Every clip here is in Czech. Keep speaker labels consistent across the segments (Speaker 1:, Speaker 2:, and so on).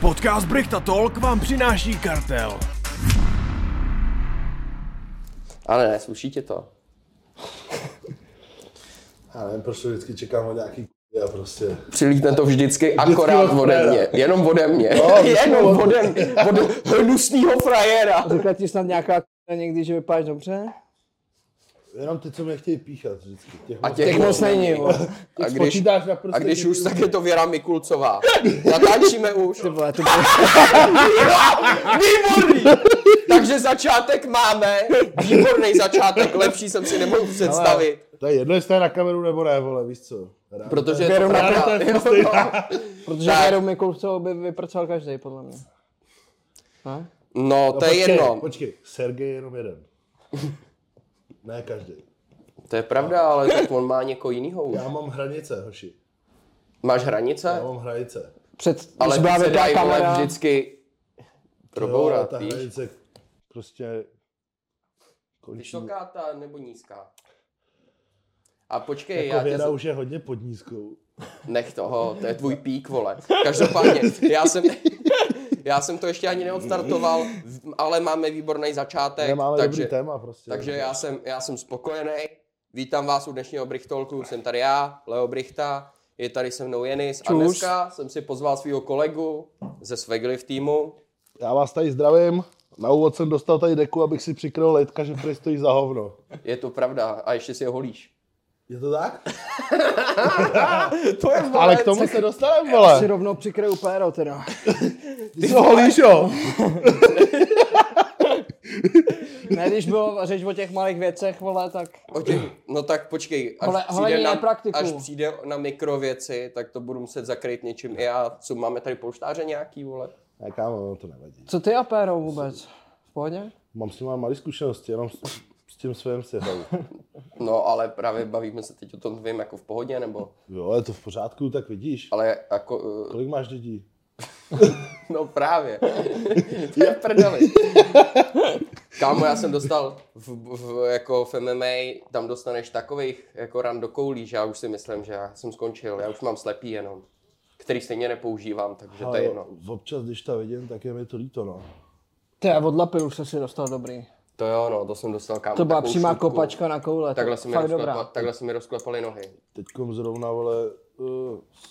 Speaker 1: Podcast Brichta Talk vám přináší kartel.
Speaker 2: Ale ne, sluší tě to.
Speaker 3: Já nevím, proč vždycky čekám na nějaký k***y a prostě.
Speaker 2: Přilítne to vždycky akorát
Speaker 3: od
Speaker 2: ode
Speaker 3: frajera.
Speaker 2: mě. Jenom ode mě.
Speaker 3: No, vždycky
Speaker 2: Jenom
Speaker 3: od-
Speaker 2: ode mě. Od hnusného frajera.
Speaker 4: Řekla ti snad nějaká k***a někdy, že vypadáš dobře?
Speaker 3: Jenom ty, co mě chtějí píchat vždycky. Těch
Speaker 2: A
Speaker 3: moc-
Speaker 2: těch
Speaker 4: Těch moc není, vole.
Speaker 2: A
Speaker 3: Těch
Speaker 2: když,
Speaker 3: spočítáš na
Speaker 2: a
Speaker 3: prstech,
Speaker 2: když
Speaker 3: ty
Speaker 2: už,
Speaker 3: vole.
Speaker 2: tak je to Věra Mikulcová. Natáčíme už.
Speaker 4: Ty vole, to bylo...
Speaker 2: Výborný! Takže začátek máme. Výborný začátek, lepší jsem si nemohl představit.
Speaker 3: To je jedno, jestli je na kameru nebo ne, vole, víš co. Rád.
Speaker 2: Protože je to
Speaker 4: Věru
Speaker 2: pravda.
Speaker 4: Mikulcová
Speaker 2: Jo, no.
Speaker 4: Protože
Speaker 2: Tak.
Speaker 4: Věru Mikulcovou by vypracoval každý, podle mě. Ne?
Speaker 2: No, to je
Speaker 3: počkej,
Speaker 2: jedno.
Speaker 3: Počkej, Sergej je jenom jeden. ne každý.
Speaker 2: To je pravda, ale tak on má někoho jiného.
Speaker 3: Já mám hranice, hoši.
Speaker 2: Máš
Speaker 3: Já
Speaker 2: hranice?
Speaker 3: mám hranice.
Speaker 4: Před,
Speaker 2: Ale
Speaker 4: když
Speaker 2: ty
Speaker 4: byla
Speaker 2: se
Speaker 4: větá
Speaker 2: dají vole
Speaker 4: kamera,
Speaker 2: vždycky
Speaker 3: ale
Speaker 2: probourat,
Speaker 3: ta
Speaker 2: víš?
Speaker 3: hranice prostě končí.
Speaker 2: Vysoká ta nebo nízká? A počkej,
Speaker 3: Jako
Speaker 2: já tě
Speaker 3: věda
Speaker 2: z...
Speaker 3: už je hodně pod nízkou.
Speaker 2: nech toho, to je tvůj pík, vole. Každopádně, já jsem, já jsem to ještě ani neodstartoval, v- ale máme výborný začátek,
Speaker 3: Nemáme
Speaker 2: takže,
Speaker 3: dobrý téma prostě.
Speaker 2: takže já, jsem, já jsem spokojený. Vítám vás u dnešního Brichtolku, jsem tady já, Leo Brichta, je tady se mnou Jenis a
Speaker 4: Čus.
Speaker 2: dneska jsem si pozval svého kolegu ze Svegliv týmu.
Speaker 3: Já vás tady zdravím. Na úvod jsem dostal tady deku, abych si přikryl lejtka, že prý stojí za hovno.
Speaker 2: Je to pravda a ještě si ho holíš.
Speaker 3: Je to tak?
Speaker 2: To je
Speaker 3: Ale k tomu se dostaneme, vole.
Speaker 4: si rovnou přikryju péro, teda.
Speaker 3: Ty se holíš, jo?
Speaker 4: Ne, když bylo řeč o těch malých věcech, vole, tak...
Speaker 2: O těch- No tak počkej, až,
Speaker 4: Hele,
Speaker 2: přijde
Speaker 4: hlavně
Speaker 2: na,
Speaker 4: nepraktiku.
Speaker 2: až přijde na mikrověci, tak to budu muset zakrýt něčím i já. Co máme tady polštáře nějaký, vole?
Speaker 3: Ne, kámo, no to nevadí.
Speaker 4: Co ty a péro vůbec? V pohodě?
Speaker 3: Mám s ním malé zkušenosti, jenom s, s tím svým si hraju.
Speaker 2: No ale právě bavíme se teď o tom tvým jako v pohodě, nebo?
Speaker 3: Jo, ale to v pořádku, tak vidíš.
Speaker 2: Ale jako, eh,
Speaker 3: Kolik máš dětí?
Speaker 2: no právě. to je v prdeli. Kámo, já jsem dostal v, v, jako v MMA, tam dostaneš takových jako ran do koulí, že já už si myslím, že já jsem skončil, já už mám slepý jenom, který stejně nepoužívám, takže to je
Speaker 3: Ale
Speaker 2: jedno.
Speaker 3: Občas, když to vidím, tak je mi to líto, no.
Speaker 4: Ty, a od lapy už se si dostal dobrý.
Speaker 2: To jo, no, to jsem dostal kámo.
Speaker 4: To byla
Speaker 2: takovou
Speaker 4: přímá
Speaker 2: šutku.
Speaker 4: kopačka na koule,
Speaker 2: Takhle
Speaker 4: takhle
Speaker 2: si, mi
Speaker 4: fakt
Speaker 2: rozklepa,
Speaker 4: dobrá.
Speaker 2: takhle si mi rozklepaly nohy.
Speaker 3: Teďkom zrovna, vole, uh,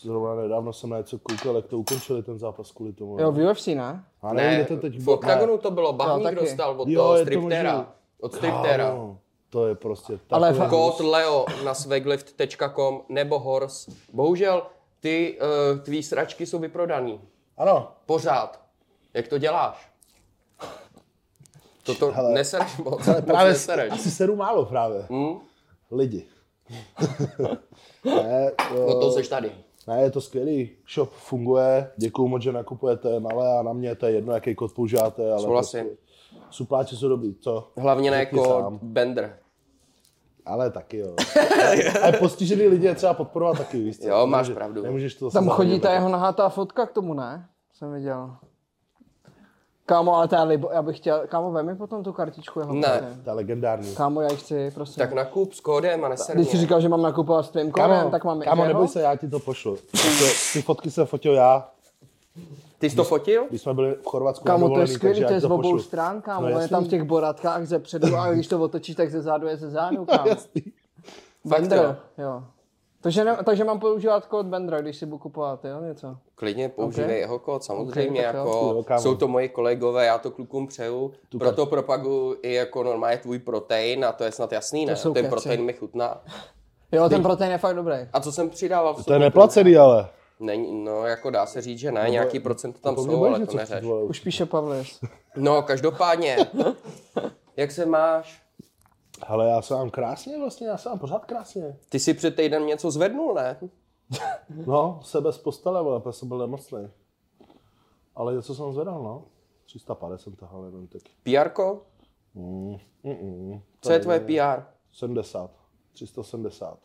Speaker 3: zrovna nedávno jsem na něco koukal, jak to ukončili ten zápas kvůli tomu. no.
Speaker 4: Jo, v UFC, ne?
Speaker 3: A nevím, kde to teď
Speaker 2: v
Speaker 3: bylo.
Speaker 2: Octagonu to bylo,
Speaker 4: No,
Speaker 2: Bahník
Speaker 4: taky.
Speaker 2: dostal od
Speaker 3: Jo,
Speaker 2: toho
Speaker 3: je to možný.
Speaker 2: striptera. Od striptera.
Speaker 3: Kámo, To je prostě
Speaker 4: Ale
Speaker 3: takový-
Speaker 4: fakt-
Speaker 2: Kód Leo na sveglift.com nebo Horse. Bohužel ty uh, tvý sračky jsou vyprodaný.
Speaker 3: Ano,
Speaker 2: Pořád. Jak to děláš? Toto
Speaker 3: Hele.
Speaker 2: nesereš moc, moc
Speaker 3: právě
Speaker 2: nesereš.
Speaker 3: No, asi seru málo právě.
Speaker 2: Hm?
Speaker 3: Lidi. ne, jo,
Speaker 2: No to seš tady.
Speaker 3: ne, je to skvělý. Shop funguje, děkuju moc, že nakupujete malé a na mě to je jedno, jaký kód používáte, ale
Speaker 2: Souhlasím.
Speaker 3: prostě supláči jsou dobrý, co?
Speaker 2: Hlavně ne
Speaker 3: Řekni
Speaker 2: jako
Speaker 3: sám.
Speaker 2: Bender.
Speaker 3: Ale taky jo. Ale postižený lidi je třeba podporovat taky, víš co?
Speaker 2: Jo, máš
Speaker 3: Nemůže-
Speaker 2: pravdu.
Speaker 3: Nemůžeš to
Speaker 4: Tam
Speaker 3: zase
Speaker 4: chodí ta
Speaker 3: zaměnit.
Speaker 4: jeho nahátá fotka k tomu, ne? Jsem viděl. Kámo, ale ta Libo, já bych chtěl, kámo, vem mi potom tu kartičku jeho.
Speaker 2: Ne.
Speaker 4: prosím.
Speaker 3: Ta legendární.
Speaker 4: Kámo, já ji chci, prosím.
Speaker 2: Tak nakup s kódem a neser
Speaker 4: Když jsi
Speaker 2: mě.
Speaker 4: říkal, že mám nakupovat s tvým kódem, tak mám
Speaker 3: kámo
Speaker 4: jeho?
Speaker 3: neboj se, já ti to pošlu. Ty- Ty fotky jsem fotil já,
Speaker 2: Ty jsi to fotil?
Speaker 3: když jsme byli v Chorvatsku na
Speaker 4: Kámo, to je
Speaker 3: dovolený,
Speaker 4: skvělý,
Speaker 3: takže já
Speaker 4: to je
Speaker 3: ti
Speaker 4: z obou
Speaker 3: pošlu.
Speaker 4: stran, kámo,
Speaker 3: No
Speaker 4: no, je
Speaker 3: jasný.
Speaker 4: tam v těch boratkách ze předu a když to otočíš, tak ze zádu je ze zádu, kámo.
Speaker 2: jo.
Speaker 4: Bender, jo. Takže, ne, takže mám používat kód Bendra, když si budu kupovat, jo, něco.
Speaker 2: Klidně používej
Speaker 4: Ok.
Speaker 2: jeho kód, samozřejmě,
Speaker 4: tak jo.
Speaker 2: jako
Speaker 3: Jo, kámo.
Speaker 2: jsou to moji kolegové, já to klukům přeju, proto propaguju i jako normálně tvůj protein a to je snad jasný, ne?
Speaker 4: jsou
Speaker 2: Ten
Speaker 4: keci.
Speaker 2: protein mi chutná.
Speaker 4: Jo, ten protein je fakt dobrý.
Speaker 2: A co jsem přidával? v
Speaker 3: To je
Speaker 2: sobotu?
Speaker 3: neplacený, ale.
Speaker 2: Není, no jako dá se říct, že ne, nějaký procent tam
Speaker 3: To mě
Speaker 2: jsou,
Speaker 3: bojíš
Speaker 2: ale to
Speaker 3: něco
Speaker 2: neřeš.
Speaker 3: chtít, vole, už.
Speaker 4: Už píše Pavlis.
Speaker 2: No, každopádně, jak se máš?
Speaker 3: Hele, já se mám krásně vlastně, já se mám pořád krásně.
Speaker 2: Ty si před týdnem něco zvednul, ne?
Speaker 3: No, sebe z postele, vole, protože jsem byl nemocný. Ale něco jsem zvedal, no. 350 jsem tahal jenom teď.
Speaker 2: PRko?
Speaker 3: Mm-mm.
Speaker 2: Co je tvoje PR?
Speaker 3: 70. 370.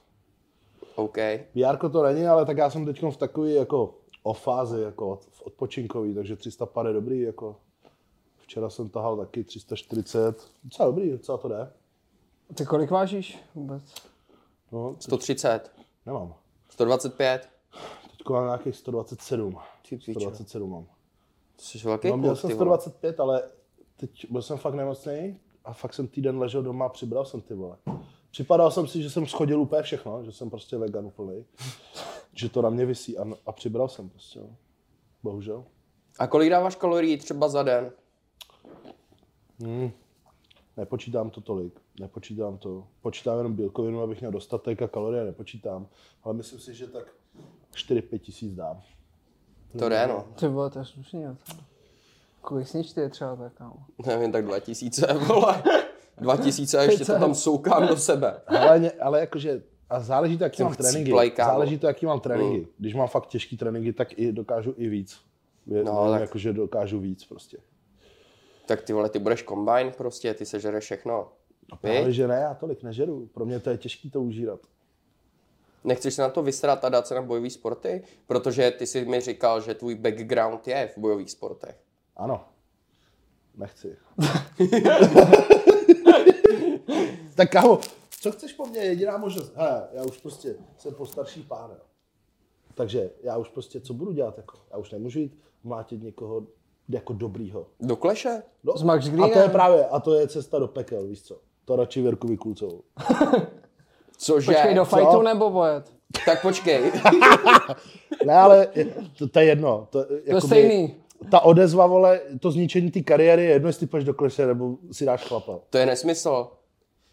Speaker 2: OK.
Speaker 3: Jarko to není, ale tak já jsem teď v takové jako o fázi, jako od- v odpočinkový, takže 350 je dobrý, jako včera jsem tahal taky 340, docela dobrý, docela to jde.
Speaker 4: Ty kolik vážíš vůbec?
Speaker 3: No,
Speaker 2: 130.
Speaker 3: nemám.
Speaker 2: 125.
Speaker 3: Teď mám nějakých 127.
Speaker 2: Ty píčo.
Speaker 3: 127 mám.
Speaker 2: Jsi velký
Speaker 3: No, měl
Speaker 2: kluk,
Speaker 3: jsem
Speaker 2: ty vole.
Speaker 3: 125, ale teď byl jsem fakt nemocný a fakt jsem týden ležel doma a přibral jsem ty vole. Připadal jsem si, že jsem schodil úplně všechno, že jsem prostě vegan úplný, že to na mě visí a, a přibral jsem prostě, no. bohužel.
Speaker 2: A kolik dáváš kalorií třeba za den?
Speaker 3: Nepočítám to tolik, nepočítám to. Počítám jenom bílkovinu, abych měl dostatek a kalorie nepočítám, ale myslím si, že tak 4-5 tisíc dám.
Speaker 2: To jde, no.
Speaker 4: Ty vole, to je slušný. jo, to. Kolik sníčty je třeba tak, kámo?
Speaker 2: Nevím, tak 2000, vole. 2000 a ještě to tam soukám do sebe.
Speaker 3: Ale, ně- ale jakože, a záleží to, jaký mám tréninky.
Speaker 2: cíplej, kámo. No.
Speaker 3: záleží to, jaký mám tréninky. Když mám fakt těžký tréninky, tak i dokážu i víc. Je,
Speaker 2: No,
Speaker 3: no,
Speaker 2: tak-
Speaker 3: tak... Jakože dokážu víc prostě.
Speaker 2: Tak ty vole, ty budeš kombajn prostě, ty sežereš všechno.
Speaker 3: Ale
Speaker 4: No
Speaker 2: Víš?
Speaker 3: že ne, já tolik nežeru. Pro mě to je těžký to užírat.
Speaker 2: Nechceš se na to vysrat a dát se na bojové sporty? Protože ty jsi mi říkal, že tvůj background je v bojových sportech.
Speaker 3: Ano. Nechci. tak kámo, co chceš po mně? Jediná možnost. Hele, já už prostě jsem postarší pán. jo. Takže já už prostě, co budu dělat? Jako? Já už nemůžu jít mlátit někoho jako dobrýho.
Speaker 2: Do kleše?
Speaker 3: No,
Speaker 4: S Max
Speaker 3: a to je
Speaker 4: Greenem.
Speaker 3: právě, a to je cesta do pekel, víš co? To radši Věrku Vykulcovou.
Speaker 2: Cože?
Speaker 4: Počkej, no. do
Speaker 2: Co?
Speaker 4: fightu nebo bojet?
Speaker 2: Tak počkej.
Speaker 3: Ne, ale je- to, to je jedno. To, to
Speaker 4: je stejný.
Speaker 3: Ta odezva, vole, to zničení té kariéry je jedno, jestli půjdeš do kleše, nebo si dáš chlapa.
Speaker 2: To je nesmysl.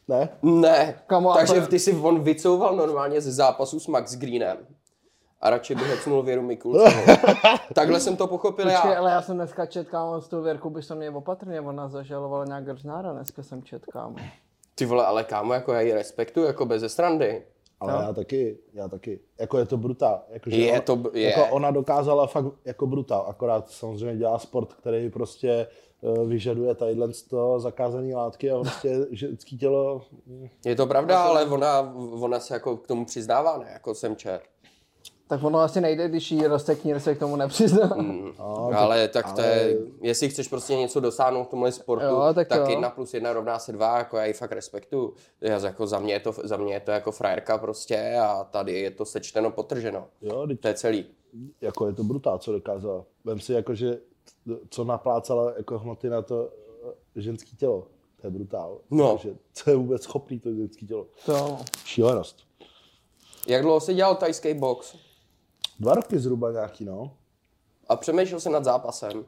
Speaker 3: Ne?
Speaker 2: Ne.
Speaker 4: Kamo, a
Speaker 2: Takže
Speaker 4: to-
Speaker 2: ty si on vycouval normálně ze zápasu s Max Greenem. A radši bych hecnul Věru Mikulcovou. Takhle jsem to pochopil
Speaker 4: Počkej,
Speaker 2: No já.
Speaker 4: ale já jsem dneska čet, kámo, s tou Věrkou by se mě opatrně, ona zažalovala nějak grznára, dneska jsem čet, kámo.
Speaker 2: Ty vole, ale kámo, jako já ji respektuju, jako bez srandy.
Speaker 3: Ale
Speaker 4: No.
Speaker 3: já taky, já taky. Jako je to brutál. Jako, že
Speaker 2: Je
Speaker 3: ona,
Speaker 2: to br- je.
Speaker 3: Jako ona dokázala fakt jako brutál, akorát samozřejmě dělá sport, který prostě eh, vyžaduje tadyhle z toho zakázané látky a prostě ženský tělo...
Speaker 2: Je to pravda, ale ona, ona se jako k tomu přiznává, ne? Jako jsem čet.
Speaker 4: Tak ono asi nejde, když jí roste knír, se k tomu nepřizná.
Speaker 2: No, ale tak to je, jestli chceš prostě něco dosáhnout v tomhle sportu,
Speaker 4: Jo,
Speaker 2: tak,
Speaker 4: tak
Speaker 2: tak
Speaker 4: jo.
Speaker 2: jedna plus jedna rovná se dva, jako já ji fakt respektuju. Já, jako za, mě je to, za mě je to jako frajerka prostě a tady je to sečteno, potrženo.
Speaker 3: Jo, teď
Speaker 2: To je celý.
Speaker 3: jako je to brutál, co dokázala. Vem si, jako, že co naplácala jako hmoty na to eh, ženský tělo. To je brutál.
Speaker 2: No.
Speaker 3: Že, co je vůbec schopný to ženský tělo.
Speaker 4: To,
Speaker 3: Šílenost.
Speaker 2: Jak dlouho jsi dělal tajský box?
Speaker 3: Dva roky zhruba nějaký, no.
Speaker 2: A přemýšlel jsi nad zápasem?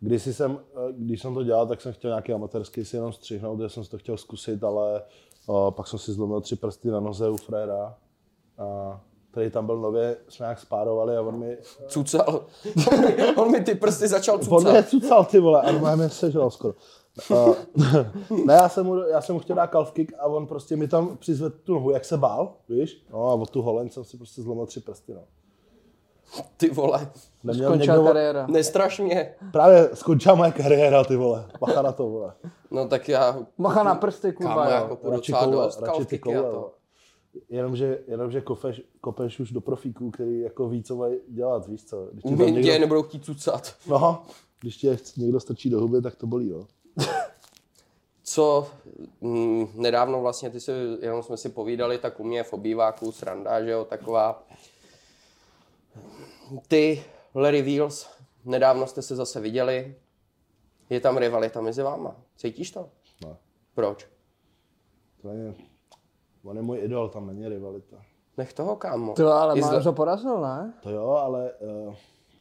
Speaker 3: Když jsem, eh, když jsem to dělal, tak jsem chtěl nějaký amatérský si jenom střihnout, já jsem si to chtěl zkusit, ale o, pak jsem si zlomil tři prsty na noze u frajera. A který tam byl nově, jsme nějak spárovali a on mi...
Speaker 2: Cucal. On mi ty prsty začal
Speaker 3: On
Speaker 2: cucat.
Speaker 3: mě cucal, ty vole, a normálně mě sežral skoro. Uh, ne, já jsem, mu, já jsem mu chtěl dát calf kick a on prostě mi tam přizvedl tu nohu, jak se bál, víš? No a od tu holen jsem si prostě zlomil tři prsty, no.
Speaker 2: Ty vole,
Speaker 3: Neměl
Speaker 4: skončila
Speaker 3: někdo,
Speaker 4: kariéra.
Speaker 2: nestraš mě.
Speaker 3: Právě skončila moje kariéra, ty vole. Bacha na to, vole.
Speaker 2: No tak já
Speaker 4: Macha na prsty, kurva,
Speaker 2: Kámo, jako
Speaker 4: jo.
Speaker 2: půjdu docela dost,
Speaker 3: radši ty
Speaker 2: kalfiky a
Speaker 3: koule.
Speaker 2: to.
Speaker 3: Jenomže, jenomže kopeš, kopeš už do profíků, který jako ví, co mají dělat, víš co. Když ti, tam
Speaker 2: Mě tě
Speaker 3: někdo,
Speaker 2: nebudou chtít cucat.
Speaker 3: no, když ti je někdo strčí do huby, tak to bolí, jo.
Speaker 2: Co mm, nedávno vlastně, ty si, jenom jsme si povídali, tak u mě je v obýváku sranda, že jo, taková. Ty, Larry Wheels, nedávno jste se zase viděli. Je tam rivalita mezi váma. Cítíš to?
Speaker 3: No,
Speaker 2: Proč?
Speaker 3: to je, on je můj idol, tam není rivalita.
Speaker 2: Nech toho, kámo.
Speaker 4: Ty, ale
Speaker 2: I,
Speaker 4: Máro
Speaker 2: z,
Speaker 4: to porazil, ne?
Speaker 3: To jo, ale uh,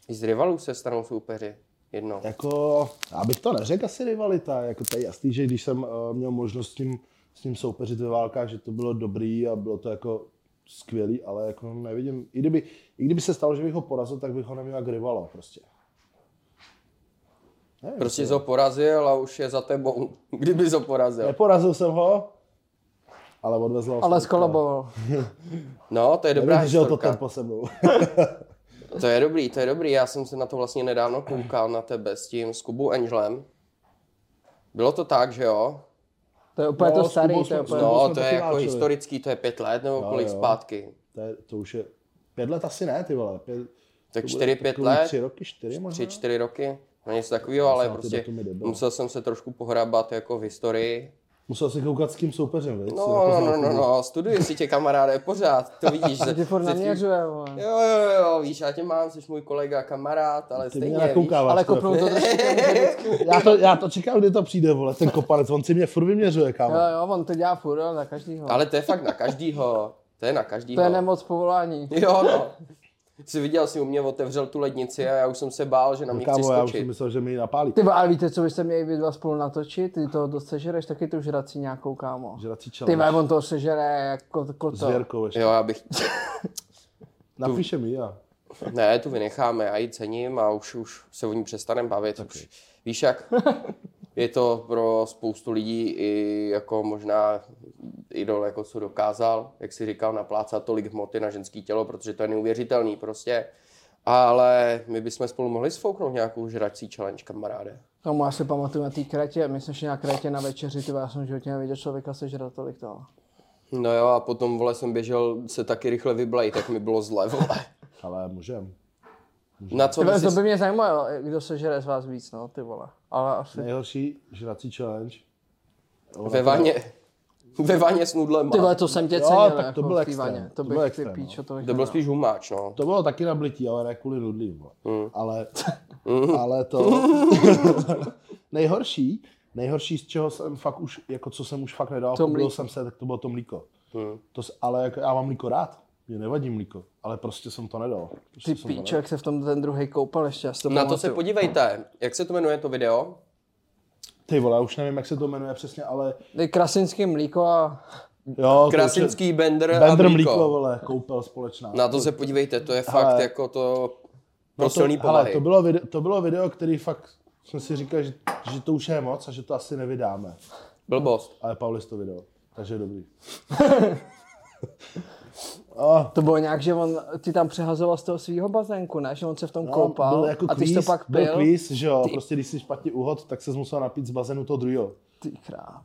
Speaker 2: I z rivalů se stanou soupeři. Jedno.
Speaker 3: jako, abych to neřekl asi rivalita, jako to je jasný, že když jsem uh, měl možnost s ním, s ním soupeřit ve válkách, že to bylo dobrý a bylo to jako skvělý, ale jako nevidím, i kdyby, i kdyby se stalo, že bych ho porazil, tak bych ho neměl jak rivala prostě. Nevím,
Speaker 2: Prostě jsi ho porazil a už je za tebou. Kdyby jsi ho porazil.
Speaker 3: Neporazil jsem ho, ale odvezl ho.
Speaker 4: Ale
Speaker 3: jsem chtěl.
Speaker 4: skolaboval.
Speaker 2: No, to je dobrá
Speaker 3: Nevydržel to
Speaker 2: historka.
Speaker 3: tempo se mnou.
Speaker 2: To je dobrý, to je dobrý. Já jsem se na to vlastně nedávno koukal na tebe s tím, s Kubou Angelem. Bylo to tak, že jo?
Speaker 4: To je úplně
Speaker 3: No,
Speaker 4: to
Speaker 3: s Kubou
Speaker 4: starý, to je
Speaker 3: jsme-
Speaker 4: úplně...
Speaker 3: No,
Speaker 2: No,
Speaker 3: jsme
Speaker 2: to je
Speaker 3: taky
Speaker 2: jako
Speaker 3: válčili.
Speaker 2: historický, to je pět let nebo
Speaker 3: No,
Speaker 2: kolik
Speaker 3: jo.
Speaker 2: zpátky.
Speaker 3: to, je, to už je pět let asi ne, ty vole. Pět,
Speaker 2: Tak
Speaker 3: to bude
Speaker 2: čtyři, pět
Speaker 3: takový
Speaker 2: let?
Speaker 3: Tři roky, čtyři možná?
Speaker 2: Tři, čtyři roky, no něco takového, ale
Speaker 3: na ty
Speaker 2: prostě
Speaker 3: datumy jde, no.
Speaker 2: musel jsem se trošku pohrabat jako v historii.
Speaker 3: Musel si koukat s kým soupeřem, jako víc?
Speaker 2: No, no, no, no, no, studuji si tě kamaráde pořád, to vidíš.
Speaker 4: To
Speaker 2: že
Speaker 4: tě furt
Speaker 2: že-
Speaker 4: naměřuje, vole.
Speaker 2: Jo, jo, jo, víš, já tě mám, jsi můj kolega, kamarád, ale
Speaker 3: Ty mě
Speaker 2: stejně, víš.
Speaker 3: nakoukáváš.
Speaker 4: Ale
Speaker 3: teda.
Speaker 4: kopnou to trošku k němu vždycky.
Speaker 3: já, to, já to čekám, kdy to přijde, vole, ten kopanec, on si mě furt vyměřuje, kámo.
Speaker 4: Jo, jo, on to dělá furt, jo, za každýho.
Speaker 2: Ale to je fakt na každýho, to je na každýho.
Speaker 4: To je nemoc povolání.
Speaker 2: Jo, no. Jsi viděl, jsi u mě otevřel tu lednici a já už jsem se bál, že na mě chci
Speaker 3: No, Kámo, já už
Speaker 2: skočit.
Speaker 3: jsem myslel, že mi ji napálí.
Speaker 4: Ty vole, ale víte, co byste měli vy dva spolu natočit? Ty toho dost sežereš, taky tu žrací nějakou, kámo.
Speaker 3: Žrací
Speaker 4: Ty vole,
Speaker 3: challenge.
Speaker 4: on toho sežere jako
Speaker 3: S
Speaker 4: koto.
Speaker 3: Věrkou ještě.
Speaker 2: Jo, já bych...
Speaker 3: Napíše mi, já.
Speaker 2: Ne, tu vynecháme, já ji cením a už, už se o ní přestaneme bavit. Už. Víš jak, je to pro spoustu lidí i jako možná idol, jako co dokázal, jak si říkal, naplácat tolik hmoty na ženský tělo, protože to je neuvěřitelný prostě. Ale my bychom spolu mohli sfouknout nějakou žrací challenge, kamaráde.
Speaker 4: Kámo, já si pamatuju na té kretě, my jsme šli na kretě na večeři, ty vole, já jsem v životě neviděl člověka sežrat tolik toho.
Speaker 2: No jo, a potom, vole, jsem běžel se taky rychle vyblej, tak mi bylo zle, vole.
Speaker 3: Ale můžem.
Speaker 2: Na co
Speaker 4: Ty
Speaker 2: ty
Speaker 4: vole, to
Speaker 2: jsi...
Speaker 4: by mě zajímalo, kdo sežere z vás víc, no, ty vole. Ale asi...
Speaker 3: Nejhorší žrací challenge.
Speaker 2: Ve vaně, ve vaně s nudlem.
Speaker 4: Ty vole, to jsem tě
Speaker 3: Jo,
Speaker 4: cenil,
Speaker 3: tak to
Speaker 4: jako
Speaker 3: byl
Speaker 4: v té
Speaker 3: extrém,
Speaker 4: vaně.
Speaker 3: to
Speaker 4: To
Speaker 3: byl
Speaker 4: bych ty
Speaker 3: extrém, no.
Speaker 4: píčo, to bych
Speaker 2: To byl
Speaker 4: nedal.
Speaker 2: spíš humáč, no.
Speaker 3: To bylo taky na blití, ale ne kvůli nudlím. Mm. Ale,
Speaker 4: Mm.
Speaker 3: ale to... nejhorší, nejhorší, z čeho jsem fakt už, jako co jsem už fakt nedal,
Speaker 4: To
Speaker 3: pobil
Speaker 4: mlíko. Mm.
Speaker 3: jsem se, tak to bylo to mlíko. To, s- ale jako, já mám mlíko rád, mě nevadí mlíko, ale prostě jsem to nedal. Prostě
Speaker 4: Ty
Speaker 3: jsem to
Speaker 4: píčo, jak se v tom ten druhý koupal ještě, já si to
Speaker 2: Na to se
Speaker 4: pamatuju.
Speaker 2: podívejte. Jak se to jmenuje to video?
Speaker 3: Ty vole, já už nevím, jak se to jmenuje přesně, ale
Speaker 4: Ty Krasinský mlíko a...
Speaker 3: jo, to už
Speaker 2: Krasinský Bender,
Speaker 3: je-
Speaker 2: a
Speaker 3: Bender
Speaker 2: mlíko.
Speaker 3: mlíko, vole, koupel společná.
Speaker 2: Na to se podívejte, to je fakt
Speaker 3: Hele.
Speaker 2: jako to
Speaker 3: No
Speaker 2: pro silný
Speaker 3: to, hele,
Speaker 2: povahy.
Speaker 3: to, bylo video, to bylo video, který fakt jsem si říkal, že, že to už je moc a že to asi nevydáme.
Speaker 2: Blbost.
Speaker 3: Ale Paulis to vydal, takže je dobrý. a,
Speaker 4: To bylo nějak, že on ty tam přehazoval z toho svého bazénku, ne? Že on se v tom
Speaker 3: no,
Speaker 4: koupal
Speaker 3: byl jako
Speaker 4: a ty jsi
Speaker 3: quiz,
Speaker 4: to pak pil.
Speaker 3: byl quiz, že jo,
Speaker 4: Ty-
Speaker 3: prostě když jsi špatně uhod, tak se musel napít z bazénu toho druhého.
Speaker 4: Ty krávo.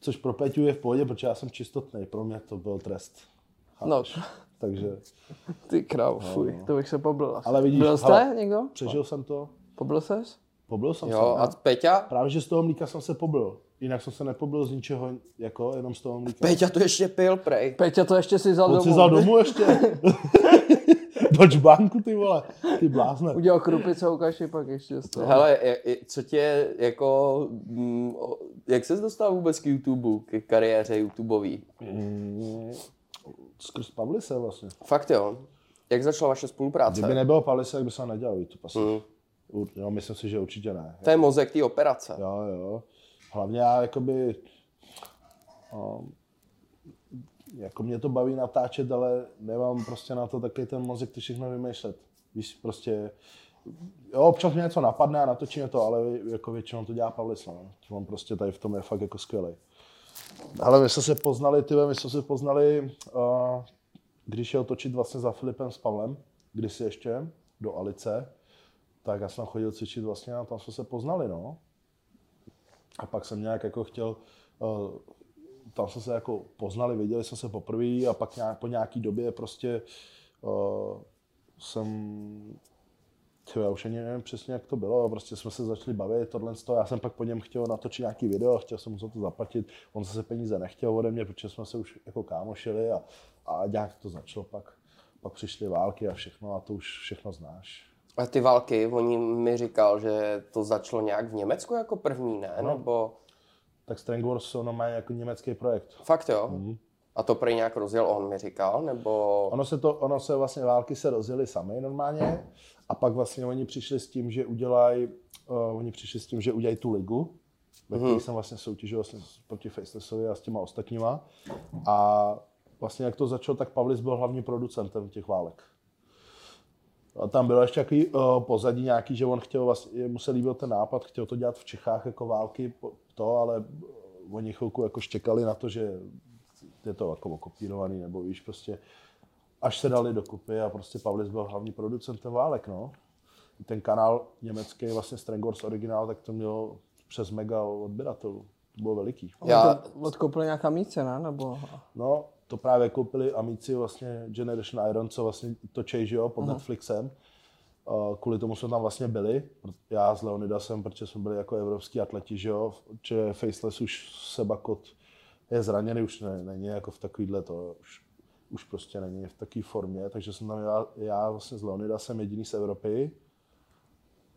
Speaker 3: Což pro Peťu je v pohodě, protože já jsem čistotný, pro mě to byl trest.
Speaker 4: No,
Speaker 3: Takže
Speaker 4: ty krávo, fuj, to bych se poblil.
Speaker 3: No,
Speaker 4: asi.
Speaker 3: Ale vidíš,
Speaker 4: Byl jste
Speaker 3: hele.
Speaker 4: někdo?
Speaker 3: přežil jsem to,
Speaker 4: Poblil ses?
Speaker 3: poblil jsem
Speaker 2: Jo,
Speaker 3: se.
Speaker 2: a Peťa?
Speaker 3: Právě, že z toho mlíka jsem se poblil. Jinak jsem se nepoblil z ničeho, jako jenom z toho mlíka.
Speaker 2: Peťa to ještě pil, prej.
Speaker 4: Peťa to ještě si vzal
Speaker 3: On
Speaker 4: domů.
Speaker 3: si vzal domů ještě. Do banku ty vole, ty blázne.
Speaker 4: Udělal krupice, ukaži pak ještě z
Speaker 3: No.
Speaker 4: toho.
Speaker 2: Hele, je- je- co tě jako, mm, o- jak ses dostal vůbec k YouTubeu, k kariéře YouTubeový?
Speaker 3: Skrz Pavlise vlastně.
Speaker 2: Fakt jo. Jak začala vaše spolupráce?
Speaker 3: Kdyby nebylo Pavlise, tak by se to nedělal YouTube asi. U- Jo, myslím si, že určitě ne.
Speaker 2: To je mozek té operace.
Speaker 3: Jo, jo. Hlavně já jakoby... Um, jako mě to baví natáčet, ale nemám prostě na to taky ten mozek to všechno vymýšlet. Víš, prostě... Jo, občas mě něco napadne a natočíme to, ale jako většinou to dělá Pavlis, no. On prostě tady v tom je fakt jako skvělý. Ale my jsme se poznali, ty vole, my jsme se poznali, uh, když šel točit vlastně za Filipem s Pavlem, kdysi ještě, do Alice, tak já jsem chodil cvičit vlastně a tam jsme se poznali, no. A pak jsem nějak jako chtěl, eh, tam jsme se jako poznali, viděli jsme se poprvé a pak nějak, po nějaký době prostě eh, jsem, ty, já už ani nevím přesně, jak to bylo, prostě jsme se začali bavit tohle z toho, já jsem pak po něm chtěl natočit nějaký video, chtěl jsem mu za to zaplatit, on zase peníze nechtěl ode mě, protože jsme se už jako kámošili a, a nějak to začalo pak. Pak přišly války a všechno a to už všechno znáš.
Speaker 2: A ty války, oni mi říkal, že to začalo nějak v Německu jako první, ne? No. Nebo
Speaker 3: Tak Strang Wars jsou normálně jako německý projekt.
Speaker 2: fakt jo? Mm. A to prej nějak rozjel on, mi říkal, nebo...
Speaker 3: Ono se, to, ono se vlastně války se rozjeli sami normálně a pak vlastně oni přišli s tím, že udělají, uh, oni přišli s tím, že udělají tu ligu, ve které jsem vlastně soutěžil vlastně s- proti Facelessovi a s těma ostatníma. A vlastně jak to začalo, tak Pavlis byl hlavním producentem těch válek. A tam bylo ještě takový uh, pozadí nějaký, že on chtěl vlastně, mu se líbil ten nápad, chtěl to dělat v Čechách jako války, po- to, ale eh, oni chvilku jako štěkali na to, že je to jako okopírovaný, nebo víš, prostě až se dali dokupy a prostě Pavlis byl hlavní producentem válek, no. Ten kanál německý, vlastně Strangors originál, tak to mělo přes mega odběratelů. To bylo veliký.
Speaker 2: Já,
Speaker 4: Odkoupil nějaká míce, ne? Nebo...
Speaker 3: No, to právě koupili Amici vlastně Generation Iron, co vlastně točí, že jo, pod Netflixem. Uh, kvůli tomu jsme tam vlastně byli. Já s Leonidasem, protože jsme byli jako evropský atleti, že jo, že Faceless už sebakot je zraněný, už ne, není jako v takovýhle to, už, už prostě není v takové formě, takže jsem tam já, já vlastně s Leonidasem jediný z Evropy.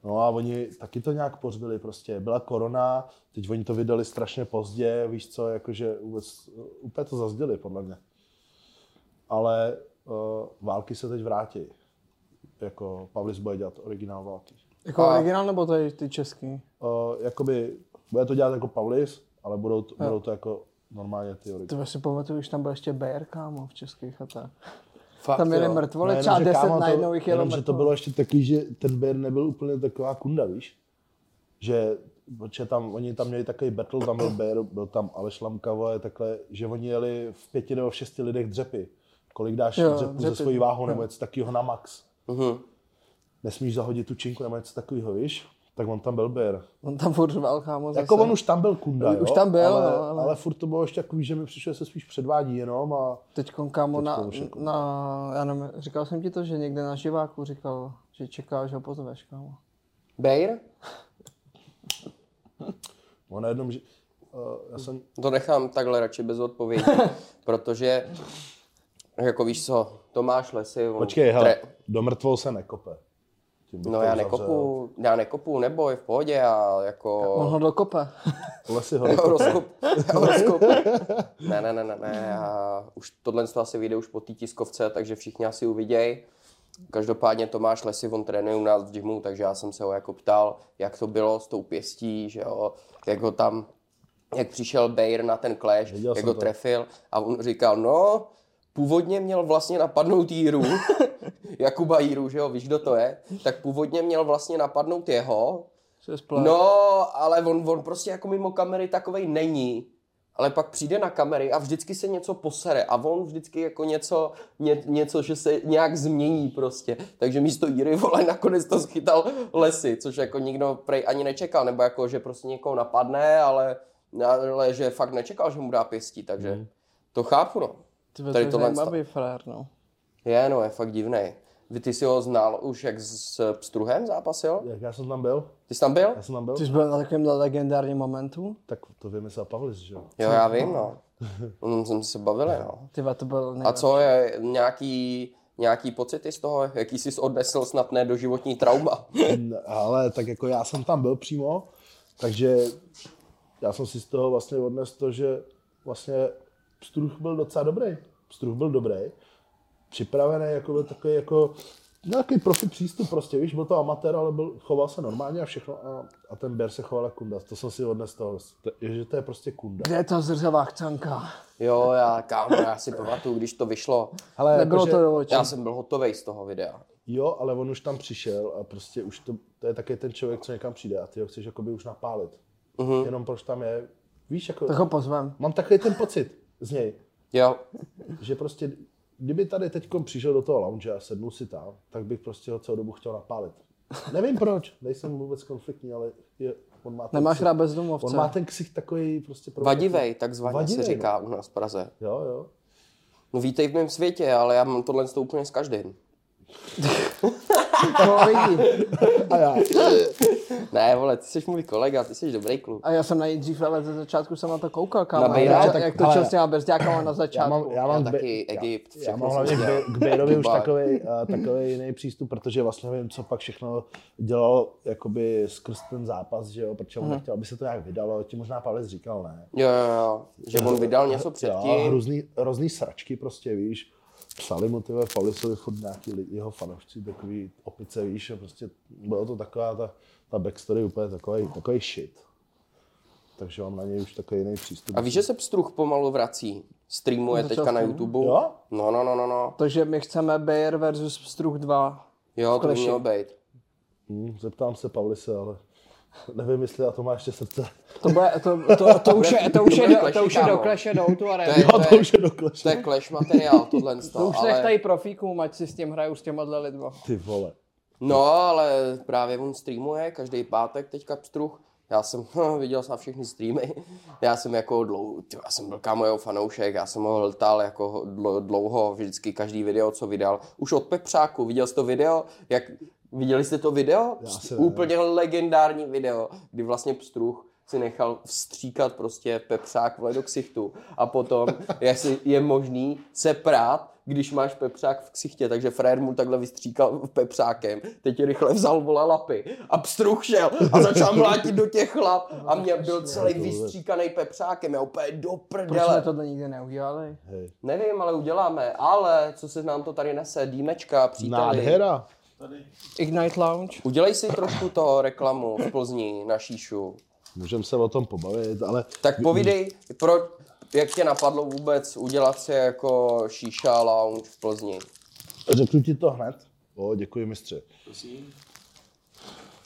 Speaker 3: No a oni taky to nějak pořbili prostě. Byla korona, teď oni to vydali strašně pozdě, víš co, jakože vůbec, eh, úplně to zazděli podle mě. Ale uh, války se teď vrátí. Jako Pavlis bude dělat originál války.
Speaker 4: Jako
Speaker 2: A-
Speaker 4: originál nebo tady ty český?
Speaker 3: Uh, jakoby, bude to dělat jako Pavlis, ale budou to, budou to jako normálně ty originály.
Speaker 4: To si pamatuju, když tam byl ještě BR, kámo, v českých chatách.
Speaker 2: Fakt,
Speaker 4: Tam jeli
Speaker 2: jo.
Speaker 4: mrtvole,
Speaker 3: No,
Speaker 4: třeba
Speaker 3: jenomže,
Speaker 4: 10
Speaker 3: kámo, to-
Speaker 4: najednou jich jelo
Speaker 3: jenomže to
Speaker 4: mrtvole.
Speaker 3: bylo ještě takový, že ten běr nebyl úplně taková kunda, víš? Že, že tam, oni tam měli takový battle, tam byl běr, byl tam Aleš Lamka, vole, takhle, že oni jeli v pěti nebo v šesti lidech dřepy. Kolik dáš
Speaker 4: Jo,
Speaker 3: jo, dřepů ze
Speaker 4: dřepy.
Speaker 3: svojí váhou nebo něco takového na max.
Speaker 2: Mhm.
Speaker 3: Nesmíš zahodit tu činku nebo něco takového, víš? Tak on tam byl běr.
Speaker 4: On tam furt řval, kámo, zase.
Speaker 3: Jako on už tam byl kunda, jo?
Speaker 4: Už tam byl,
Speaker 3: ale,
Speaker 4: no, ale-
Speaker 3: ale... ale furt to bylo ještě takový, že mi přišlo, že se spíš předvádí jenom a
Speaker 4: Teď kámo na,
Speaker 3: už jako-
Speaker 4: na, já nevím, říkal jsem ti to, že někde na živáku říkal, že čeká, že ho pozveš, kámo.
Speaker 2: Bejr?
Speaker 3: on najednou, že, uh, já jsem
Speaker 2: To nechám takhle radši bez odpovědi, protože jako víš co, Tomáš Lesy, on
Speaker 3: Počkej, hele,
Speaker 2: tre-
Speaker 3: do mrtvou se nekope. Tím bych
Speaker 2: No
Speaker 3: to
Speaker 2: já
Speaker 3: uzavřel.
Speaker 2: nekopu, já nekopu, neboj, v pohodě, a jako...
Speaker 4: On ho dokope.
Speaker 3: Lesy ho
Speaker 2: Horoskop. Horoskop. ne, ne, ne, ne, ne. Já, už tohle to asi vyjde už po té tiskovce, takže všichni asi uviděj. Každopádně Tomáš Lesy, on trénuje u nás v gymu, takže já jsem se ho jako ptal, jak to bylo s tou pěstí, že jo, jak ho tam, jak přišel Bayer na ten clash,
Speaker 3: Viděl
Speaker 2: jak
Speaker 3: jsem
Speaker 2: ho
Speaker 3: to.
Speaker 2: trefil a on říkal, no, původně měl vlastně napadnout Jíru, Jakuba Jíru, že jo, víš, kdo to je, tak původně měl vlastně napadnout jeho,
Speaker 4: Se splá.
Speaker 2: No, ale on, on prostě jako mimo kamery takovej není. Ale pak přijde na kamery a vždycky se něco posere a on vždycky jako něco, ně, něco, že se nějak změní prostě. Takže místo Jiry vole nakonec to schytal lesy, což jako nikdo prej ani nečekal, nebo jako, že prostě někoho napadne, ale, ale že fakt nečekal, že mu dá pěstí, takže
Speaker 3: Hmm.
Speaker 2: mm. to chápu no.
Speaker 4: Ty vole,
Speaker 2: tady
Speaker 4: to je
Speaker 2: tohle
Speaker 4: zajímavý frajer, no.
Speaker 2: Je no, je fakt divnej. Vy ty si ho znal už jak s Pstruhem zápasil?
Speaker 3: Jak já jsem tam byl?
Speaker 2: Ty jsi tam byl?
Speaker 3: Já jsem tam byl?
Speaker 4: Ty jsi byl na takovém legendárním momentu?
Speaker 3: Tak to vymyslel Pavlis, že jo?
Speaker 2: Jo, já vím, no. Mm, jsme se bavili, no.
Speaker 4: Ty vole, to byl
Speaker 2: A
Speaker 4: nejlepší.
Speaker 2: co je nějaký, nějaký pocity z toho, jaký jsi odnesl snad ne doživotní trauma?
Speaker 3: N- Ale tak jako já jsem tam byl přímo, takže já jsem si z toho vlastně odnesl to, že vlastně Pstruh byl docela dobrý. Pstruh byl dobrý, připravený, jako byl takový jako nějaký profi přístup prostě, víš, byl to amatér, ale byl, choval se normálně a všechno a, a ten Bear se choval jako kunda, to jsem si odnesl z toho, to- že to je prostě kunda.
Speaker 4: Kde je ta zrzavá chcanka?
Speaker 2: Jo, já, kámo, já si pamatuju, když to vyšlo,
Speaker 3: Ale jako,
Speaker 4: Nebylo
Speaker 3: jakože-
Speaker 4: to do očí.
Speaker 2: já jsem byl hotovej z toho videa.
Speaker 3: Jo, ale on už tam přišel a prostě už to, to je taky ten člověk, co někam přijde a ty ho chceš jakoby už napálit. Uh-huh. Jenom proč tam je, víš, jako,
Speaker 4: Tak ho pozvem.
Speaker 3: mám takový ten pocit z něj,
Speaker 2: Jo,
Speaker 3: že prostě, kdyby tady teď přišel do toho lounge a sednul si tam, tak bych prostě ho celou dobu chtěl napálit. Nevím proč, nejsem vůbec konfliktní, ale je, on má ten
Speaker 4: Nemáš
Speaker 3: ksich-
Speaker 4: rád bezdomovce.
Speaker 3: On má ten ksich takový prostě...
Speaker 2: vadivej, takzvaně
Speaker 3: Vadivej,
Speaker 2: se říká u nás v Praze.
Speaker 3: No. Jo, jo.
Speaker 2: No vítej v mém světě, ale já mám tohle to úplně s každým.
Speaker 4: To vidí.
Speaker 3: A já,
Speaker 2: Ne, vole, ty jsi můj kolega, ty jsi dobrý kluk.
Speaker 4: A já jsem na ní dřív, ale ze začátku jsem na to koukal, kámo.
Speaker 2: Na
Speaker 4: jak,
Speaker 2: Bejra?
Speaker 4: to-
Speaker 3: Tak,
Speaker 4: jak to
Speaker 3: hele,
Speaker 4: čel s těma bezďákama na
Speaker 3: já
Speaker 4: začátku.
Speaker 3: mám, já
Speaker 2: Já
Speaker 3: mám
Speaker 2: taky Egypt,
Speaker 3: Já
Speaker 2: všechno
Speaker 3: mám hlavně
Speaker 2: jsem
Speaker 3: k,
Speaker 2: dělal.
Speaker 3: Be- k Bejrovi už
Speaker 2: Dubaj.
Speaker 3: takový, takový jiný přístup, protože vlastně nevím, co pak všechno dělal jakoby skrz ten zápas, že jo, protože
Speaker 2: Mhm.
Speaker 3: on nechtěl, aby se to nějak vydalo, ti možná Pavel říkal, ne.
Speaker 2: Jo, jo, jo, že on vydal něco
Speaker 3: Jo,
Speaker 2: předtím.
Speaker 3: hrozný, hrozný sračky prostě, víš, psali mu tyhle Paulisovi furt nějaký lidi, jeho fanoušci, takový opice, víš, a prostě bylo to taková ta, ta backstory úplně takový, takový shit. Takže mám na něj už takový jiný přístup.
Speaker 2: A víš, že se Pstruh pomalu vrací? Streamuje
Speaker 4: Začal
Speaker 2: teďka na
Speaker 4: streamovat.
Speaker 2: YouTube.
Speaker 3: Jo?
Speaker 2: No, no, no, no, no.
Speaker 4: Takže my chceme Bayer versus Pstruh 2.
Speaker 2: Jo, to by
Speaker 4: Kleši.
Speaker 2: mělo být.
Speaker 3: Hm, zeptám se Pavlise, ale nevím, jestli na to má ještě srdce.
Speaker 4: To, bude, to, to, to, už je, to už je,
Speaker 2: bude
Speaker 4: do, to už je do
Speaker 2: kámo.
Speaker 4: kleše do
Speaker 2: To
Speaker 4: Outuare.
Speaker 2: je,
Speaker 3: A
Speaker 2: to
Speaker 3: to
Speaker 2: je,
Speaker 3: už je doklešť.
Speaker 2: to je clash materiál, tohle z
Speaker 4: To
Speaker 2: toho,
Speaker 4: už ale...
Speaker 2: ale...
Speaker 4: nechtají profíkům, ať si s tím hrajou s těma lidma.
Speaker 3: Ty vole.
Speaker 2: No, ale právě on streamuje každý pátek teďka Pstruh. Já jsem viděl jsem všechny streamy. Já jsem jako dlouho, ty, já jsem byl kámo jeho fanoušek, já jsem ho hltal jako ho- dlo- dlouho, vždycky každý video, co vydal. Už od Pepřáku, viděl jsi to video, jak Viděli jste to video?
Speaker 3: Já
Speaker 2: Pst-
Speaker 3: se ne.
Speaker 2: Úplně legendární video, kdy vlastně pstruh si nechal vstříkat prostě pepřák vle do ksichtu a potom, jestli je možný se prát, když máš pepřák v ksichtě, takže frajer mu takhle vystříkal pepřákem, teď rychle vzal vole lapy a pstruh šel a začal mlátit do těch lap a mě byl celý vystříkaný pepřákem, já úplně do
Speaker 4: Proč jsme
Speaker 2: prdele.
Speaker 4: to nikdy neudělali?
Speaker 3: Hej.
Speaker 2: Nevím, ale uděláme, ale co se nám to tady nese, dýmečka, příteli.
Speaker 3: Nádhera.
Speaker 4: Ignite Lounge?
Speaker 2: Udělej si trošku toho reklamu v Plzni na šíšu.
Speaker 3: Můžeme se o tom pobavit, ale
Speaker 2: Tak povídej, proč, jak tě napadlo vůbec udělat si jako šíša lounge v Plzni?
Speaker 3: řeknu ti to hned. O, děkuji mistře.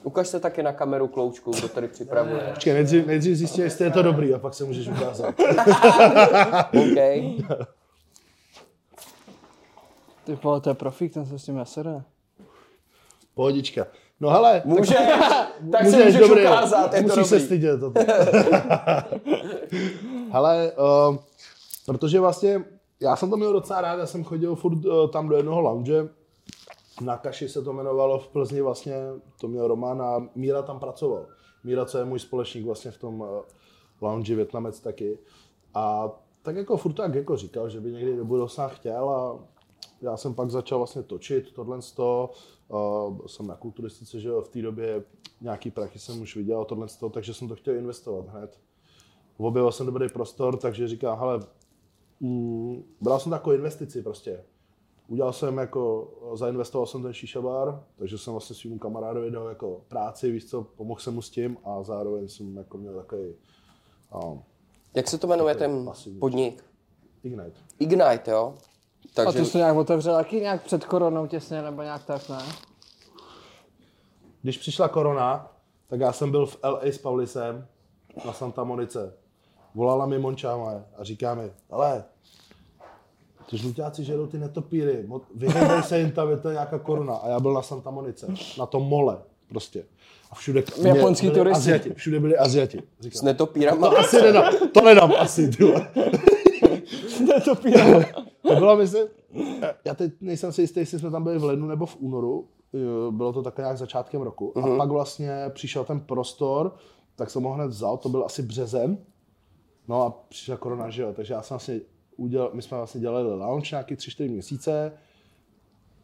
Speaker 2: Ukaž se taky na kameru kloučku, kdo tady připravuje.
Speaker 3: Počkej, nejdřív, nejdřív zjistí, jestli je to dobrý a pak se můžeš ukázat.
Speaker 2: OK.
Speaker 4: Ty vole, to je profík, ten se s tím nesere.
Speaker 3: Pohodička. No hele,
Speaker 2: Může, tak se můžeš
Speaker 3: dobrý,
Speaker 2: ukázat, je to
Speaker 3: musíš
Speaker 2: dobrý.
Speaker 3: se stydět. Toto. hele, uh, protože vlastně já jsem to měl docela rád, já jsem chodil furt uh, tam do jednoho lounge, na Kaši se to jmenovalo v Plzni vlastně, to měl Roman a Míra tam pracoval. Míra, co je můj společník vlastně v tom eh, lounge Větnamec taky. A tak jako furt tak jako říkal, že by někdy do budoucna chtěl a já jsem pak začal vlastně točit tohle z toho. jsem na kulturistice, že jo, v té době nějaký prachy jsem už viděl tohle z toho, takže jsem to chtěl investovat hned. Objevil jsem dobrý prostor, takže říkám, hele, mm, bral jsem takovou investici prostě. Udělal jsem jako, zainvestoval jsem ten shisha bar, takže jsem vlastně svým kamarádovi dal jako práci, víš co, pomohl jsem mu s tím a zároveň jsem jako měl takový um,
Speaker 2: Jak se to jmenuje ten
Speaker 3: Pasivní.
Speaker 2: podnik?
Speaker 3: Ignite.
Speaker 2: Ignite, jo?
Speaker 4: A
Speaker 2: Takže
Speaker 4: ty jsi to nějak otevřel taky nějak před koronou těsně, nebo nějak tak, ne?
Speaker 3: Když přišla korona, tak já jsem byl v LA s Paulisem na Santa Monice. Volala mi Mončáma a říká mi, ale ty žlutáci žerou ty netopíry, mo- vyhybej se jim tam, je to nějaká koruna. A já byl na Santa Monice, na tom mole prostě. A všude k- mě-
Speaker 4: Japonský
Speaker 3: byli
Speaker 4: turisti.
Speaker 3: Aziati, všude byli Aziati.
Speaker 2: s
Speaker 3: Říkám,
Speaker 2: netopírama.
Speaker 3: to asi nedám, to nedám asi, ty vole.
Speaker 4: to píra.
Speaker 3: To bylo, myslím, já teď nejsem si jistý, jestli jsme tam byli v lednu nebo v únoru, jo, bylo to tak nějak začátkem roku.
Speaker 4: Mhm.
Speaker 3: A pak vlastně přišel ten prostor, tak jsem ho hned vzal, to byl asi březen. No a přišla korona, že jo, takže já jsem vlastně udělal, my jsme vlastně dělali lounge nějaký 3-4 měsíce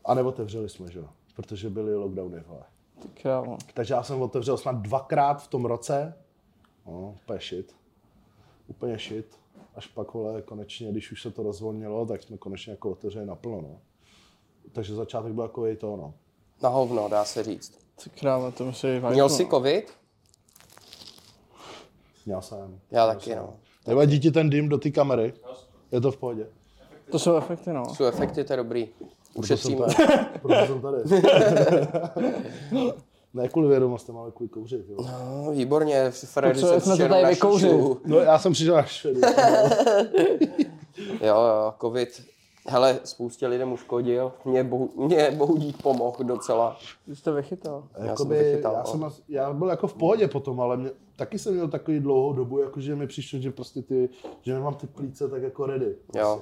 Speaker 3: a neotevřeli jsme, že jo, protože byly lockdowny, vole.
Speaker 4: Ty krávo.
Speaker 3: Takže já jsem otevřel snad dvakrát v tom roce. No, úplně shit. Úplně shit. Až pak, vole, konečně, když už se to rozvolnilo, tak jsme konečně jako otevřeli naplno, no. Takže začátek byl jako to, no.
Speaker 2: Na hovno, dá se říct.
Speaker 4: Ty krávo, to musí být
Speaker 2: Měl
Speaker 4: vajku,
Speaker 2: jsi
Speaker 4: no.
Speaker 2: covid?
Speaker 3: Měl jsem.
Speaker 2: Já taky, no.
Speaker 3: Nevadí ti ten dým do té kamery? Je to v pohodě.
Speaker 4: To jsou efekty, no.
Speaker 2: Jsou efekty, to je dobrý.
Speaker 3: Proto jsem
Speaker 2: Ušetříme.
Speaker 3: tady. Proto jsem tady. ne kvůli vědomostem, ale kvůli kouři. jo.
Speaker 2: No, výborně, Freddy
Speaker 4: Co
Speaker 2: se
Speaker 4: jsme to
Speaker 2: včera
Speaker 4: tady
Speaker 2: na
Speaker 4: vykouřili?
Speaker 2: šišu.
Speaker 3: No, já jsem přišel až švedu.
Speaker 2: Jo, jo, covid. Hele, spoustě lidem uškodil. Mě, bohu, mě bohudík pomohl docela.
Speaker 4: Ty jsi to vychytal.
Speaker 3: A
Speaker 2: Já
Speaker 3: Jakoby,
Speaker 2: jsem vychytal,
Speaker 3: já,
Speaker 2: no.
Speaker 3: jsem, asi- já byl jako v pohodě potom, ale mě, taky jsem měl takový dlouhou dobu, jakože mi přišlo, že prostě ty, že nemám ty plíce tak jako ready. Prostě
Speaker 2: Jo.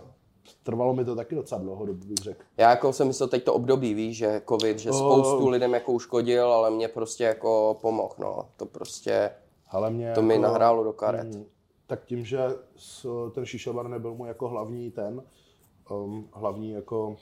Speaker 3: Trvalo mi to taky docela dlouho dobu, bych řekl.
Speaker 2: Já jako jsem myslel teď to období, víš, že covid,
Speaker 4: Oh.
Speaker 2: že spoustu lidem jako uškodil, ale mě prostě jako pomohl, no. To prostě,
Speaker 3: Ale mě
Speaker 2: to mi nahrálo do karet.
Speaker 3: Mm, tak tím, že s- ten šišobar nebyl mu jako hlavní ten, um, hlavní jako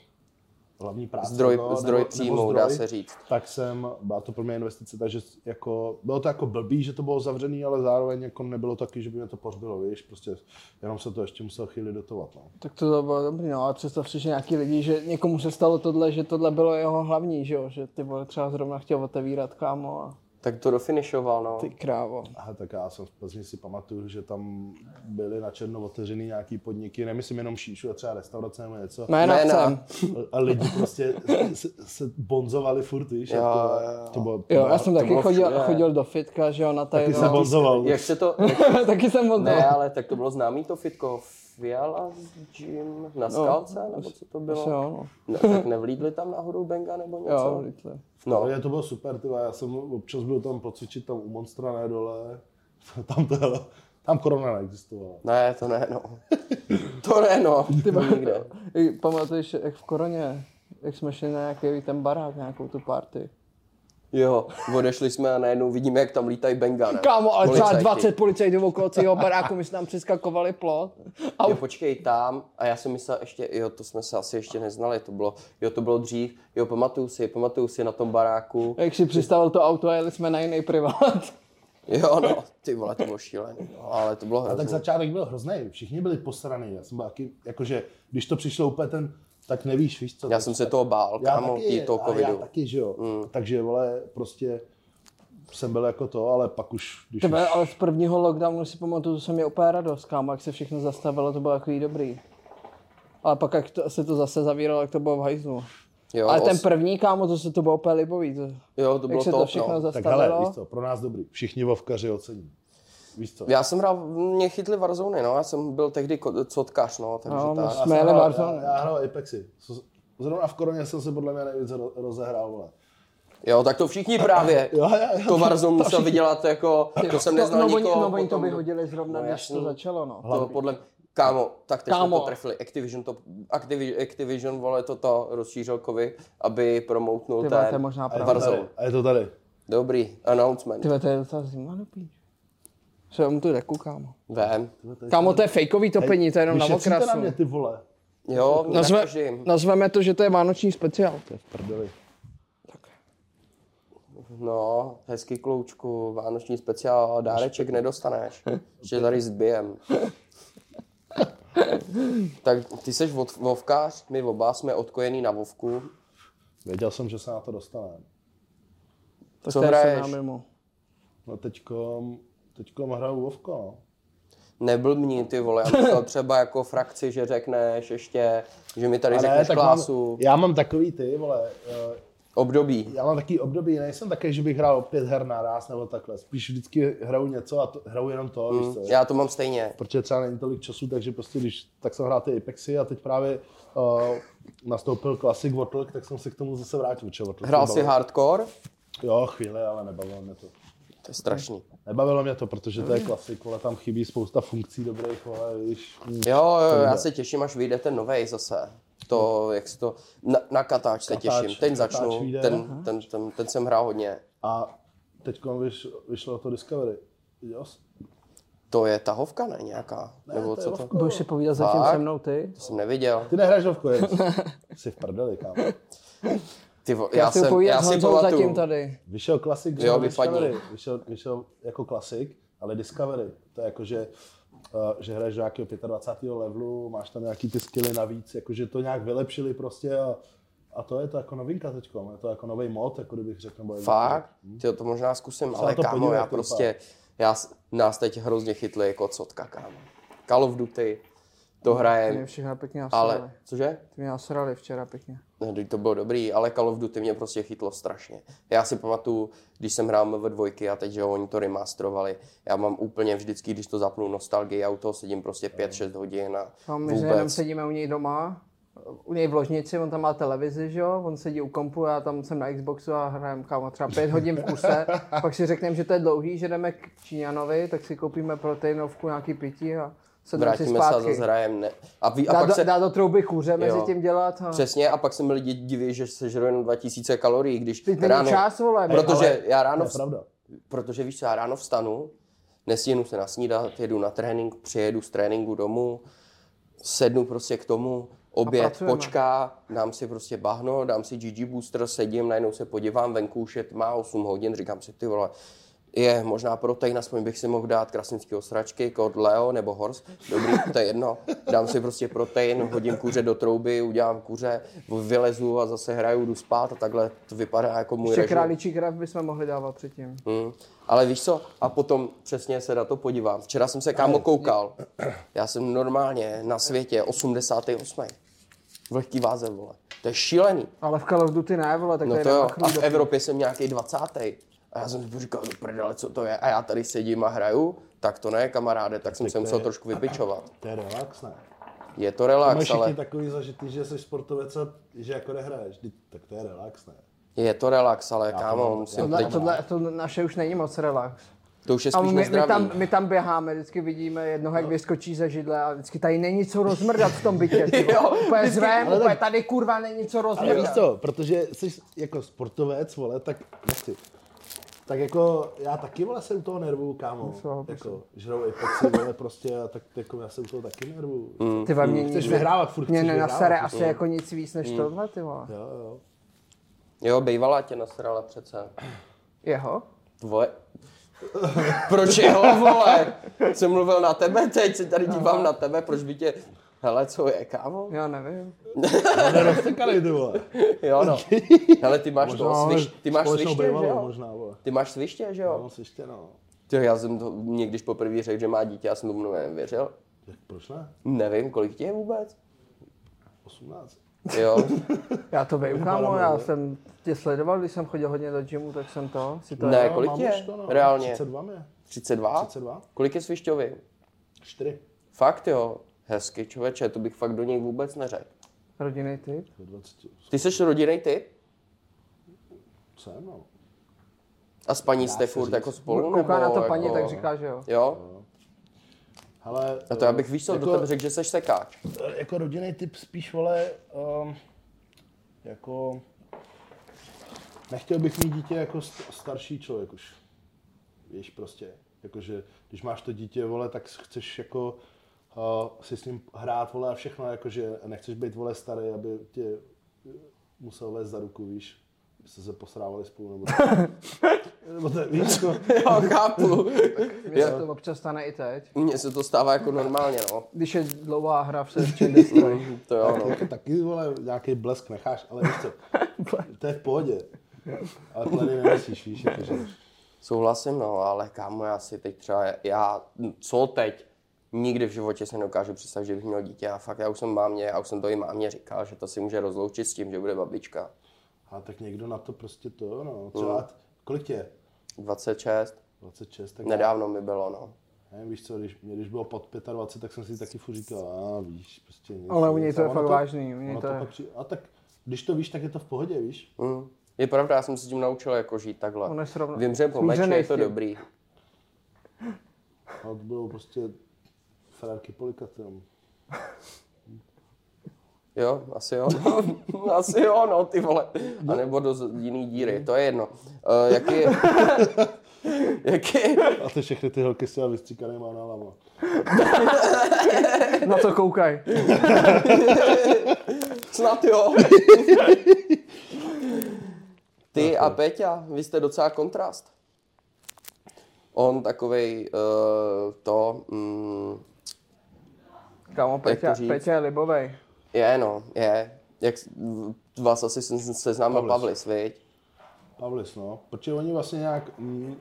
Speaker 3: hlavní práce.
Speaker 2: Zdroj,
Speaker 3: no,
Speaker 2: zdroj příjmu, dá se říct.
Speaker 3: tak jsem, byla to pro mě investice, takže jako, bylo to jako blbý, že to bylo zavřený, ale zároveň jako nebylo taky, že by mě to pohřbilo, víš, prostě jenom se to ještě musel chvíli dotovat, no.
Speaker 4: Tak to bylo dobrý, no, ale představ si, že nějaký lidi, že někomu se stalo tohle, že tohle bylo jeho hlavní, že jo, že ty vole třeba zrovna chtěl otevírat, kámo, a
Speaker 2: Tak to dofinišoval, no.
Speaker 4: ty krávo.
Speaker 3: Aha, tak já jsem v Plzni si pamatuju, že tam byly na černo otevřený nějaký podniky, nemyslím jenom šíšu, ale třeba restaurace nebo něco.
Speaker 4: Jména
Speaker 2: Jména.
Speaker 4: chcem.
Speaker 3: A lidi prostě se, se bonzovali furt, víš,
Speaker 2: Jo,
Speaker 3: a to,
Speaker 2: jo, jo.
Speaker 3: to bylo,
Speaker 4: Jo, já jsem taky
Speaker 2: bylo
Speaker 4: chodil,
Speaker 2: všude.
Speaker 4: chodil do fitka, že jo, na
Speaker 3: taky jsem
Speaker 4: tajno.
Speaker 3: bonzoval.
Speaker 2: Jak se to,
Speaker 4: taky jsem no, on.
Speaker 2: ne, ale tak to bylo známý to fitko. Fiala gym na skalce, nebo co to bylo?
Speaker 4: No. Jo, no.
Speaker 2: Ne, tak nevlídli tam náhodou Benga nebo
Speaker 4: Jo,
Speaker 2: něco?
Speaker 4: rychle.
Speaker 2: no,
Speaker 3: Ale to bylo super, tyva. já jsem občas byl tam pocvičit tam u Monstra ne dole, tam to, hele, tam korona neexistovala.
Speaker 2: ne, to ne, no. To ne, no. Ty nikde.
Speaker 4: I Pamatuješ, jak v koroně, jak jsme šli na nějaký ten barák, nějakou tu party.
Speaker 2: Jo, odešli jsme a najednou vidíme, jak tam lítají bengana.
Speaker 4: Kámo, ale třeba
Speaker 2: Policajti.
Speaker 4: 20 policajtů okolo celého baráku, my jsme tam přeskakovali plot. A
Speaker 2: Jo, počkej, tam, a já jsem myslel ještě, jo, to jsme se asi ještě neznali, to bylo, jo, to bylo dřív, jo, pamatuju si, pamatuju si na tom baráku,
Speaker 4: jak si přistavil to auto a jeli jsme na jiný privát.
Speaker 2: jo, no, ty vole, to bylo šílený, no, ale to bylo
Speaker 3: A tak
Speaker 2: hrozný.
Speaker 3: začátek byl hrozný, všichni byli posraný. Já jsem byl taky, jakože, když to přišlo úplně ten, tak nevíš, víš co.
Speaker 2: Já
Speaker 3: tak-
Speaker 2: jsem se toho bál, kámo, ty toho
Speaker 3: ale já
Speaker 2: covidu. Mm.
Speaker 3: taky, že jo. Takže, vole, prostě jsem byl jako to, ale pak už, když
Speaker 4: Tebe,
Speaker 3: už
Speaker 4: ale z prvního lockdownu si pamatuju, to jsem měl úplně radost, kámo, jak se všechno zastavilo, to bylo takový dobrý. Ale pak, jak to, se to zase zavíralo, jak to bylo v hajzlu.
Speaker 2: Jo,
Speaker 4: Ale ten
Speaker 2: os-
Speaker 4: první, kámo, to se to bylo úplně libový. To,
Speaker 2: jo, to bylo
Speaker 4: jak se
Speaker 2: to,
Speaker 4: to všechno
Speaker 2: no.
Speaker 3: tak hele,
Speaker 4: zastavilo.
Speaker 3: víš co, pro nás dobrý. Všichni vovkaři ocení. Víš co?
Speaker 2: Já jsem hrál, mě chytli Warzone, no, já jsem byl tehdy ko- cotkař, no, takže
Speaker 4: No,
Speaker 2: no,
Speaker 4: my
Speaker 2: tak.
Speaker 4: jsme jeli
Speaker 3: hrál-
Speaker 4: Warzone.
Speaker 3: já, já hrál Apexy. Co- Zrovna v koroně jsem se podle mě nejvíc ro- rozehrál, vole.
Speaker 2: Jo, tak to všichni právě.
Speaker 3: Jo, jo, jo.
Speaker 2: To Warzone musel vydělat, jako, to jsem neznal
Speaker 4: no,
Speaker 2: nikoho.
Speaker 4: oni, no, oni to
Speaker 2: potom-
Speaker 4: vyhodili zrovna,
Speaker 2: No,
Speaker 4: no, než
Speaker 2: jasný.
Speaker 4: to začalo, no.
Speaker 2: To podle Kámo, tak teď jsme
Speaker 4: Kámo.
Speaker 2: to trefili. Activision, to, Activi, Activision vole, toto rozšířil kovy, aby promoutnul
Speaker 4: Ty
Speaker 2: ten
Speaker 4: vole, to je možná
Speaker 3: A je to tady.
Speaker 2: Warzone.
Speaker 3: A je to tady.
Speaker 2: Dobrý, announcement.
Speaker 4: Ty vole, to je docela zima do píč. Se mu to deku, kámo.
Speaker 2: Vem.
Speaker 4: Kámo, to je fejkový topení, to je jenom na
Speaker 3: Vyšetříte na
Speaker 4: okrasu.
Speaker 3: mě, ty vole.
Speaker 2: Jo, na
Speaker 4: Nazve,
Speaker 2: každým.
Speaker 4: nazveme to, že to je vánoční speciál.
Speaker 3: To je v prdeli.
Speaker 2: No, hezký kloučku, vánoční speciál, dáreček nedostaneš. Ještě tady zbijem. tak ty seš vod- vovkář, my oba jsme odkojený na vovku.
Speaker 3: Věděl jsem, že se na to dostaneme.
Speaker 4: Tak
Speaker 2: Co
Speaker 4: to je
Speaker 2: hraješ?
Speaker 4: se námi mu.
Speaker 3: No teďkom, teďkom hraju Vovko, no.
Speaker 2: Neblbni ty vole, já myslel třeba jako frakci, že řekneš ještě, že mi tady
Speaker 3: A
Speaker 2: řekneš
Speaker 3: mám,
Speaker 2: klásu.
Speaker 3: já mám takový ty, vole, eh,
Speaker 2: Období.
Speaker 3: já mám takový období, nejsem také, že bych hrál pět her naraz nebo takhle, spíš vždycky hraju něco a to, hraju jenom to, mm. víš co,
Speaker 2: Já to mám stejně.
Speaker 3: protože třeba není tolik času, takže prostě když, tak jsem hrál ty Apexy a teď právě uh, nastoupil Classic Wartlk, tak jsem se k tomu zase vrátil, čo Wartlk
Speaker 2: Hrál
Speaker 3: mě
Speaker 2: si
Speaker 3: bavil.
Speaker 2: hardcore?
Speaker 3: Jo, chvíli, ale nebavilo mě to.
Speaker 2: To je strašný.
Speaker 3: Nebavilo mě to, protože to je klasik, ale tam chybí spousta funkcí dobrých, ale víš, mm.
Speaker 2: Jo, jo, já se těším, až vyjde ten novej zase. To, jak se to... Na, na katáč se
Speaker 3: Katáč-
Speaker 2: těším. Ten
Speaker 3: Katáč
Speaker 2: začnu.
Speaker 3: vyjde.
Speaker 2: Ten, ten, ten, ten jsem hrál hodně.
Speaker 3: a teď vyš, vyšlo to Discovery. Viděl jsi?
Speaker 2: To je tahovka, ne? Nějaká? Ne, Nebo
Speaker 3: to
Speaker 2: co
Speaker 3: je
Speaker 2: to?
Speaker 3: lovko.
Speaker 4: Budeš si povídat zatím
Speaker 2: Tak.
Speaker 4: se mnou ty?
Speaker 2: To jsem neviděl.
Speaker 3: Ty nehraješ Vovko, jen. Jsi v prdeli, kámo.
Speaker 2: Ty, vo-
Speaker 4: Já,
Speaker 2: já,
Speaker 4: si
Speaker 2: jsem,
Speaker 4: povídat
Speaker 2: já
Speaker 4: s
Speaker 2: si
Speaker 4: Honzou
Speaker 2: pamatuju.
Speaker 4: zatím tady.
Speaker 3: Vyšel klasik,
Speaker 2: Jo,
Speaker 3: jo,
Speaker 2: vypadni.
Speaker 3: Discovery. Vyšel, vyšel jako klasik, ale Discovery. To je jako, že, eh, že hraješ do nějakého 25. levelu, máš tam nějaký ty skilly navíc, jakože to nějak vylepšili prostě a, a to je to jako novinka teď, je to jako nový mod, jako kdybych řekl. Nebo jak-
Speaker 2: Fakt? Ty to možná zkusím, ale
Speaker 3: na to
Speaker 2: kámo,
Speaker 3: podívej,
Speaker 2: já
Speaker 3: ty
Speaker 2: prostě, já, s- nás teď hrozně chytli jako cotka, kámo. Call of Duty, to
Speaker 4: Mě
Speaker 2: hrajem,
Speaker 4: všechno pěkně nasrali.
Speaker 2: ale,
Speaker 4: Ale...
Speaker 2: cože?
Speaker 4: Ty mě nasrali včera pěkně.
Speaker 2: Ne, teď to bylo dobrý, ale Call of Duty mě prostě chytlo strašně. Já si pamatuju, když jsem hrál ve dvojky a teď, že jo, oni to remasterovali, já mám úplně vždycky, když to zapnu nostalgii, já u toho sedím prostě 5-6 hodin a
Speaker 4: No, my se jenom
Speaker 2: vůbec.
Speaker 4: sedíme u něj doma, u něj v ložnici, on tam má televizi, že jo, on sedí u kompu, já tam jsem na Xboxu a hrajem kámo třeba pět hodin v kuse, pak si řekneme, že to je dlouhý, že jdeme k Číňanovi, tak si koupíme proteinovku, nějaký pití a sedneme si
Speaker 2: Vrátíme se a
Speaker 4: zpátky.
Speaker 2: zase hrajeme. Ne. A, ví, a
Speaker 4: Dá,
Speaker 2: pak
Speaker 4: do,
Speaker 2: se,
Speaker 4: dá no. do trouby kuře mezi
Speaker 2: Jo.
Speaker 4: tím dělat a
Speaker 2: přesně, a pak se mi lidi diví, že sežeru jenom 2000 kalorií, když
Speaker 4: teď není
Speaker 2: ráno,
Speaker 4: čas, vole.
Speaker 2: protože
Speaker 3: ale-
Speaker 2: já
Speaker 3: To
Speaker 2: ráno,
Speaker 3: je pravda.
Speaker 2: protože víš co, já ráno vstanu, nestihnu se nasnídat, jedu na trénink, přijedu z tréninku domů, sednu prostě k tomu, oběd
Speaker 4: pracujeme.
Speaker 2: počká, dám si prostě bahno, dám si GG Booster, sedím, najednou se podívám, venku už je tma, 8 hodin, říkám si, ty vole, je možná protein, aspoň bych si mohl dát krasinský osračky, kod Leo nebo Hors, dobrý, to je jedno, dám si prostě protein, hodím kuře do trouby, udělám kuře, vylezu a zase hraju, jdu spát a takhle to vypadá jako můj
Speaker 4: ještě
Speaker 2: režim.
Speaker 4: králičí krev bychom mohli dávat předtím.
Speaker 2: Hmm. Ale víš co, a potom přesně se na to podívám. Včera jsem se kámo koukal, já jsem normálně na světě 88. V lehký váze, vole. To je šílený.
Speaker 4: Ale v Call of Duty ne, vole, tak
Speaker 2: No
Speaker 4: je
Speaker 2: to jo,
Speaker 4: napachlý
Speaker 2: a v
Speaker 4: do-
Speaker 2: Evropě jsem nějaký 20. A já jsem si říkal, do prdele, co to je? A já tady sedím a hraju? Tak to ne, kamaráde, tak jsem se musel trošku vypičovat.
Speaker 3: To je relax, ne?
Speaker 2: Je to
Speaker 3: Máš
Speaker 2: relax,
Speaker 3: všichni
Speaker 2: ale
Speaker 3: takový zažitý, že jsi sportovec a že jako nehraješ, Vždyť- tak to je relax, ne?
Speaker 2: je to relax, ale kámo, musím
Speaker 4: Tohle,
Speaker 2: teď...
Speaker 4: tohle, tohle naše už není moc relax.
Speaker 2: To už je
Speaker 4: A
Speaker 2: spíš
Speaker 4: my, my,
Speaker 2: nezdravý.
Speaker 4: tam, my tam běháme, vždycky vidíme jednoho, jak vyskočí ze židle a vždycky tady není co rozmrdat v tom bytě. ty vole.
Speaker 2: Jo,
Speaker 4: Úplně
Speaker 2: vždycky-
Speaker 4: zvem,
Speaker 3: Ale tak-
Speaker 4: úplně tady kurva není co
Speaker 3: Ale víš
Speaker 4: rozmrdat.
Speaker 3: co, protože jsi jako sportovec, vole, tak jasně. Tak jako já taky, vole, se u toho nervu, kámo.
Speaker 4: jo,
Speaker 3: Jako, žrou epoxy, vole, prostě, a tak jako já se u toho taky nervu.
Speaker 2: Mm.
Speaker 4: Ty ve mě,
Speaker 3: Hmm, Chceš
Speaker 4: nic-
Speaker 3: vyhrávat, furt
Speaker 4: mě
Speaker 3: chceš
Speaker 4: nenasere
Speaker 3: vyhrávat, no. Hmm.
Speaker 4: asi jako nic víc než tohle, ty vole.
Speaker 3: Jo, jo.
Speaker 2: Jo, bývalá tě nasrala přece.
Speaker 4: Jeho?
Speaker 2: Tvoje. Proč jeho, vole? Jsem mluvil na tebe teď, se tady dívám na tebe, proč by tě... Hele, co je, kámo?
Speaker 4: Já nevím.
Speaker 3: Ale roztekali, no, ty vole.
Speaker 2: Jo, no. Hele, ty máš to, sviš, ty máš
Speaker 3: společnou
Speaker 2: sviště, že
Speaker 4: no,
Speaker 3: bývalou
Speaker 2: jo?
Speaker 3: možná, vole.
Speaker 2: Ty máš sviště, že jo?
Speaker 3: No, sviště, no.
Speaker 2: Ty, já jsem to mě když poprvé řekl, že má dítě, já jsem tomu nevěřil.
Speaker 3: Jak, proč ne?
Speaker 2: Nevím, kolik ti je vůbec?
Speaker 3: 18.
Speaker 2: Jo,
Speaker 4: Já to vím, kámo, já jsem tě sledoval, když jsem chodil hodně do gymu, tak jsem to, si to
Speaker 2: Ne.
Speaker 4: ne.
Speaker 2: A kolik
Speaker 3: mám
Speaker 2: je?
Speaker 3: už To, no.
Speaker 2: Reálně.
Speaker 3: 32 mě.
Speaker 2: 32?
Speaker 3: 32?
Speaker 2: Kolik je svišťovi?
Speaker 3: 4.
Speaker 2: Fakt jo, hezky člověče, to bych fakt do něj vůbec neřekl.
Speaker 4: rodinný typ.
Speaker 3: 20.
Speaker 2: Ty jsi rodinný typ?
Speaker 3: Jsem, no.
Speaker 2: A s paní jste furt jako spolu?
Speaker 4: Kouká na
Speaker 2: nebo
Speaker 4: to paní,
Speaker 2: jako...
Speaker 4: tak říká, že jo.
Speaker 2: Jo?
Speaker 3: Hele,
Speaker 2: A to já bych víš co,
Speaker 3: jako,
Speaker 2: do tebe řekl, že jsi sekáč.
Speaker 3: jako rodinný typ spíš, vole, um, jako... Nechtěl bych mít dítě jako st- starší člověk už. Víš prostě, jakože když máš to dítě, vole, tak s- chceš jako uh, si s ním hrát, vole, a všechno, jakože nechceš být, vole, starý, aby tě eh, musel vést za ruku, víš, aby jste se posrávali spolu, nebo, nebo to, víš, jako,
Speaker 2: Jo, chápu.
Speaker 4: Mně se to občas stane i teď.
Speaker 2: Mně se to stává jako normálně, no.
Speaker 4: Když je dlouhá hra v Search and Destroy.
Speaker 2: To jo, no.
Speaker 3: Jako taky, vole, nějaký blesk necháš, ale víš co, to je v pohodě. Ale pleny nemusíš, víš, jakože.
Speaker 2: Souhlasím, no, ale kámo, já si teď třeba, já, co teď? Nikdy v životě se neukážu představit, že bych měl dítě a fakt já už jsem mámě, já už jsem to i mámě říkal, že to si může rozloučit s tím, že bude babička.
Speaker 3: A tak někdo na to prostě to, no, třeba, t- kolik tě je?
Speaker 2: 26,
Speaker 4: No.
Speaker 3: 26, tak
Speaker 2: nedávno mi bylo, no.
Speaker 3: nevím, víš co, když, mě, když bylo pod 25, tak jsem si taky furt říkal, a víš, prostě nic.
Speaker 4: Ale u něj
Speaker 3: nic.
Speaker 4: to
Speaker 3: A
Speaker 4: je
Speaker 3: ono
Speaker 4: fakt vážný, u něj
Speaker 3: ono
Speaker 4: to je-
Speaker 3: pak při- A tak, když to víš, tak je to v pohodě, víš.
Speaker 2: Mm. Je pravda, já jsem se tím naučil jako žít takhle.
Speaker 4: On je srovna-
Speaker 2: Vím, že po meči
Speaker 4: smířenej
Speaker 2: je
Speaker 4: s
Speaker 2: to
Speaker 4: tím.
Speaker 2: dobrý.
Speaker 3: A to bylo prostě frérky polikat jenom.
Speaker 2: Jo, asi jo. no, asi jo, no, ty vole. A nebo do z- jiný díry, to je jedno. Uh, jaký je... jaký je...
Speaker 3: A ty všechny ty holky s těma vystříkanýma análama.
Speaker 4: Na to koukaj.
Speaker 2: Snad jo. Ty a Peťa, vy jste docela kontrast. On takovej uh, to... Mm,
Speaker 4: Kámo, Peťa,
Speaker 2: to říct?
Speaker 4: Peťa je libovej.
Speaker 2: je, no, je. Jak s- v- vás asi se- se- seznámil
Speaker 3: Pavlis.
Speaker 2: Pavlis, viď?
Speaker 4: No,
Speaker 3: Pavlis, no. Protože oni vlastně nějak... Mm,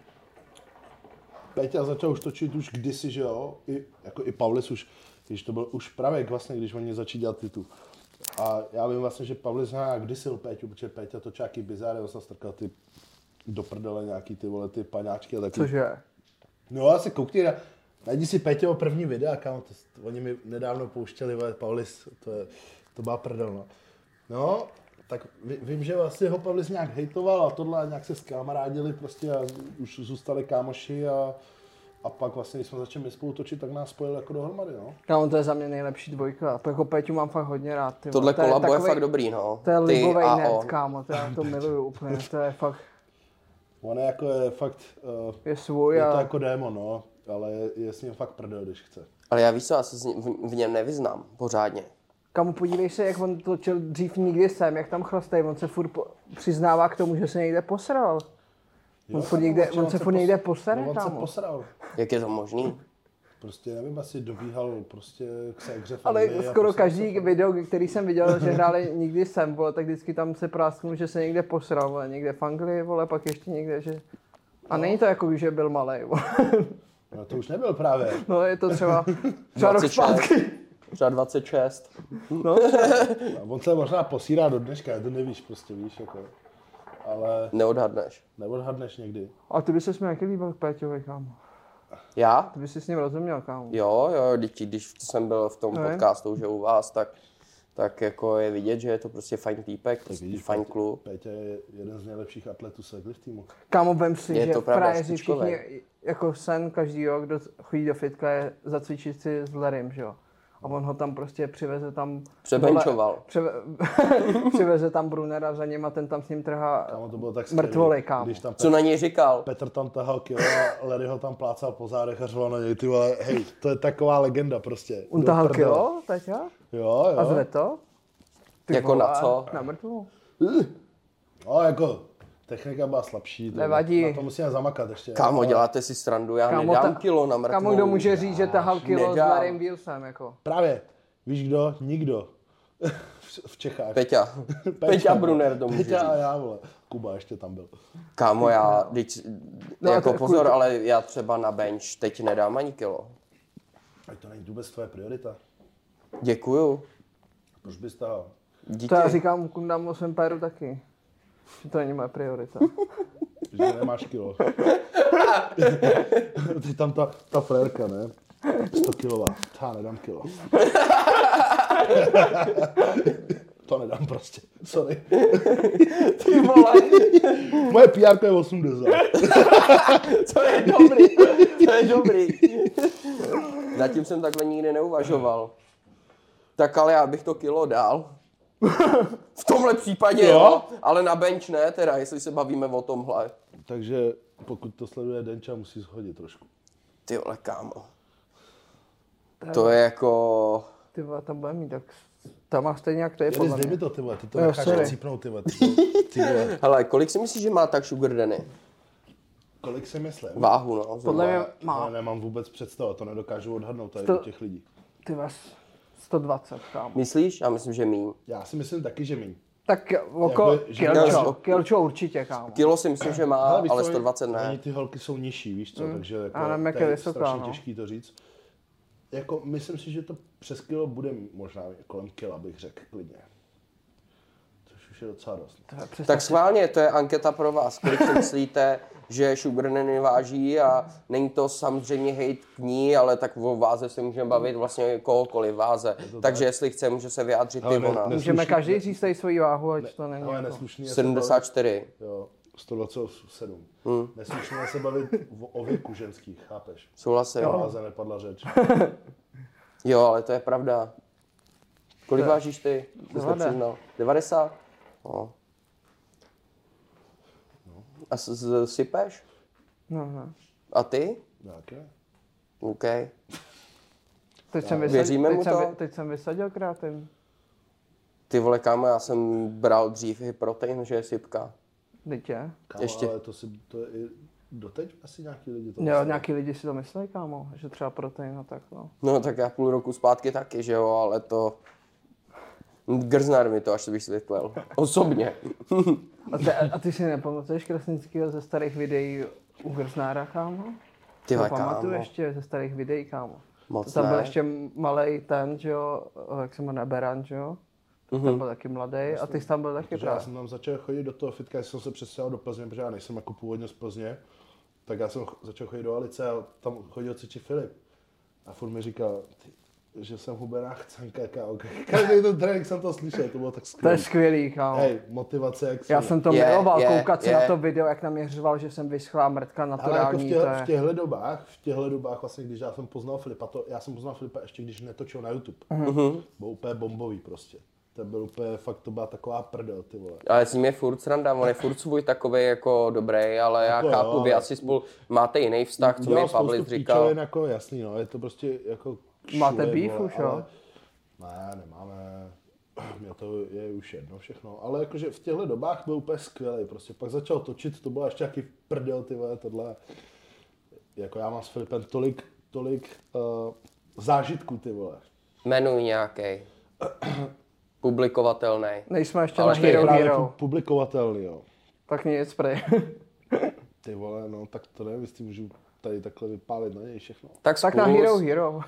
Speaker 3: Peťa začal už točit už kdysi, že jo? I, jako i Pavlis už, když to byl už pravek vlastně, když oni začali dělat ty tu. A já vím vlastně, že Pavlis nějak kdysi byl Péťu, protože Péťa točil nějaký bizáry, on se strkal ty do prdele nějaký ty vole, ty paňáčky a taky.
Speaker 4: Cože?
Speaker 3: No a se koukni na, najdi si Peťovo první videa, kámo, to, to, oni mi nedávno pouštěli, vole, Paulis, to, je, to byla prdel, no. No, tak ví- vím, že vlastně ho Pavlis nějak hejtoval a tohle a nějak se skamarádili prostě a už zůstali kámoši a, a pak vlastně, když jsme začali my spolu točit, tak nás spojili jako dohromady, no.
Speaker 4: Kámo, to je za mě nejlepší dvojka. To jako Peťu mám fakt hodně rád. Ty
Speaker 2: Tohle
Speaker 4: vole. To je
Speaker 2: kolabo je
Speaker 4: takovej-
Speaker 2: fakt dobrý, no.
Speaker 4: To je
Speaker 2: Ty
Speaker 4: libovej
Speaker 2: a
Speaker 4: nerd,
Speaker 2: on.
Speaker 4: kámo, to já to miluju úplně, to je fakt,
Speaker 3: On je jako je fakt, uh,
Speaker 4: je svůj
Speaker 3: je to
Speaker 4: a
Speaker 3: jako démon, no, ale je, je s ním fakt prdel, když chce.
Speaker 2: Ale já víš co, já se s ním- v- v něm nevyznám pořádně.
Speaker 4: Kamu podívej se, jak on točil dřív nikdy sem, jak tam chlastej, on se furt po, přiznává k tomu, že se někde posral. On furt
Speaker 3: kámo,
Speaker 4: někde-
Speaker 3: že
Speaker 4: on se furt někde
Speaker 3: Prostě pos-
Speaker 4: posere,
Speaker 3: no, on se
Speaker 4: kámo.
Speaker 3: posral.
Speaker 2: Jak je to možný?
Speaker 3: Prostě, nevím, asi dobíhal prostě k se hře
Speaker 4: Ale
Speaker 2: jako
Speaker 4: skoro každý video, který jsem viděl, že hráli nikdy sem, vole, tak vždycky tam se prásknu, že se někde posral, vole, někde v Anglii, vole, pak ještě někde, že...
Speaker 2: No.
Speaker 4: A není to jako, že byl malý. Vole.
Speaker 3: No to už nebyl právě.
Speaker 4: No je to třeba, třeba rok
Speaker 2: 26.
Speaker 4: zpátky.
Speaker 2: Třeba 26.
Speaker 4: No,
Speaker 3: A on se možná posírá do dneška, to nevíš prostě, víš, jako. Ale
Speaker 2: Neodhadneš.
Speaker 3: neodhadneš někdy.
Speaker 4: a ty by se mi jaký líbil k Péťovi, kámo.
Speaker 2: Já?
Speaker 4: Ty by si s ním rozuměl, kámo.
Speaker 2: Jo, jo, když, když jsem byl v tom
Speaker 4: Ne.
Speaker 2: podcastu, že u vás, tak, tak jako je vidět, že je to prostě fajn týpek, prostě
Speaker 3: vidíš,
Speaker 2: fajn
Speaker 3: Peti.
Speaker 2: kluk.
Speaker 3: Pétě je jeden z nejlepších atletů z týmu.
Speaker 4: Kámo, vem si,
Speaker 2: Je
Speaker 4: že
Speaker 2: to pravda,
Speaker 4: frajeři
Speaker 2: špičkové.
Speaker 4: všichni, jako sen každýho, kdo chodí do fitka, je zacvičit si s Larrym, že jo. A on ho tam prostě přiveze tam...
Speaker 2: Přebenčoval.
Speaker 4: Převe, přiveze tam Brunera za ním a ten tam s ním trhá...
Speaker 3: Kámo, to bylo tak
Speaker 4: Mrtvoly, kámo.
Speaker 3: Když tam
Speaker 2: Co
Speaker 3: Petr,
Speaker 2: na něj říkal?
Speaker 3: Petr tam tahal kilo a Larry ho tam plácal po zádech a řval na něj, ty vole, hej, to je taková legenda prostě.
Speaker 4: On
Speaker 3: Do
Speaker 4: tahal
Speaker 3: prdele.
Speaker 4: kilo, Taťa?
Speaker 3: Jo, jo.
Speaker 4: A zve to?
Speaker 2: Jako na co?
Speaker 4: Na mrtvou.
Speaker 3: No, jako technika byla slabší. To,
Speaker 4: Nevadí.
Speaker 3: Na to musíme zamakat ještě.
Speaker 2: Kámo, děláte si srandu, já kámo, nedám
Speaker 4: ta-
Speaker 2: kilo na mrtvou.
Speaker 4: Kámo, kdo může říct, že tahal kilo
Speaker 2: nedám.
Speaker 4: s Larrym Wilsonem, jako.
Speaker 3: Právě, víš kdo? Nikdo. V- v Čechách.
Speaker 2: Peťa. Peťa Brunner to může
Speaker 3: Peťa
Speaker 2: říct.
Speaker 3: a já, vole. Kuba ještě tam byl.
Speaker 2: Kámo, já, teď,
Speaker 4: No
Speaker 2: no,
Speaker 4: a
Speaker 2: jako
Speaker 4: to-
Speaker 2: pozor, ale já třeba na bench teď nedám ani kilo.
Speaker 3: Ať to není vůbec tvoje priorita.
Speaker 2: Děkuju.
Speaker 3: Proč bys tahal?
Speaker 2: Díky.
Speaker 4: To já říkám kundám o svém péru taky. Že to není moje priorita.
Speaker 3: Že nemáš kilo. Ty tam ta, ta frérka, ne? 100 kilová. Já nedám kilo. to nedám prostě. Sorry.
Speaker 2: Ty vole,
Speaker 3: Moje PR je 80.
Speaker 2: to je dobrý, to je dobrý. Zatím jsem takhle nikdy neuvažoval. Tak ale já bych to kilo dal. V tomhle případě jo,
Speaker 3: Jo?
Speaker 2: ale na bench ne teda, jestli se bavíme o tomhle.
Speaker 3: Takže pokud to sleduje Denča, musí shodit trošku.
Speaker 2: Ty vole, kámo. To je jako...
Speaker 4: Ty vole, tam bude mít tak... Tam má stejně jak to je
Speaker 3: Tady
Speaker 4: podle
Speaker 3: zdej mi
Speaker 4: mě.
Speaker 3: to, ty vole, ty to
Speaker 4: Jo,
Speaker 3: necháš
Speaker 4: sorry.
Speaker 3: cípnout, ty vole. Ty, to- ty vole.
Speaker 2: Hele, kolik si myslíš, že má tak Sugar Danny?
Speaker 3: Kolik si myslím?
Speaker 2: Váhu, no. zhruba.
Speaker 4: Podle mě
Speaker 3: Ale
Speaker 4: má.
Speaker 3: nemám vůbec představu, to nedokážu odhadnout tady
Speaker 4: Sto-
Speaker 3: u těch lidí.
Speaker 4: Ty vole, 120, kámo.
Speaker 2: Myslíš? Já myslím, že míň.
Speaker 3: Já si myslím taky, že míň.
Speaker 4: Tak oko,
Speaker 3: Jako, že-
Speaker 4: Kilčo,
Speaker 2: Jo.
Speaker 4: Kilčo určitě, kámo.
Speaker 2: Kilo si myslím, že má,
Speaker 3: Hele,
Speaker 2: ale,
Speaker 3: víš co, oni-
Speaker 2: 120 ne.
Speaker 3: Oni ty holky jsou nižší, víš co, takže jako,
Speaker 4: Mm. A nevím, jak
Speaker 3: to
Speaker 4: je
Speaker 3: je
Speaker 4: vysoká,
Speaker 3: strašně
Speaker 4: no.
Speaker 3: těžký to říct. Jako, myslím si, že to přes kilo bude možná kolem kila, bych řekl, klidně. Což už je docela dost.
Speaker 4: To je přesně-
Speaker 2: Tak schválně, to je anketa pro vás. Kolik si myslíte, že Sugar Nanny váží a není to samozřejmě hejt k ní, ale tak o váze se můžeme bavit vlastně kohokoliv váze. Takže jestli chce, může se vyjádřit
Speaker 3: Ale
Speaker 2: i
Speaker 3: ne-
Speaker 2: ona.
Speaker 3: ne-
Speaker 4: Můžeme
Speaker 3: neslušný-
Speaker 4: každý říct tady svoji váhu, ať to není.
Speaker 3: Ale
Speaker 4: jako-
Speaker 3: neslušný je se bavit-
Speaker 2: 74.
Speaker 3: Jo, 127. Hmm.
Speaker 4: Mm.
Speaker 3: Neslušný je se bavit o, o věku ženských, chápeš?
Speaker 2: Souhlasím. Jo.
Speaker 3: Váze nepadla řeč.
Speaker 2: jo, ale to je pravda. Kolik vážíš ty? Jsi se
Speaker 4: Devadesát.
Speaker 2: přiznal. 90? No. A s- s- sypeš?
Speaker 4: No, no.
Speaker 2: A ty?
Speaker 3: Tak,
Speaker 2: OK.
Speaker 4: Teď jsem,
Speaker 2: Věříme
Speaker 4: vysadil,
Speaker 2: mu
Speaker 4: teď, jsem,
Speaker 2: to?
Speaker 4: vy- teď jsem vysadil krátem.
Speaker 2: Ty vole, kámo, já jsem bral dřív i protein, že je sypka.
Speaker 4: Dítě.
Speaker 3: kámo,
Speaker 2: Ještě.
Speaker 3: Ještě. ale to si, to je i doteď asi nějaký lidi to
Speaker 4: Jo,
Speaker 3: myslí.
Speaker 4: nějaký lidi si to myslí, kámo, že třeba protein a tak, no.
Speaker 2: No tak já půl roku zpátky taky, že jo, ale to... Grznar mi to až vysvětlil. Osobně.
Speaker 4: A ty, a ty si nepamatuješ Krasnického ze starých videí u Grznára, kámo?
Speaker 2: Ty vole,
Speaker 4: to pamatuju
Speaker 2: kámo.
Speaker 4: ještě ze starých videí, kámo.
Speaker 2: Moc
Speaker 4: to tam byl
Speaker 2: ne.
Speaker 4: ještě malý ten, že jo, jak se jmenuje, Beran, že jo?
Speaker 2: Mhm.
Speaker 4: Mm-hmm. Tam byl taky mladý a ty jsi tam byl taky
Speaker 3: Protože já
Speaker 4: právě.
Speaker 3: jsem tam začal chodit do toho fitka, když jsem se přestěhoval do Plzně, protože já nejsem jako původně z Plzně, tak já jsem ch- začal chodit do Alice a tam chodil Ciči Filip. A furt mi říkal, ty, že jsem hubená chcanka, kámo. Každý ten trénink jsem to slyšel, to bylo tak
Speaker 4: To
Speaker 3: skvělé.
Speaker 4: je skvělý, kámo.
Speaker 3: Hej, motivace, jak
Speaker 4: Já
Speaker 3: se-
Speaker 4: jsem to
Speaker 2: Je,
Speaker 4: miloval,
Speaker 2: je,
Speaker 4: koukat se
Speaker 2: je.
Speaker 4: na to video, jak naměřoval, že jsem vyschlá mrtka
Speaker 3: Ale jako v,
Speaker 4: naturální,
Speaker 3: těhle, v
Speaker 4: to je.
Speaker 3: těchto dobách, v těchto dobách vlastně, když já jsem poznal Filipa, to, já jsem poznal Filipa ještě, když netočil na YouTube.
Speaker 4: Mhm.
Speaker 2: Mhm.
Speaker 3: Byl úplně bombový prostě. To byl úplně, fakt to byla taková prdel, ty vole.
Speaker 2: Ale s ním je furt sranda, on je furt svůj takový jako dobrý, ale já
Speaker 3: Jako jo,
Speaker 2: chápu, vy
Speaker 3: ale-
Speaker 2: asi spolu máte jiný vztah, co mi
Speaker 3: Dělal
Speaker 2: Pavlis
Speaker 3: spoustu
Speaker 2: říkal.
Speaker 3: píčovin, Jako, jasný, no, je to prostě jako...
Speaker 4: Máte
Speaker 3: šule,
Speaker 4: beef
Speaker 3: vole,
Speaker 4: už, jo?
Speaker 3: ale- Ne, nemáme. Mě to je už jedno všechno. Ale jakože v těchto dobách byl úplně skvělý. Prostě pak začal točit, to bylo ještě jaký prdel, ty vole, tohle. Jako já mám s Filipem tolik, tolik uh, zážitků, ty vole.
Speaker 2: Jmenuj nějaký. Publikovatelný.
Speaker 4: Nejsme ještě
Speaker 2: Ale
Speaker 4: na
Speaker 2: ještě je
Speaker 4: Hero
Speaker 3: Právě
Speaker 4: Hero,
Speaker 3: jako publikovatelný, jo.
Speaker 4: tak nic, prej.
Speaker 3: Ty vole, no tak to nevím, jestli můžu tady takhle vypálit na něj všechno.
Speaker 2: Tak,
Speaker 4: Tak na
Speaker 2: zkus.
Speaker 4: Hero Hero.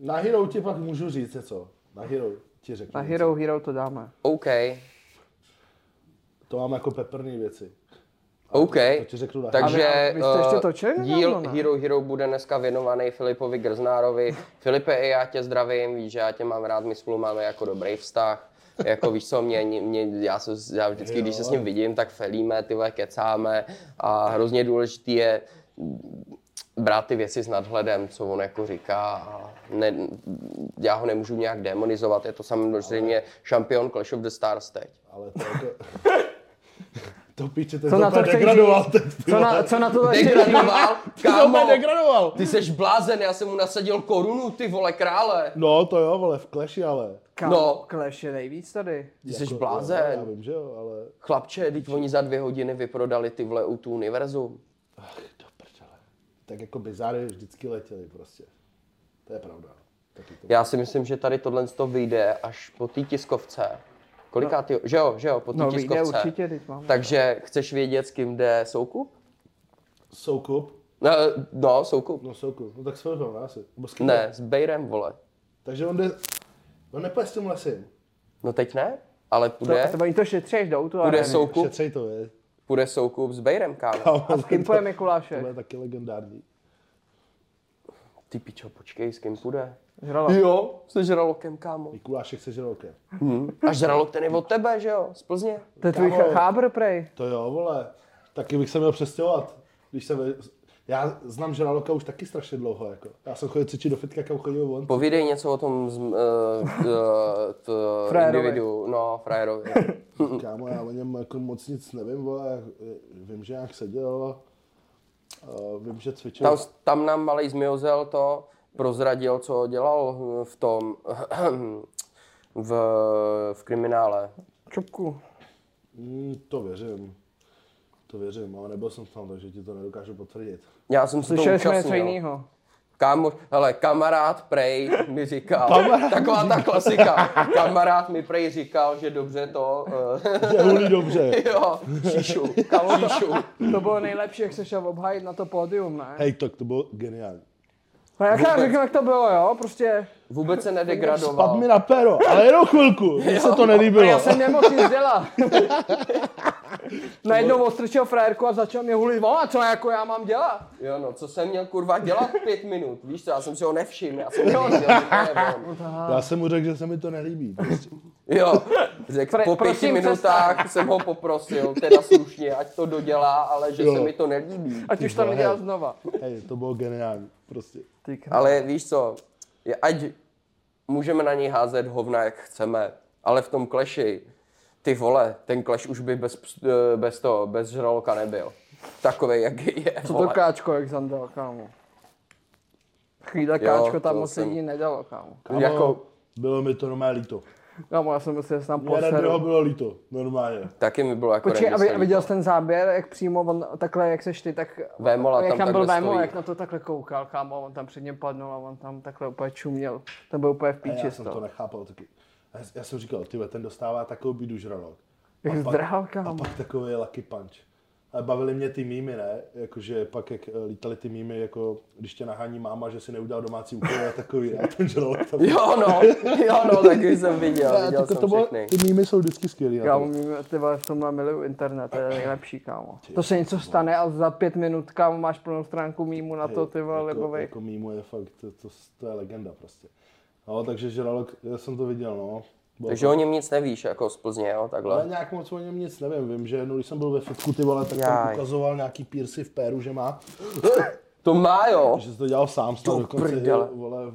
Speaker 3: Na Hero ti pak můžu říct, je co? Na Hero ti řeknu.
Speaker 4: Na
Speaker 3: něco.
Speaker 4: Hero Hero to dáme.
Speaker 2: OK.
Speaker 3: To mám jako peprný věci.
Speaker 2: OK.
Speaker 3: To ti řeknu na
Speaker 2: Takže
Speaker 4: Ale- a vy jste
Speaker 2: eh,
Speaker 4: ještě točili
Speaker 2: díl
Speaker 4: nedávno, ne?
Speaker 2: Hero Hero bude dneska věnovaný Filipovi Grznárovi. Filipe, i já tě zdravím, víš, že já tě mám rád, my spolu máme jako dobrý vztah. Jako víš co, mě, mě, já, se, já vždycky, když se s ním vidím, tak felíme, ty vole, kecáme a hrozně důležitý je brát ty věci s nadhledem, co on jako říká. A ne, já ho nemůžu nějak demonizovat, je to samozřejmě šampion Clash of the Stars teď.
Speaker 3: Ale to jako... to píče, ten
Speaker 4: Co na to chceš
Speaker 3: degradoval.
Speaker 4: říct?
Speaker 3: teď, ty
Speaker 4: Co na,
Speaker 3: vole.
Speaker 4: co na to ještě říct?
Speaker 2: Degradoval,
Speaker 3: Ty to
Speaker 2: kámo,
Speaker 3: úplně degradoval.
Speaker 2: ty seš blázen, já jsem mu nasadil korunu, ty vole krále.
Speaker 3: No, to jo, vole, v kleši, ale...
Speaker 4: Kam,
Speaker 2: No.
Speaker 4: no. Clash je nejvíc tady.
Speaker 2: Ty seš
Speaker 3: Jako, jo, Já
Speaker 2: blázen.
Speaker 3: vím, že jo, ale...
Speaker 2: Chlapče, teď oni za dvě hodiny vyprodali ty vole u tu univerzum.
Speaker 3: Do prdele. Tak jako bizáry vždycky letěly prostě. To je pravda. Taky to...
Speaker 2: Já si myslím, že tady tohle to vyjde až po té tiskovce.
Speaker 3: No.
Speaker 2: Koliká ty, že jo, že jo, po té
Speaker 4: No, vyjde
Speaker 2: tiskovce.
Speaker 4: určitě, teď máme.
Speaker 2: Takže chceš vědět, s kým jde soukup?
Speaker 3: Soukup?
Speaker 2: No, no soukup.
Speaker 3: No soukup. No tak s Filipem, ne? asi. Nebo s kým?
Speaker 2: Ne, s Bejrem, vole.
Speaker 3: Takže on jde... On nepojde s tím lesem.
Speaker 2: No teď ne, ale půjde,
Speaker 4: No, To, to oni to šetří až do auto.
Speaker 2: půjde,
Speaker 4: arény.
Speaker 2: soukup,
Speaker 3: Šetřej to, je.
Speaker 2: půjde soukup s Bejrem, kámo.
Speaker 3: Kámo,
Speaker 4: A s kým pojeme Mikuláše?
Speaker 3: Tohle je taky legendární.
Speaker 2: Ty pičo, počkej, s kým půjde?
Speaker 4: Žralo.
Speaker 2: Jo, se žralokem, kámo.
Speaker 3: Mikulášek se žralokem.
Speaker 2: A žralok ten je od tebe, že jo, z Plzně.
Speaker 4: To je tvůj
Speaker 3: Kámo.
Speaker 4: chábr, prej.
Speaker 3: To jo, vole. Taky bych se měl přestěhovat. Když se ve... Já znám žraloka už taky strašně dlouho. Jako. Já jsem chodil cvičit do fitka, kam chodil on.
Speaker 2: Povídej něco o tom z, uh, uh,
Speaker 4: Frajerovi.
Speaker 2: individu, no, frajerovi.
Speaker 3: Kámo, já o něm jako moc nic nevím, vole. Vím, že jak seděl. eh, Vím, že cvičil.
Speaker 2: Tam, tam nám malý zmiozel to prozradil, co dělal v tom, v, v kriminále.
Speaker 4: Čupku.
Speaker 3: Mm, to věřím. To věřím, ale nebyl jsem tam, takže ti to nedokážu potvrdit.
Speaker 2: Já jsem se
Speaker 4: Slyšeli
Speaker 2: to
Speaker 4: jsme něco
Speaker 2: účastnil.
Speaker 4: jiného.
Speaker 2: Kámo, hele, kamarád Prej mi říkal,
Speaker 3: Kamarád
Speaker 2: taková ta klasika, kamarád mi Prej říkal, že dobře to, eh,
Speaker 3: Je hulí dobře.
Speaker 2: jo, šíšu, kámo, šíšu.
Speaker 4: To bylo nejlepší, jak se šel obhájit na to pódium, ne?
Speaker 3: Hej, tak to bylo geniální.
Speaker 4: No jak já řeknu, jak to bylo, jo? Prostě
Speaker 2: Vůbec se
Speaker 3: Spadl
Speaker 2: nedegradoval.
Speaker 3: mi na pero, ale jenom chvilku, mně se to
Speaker 4: A já
Speaker 3: nelíbilo.
Speaker 4: jsem nemohl nic dělat. Najednou odstrčil frajerku a začal mě hulit, a co jako já mám dělat?
Speaker 2: Jo, no, co jsem měl kurva dělat pět minut, víš co, já jsem si ho nevšiml, já jsem nevěděl, že to je on.
Speaker 3: Já jsem mu řekl, že se mi to nelíbí. Prostě.
Speaker 2: Jo, řekl,
Speaker 4: Pre-
Speaker 2: po pěti
Speaker 4: prosím,
Speaker 2: minutách jsem ho poprosil, teda slušně, ať to dodělá, ale že
Speaker 3: Jo.
Speaker 2: se mi to nelíbí.
Speaker 4: Ať už to
Speaker 3: vole,
Speaker 4: nedělal
Speaker 3: hej.
Speaker 4: znova.
Speaker 3: Hej, to bylo geniální. Prostě.
Speaker 4: Ty krá...
Speaker 2: Ale víš co, je- ať můžeme na něj házet hovna, jak chceme, ale v tom kleši, ty vole, ten kleš už by bez, ps- eh, bez toho, bez žraloka nebyl. Takový, jaký je,
Speaker 4: To
Speaker 2: vole.
Speaker 4: káčko, jak zandal, kámo. Chvíle káčko tam
Speaker 2: to
Speaker 4: moc
Speaker 2: jsem-
Speaker 4: lidí nedalo, kámo.
Speaker 3: Kámo,
Speaker 2: Jako-
Speaker 3: Bylo mi to normálně líto.
Speaker 4: Kámo, já jsem prostě myslel, že se tam
Speaker 3: Mě na druhého
Speaker 4: poseru.
Speaker 3: bylo líto, normálně.
Speaker 2: Taky mi bylo jako
Speaker 4: Počkej,
Speaker 2: nemyslný.
Speaker 4: aby, viděl jsi ten záběr, jak přímo on takhle, jak seš ty, tak...
Speaker 2: Vémola
Speaker 4: jak
Speaker 2: tam
Speaker 4: tam byl
Speaker 2: takhle
Speaker 4: Vémo,
Speaker 2: stojí.
Speaker 4: jak na to takhle koukal, kámo, on tam před ním padnul a on tam takhle úplně čuměl. To byl úplně v
Speaker 3: A
Speaker 4: píči
Speaker 3: já
Speaker 4: z
Speaker 3: jsem to
Speaker 4: toho.
Speaker 3: nechápal taky. Já, já jsem říkal, ty ten dostává takovou bídu žralok.
Speaker 4: Jak
Speaker 3: A pak-
Speaker 4: zdrhal,
Speaker 3: A
Speaker 4: kámo.
Speaker 3: pak takový lucky punch. Ale bavili mě ty mýmy, ne? Jakože pak, jak eh, lítali ty mýmy, jako když tě nahání máma, že si neudělal domácí úkol a takový, ne? Ten žralok tam...
Speaker 2: Jo no, jo no, taky jsem viděl,
Speaker 3: Ne,
Speaker 2: viděl
Speaker 3: jako
Speaker 2: jsem
Speaker 3: bylo-
Speaker 2: všechny.
Speaker 3: ty mýmy jsou vždycky skvělý. na
Speaker 4: Kámo,
Speaker 3: to.
Speaker 4: my- ty vole, v tomhle miluju internet, to je nejlepší, kámo. To se něco stane a za pět minut, kámo, máš plnou stránku mýmu na to, ty vole,
Speaker 3: jako,
Speaker 4: libovej.
Speaker 3: jako mýmu je fakt, to, to, to, je legenda prostě. No, takže žralok, já jsem to viděl, no. Bylo
Speaker 2: Takže o něm nic nevíš, jako z Plzně, jo,
Speaker 3: Ale
Speaker 4: No,
Speaker 2: takhle.
Speaker 3: nějak moc o něm nic nevím. Vím, že jednou, když jsem byl ve fotku, ty vole, tak tam
Speaker 2: Jaj.
Speaker 3: ukazoval nějaký piercy v péru, že má.
Speaker 2: To má, jo.
Speaker 3: Že jsi to dělal sám, snad
Speaker 2: Do
Speaker 3: dokonce
Speaker 2: prdele.
Speaker 3: jel, vole, v,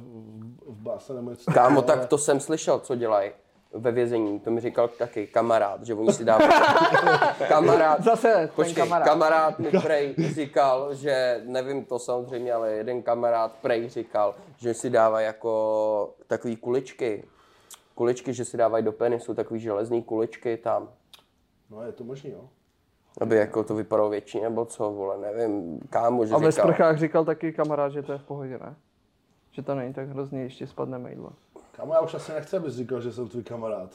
Speaker 3: v báse nebo něco.
Speaker 2: Kámo,
Speaker 3: takového,
Speaker 2: tak to jsem slyšel, co dělají ve vězení. To mi říkal taky kamarád, že oni si dávají. kamarád.
Speaker 4: Zase ten
Speaker 2: Počkej,
Speaker 4: kamarád.
Speaker 2: kamarád mi prej říkal, že nevím to samozřejmě, ale jeden kamarád prej říkal, že si dává jako takový kuličky. Kuličky, že si dávají do penisu, takový železný kuličky tam.
Speaker 3: No, je to možný, jo.
Speaker 2: Aby jako to vypadalo větší nebo co, vole, nevím, kámo,
Speaker 3: jako-
Speaker 2: že
Speaker 4: A ve
Speaker 2: říkal.
Speaker 4: sprchách říkal taky kamarád, že to je v pohodě, ne? Že to není tak hrozně, ještě spadne mejdlo.
Speaker 3: Kámo, já už asi nechci, abys říkal, že jsem tvůj kamarád.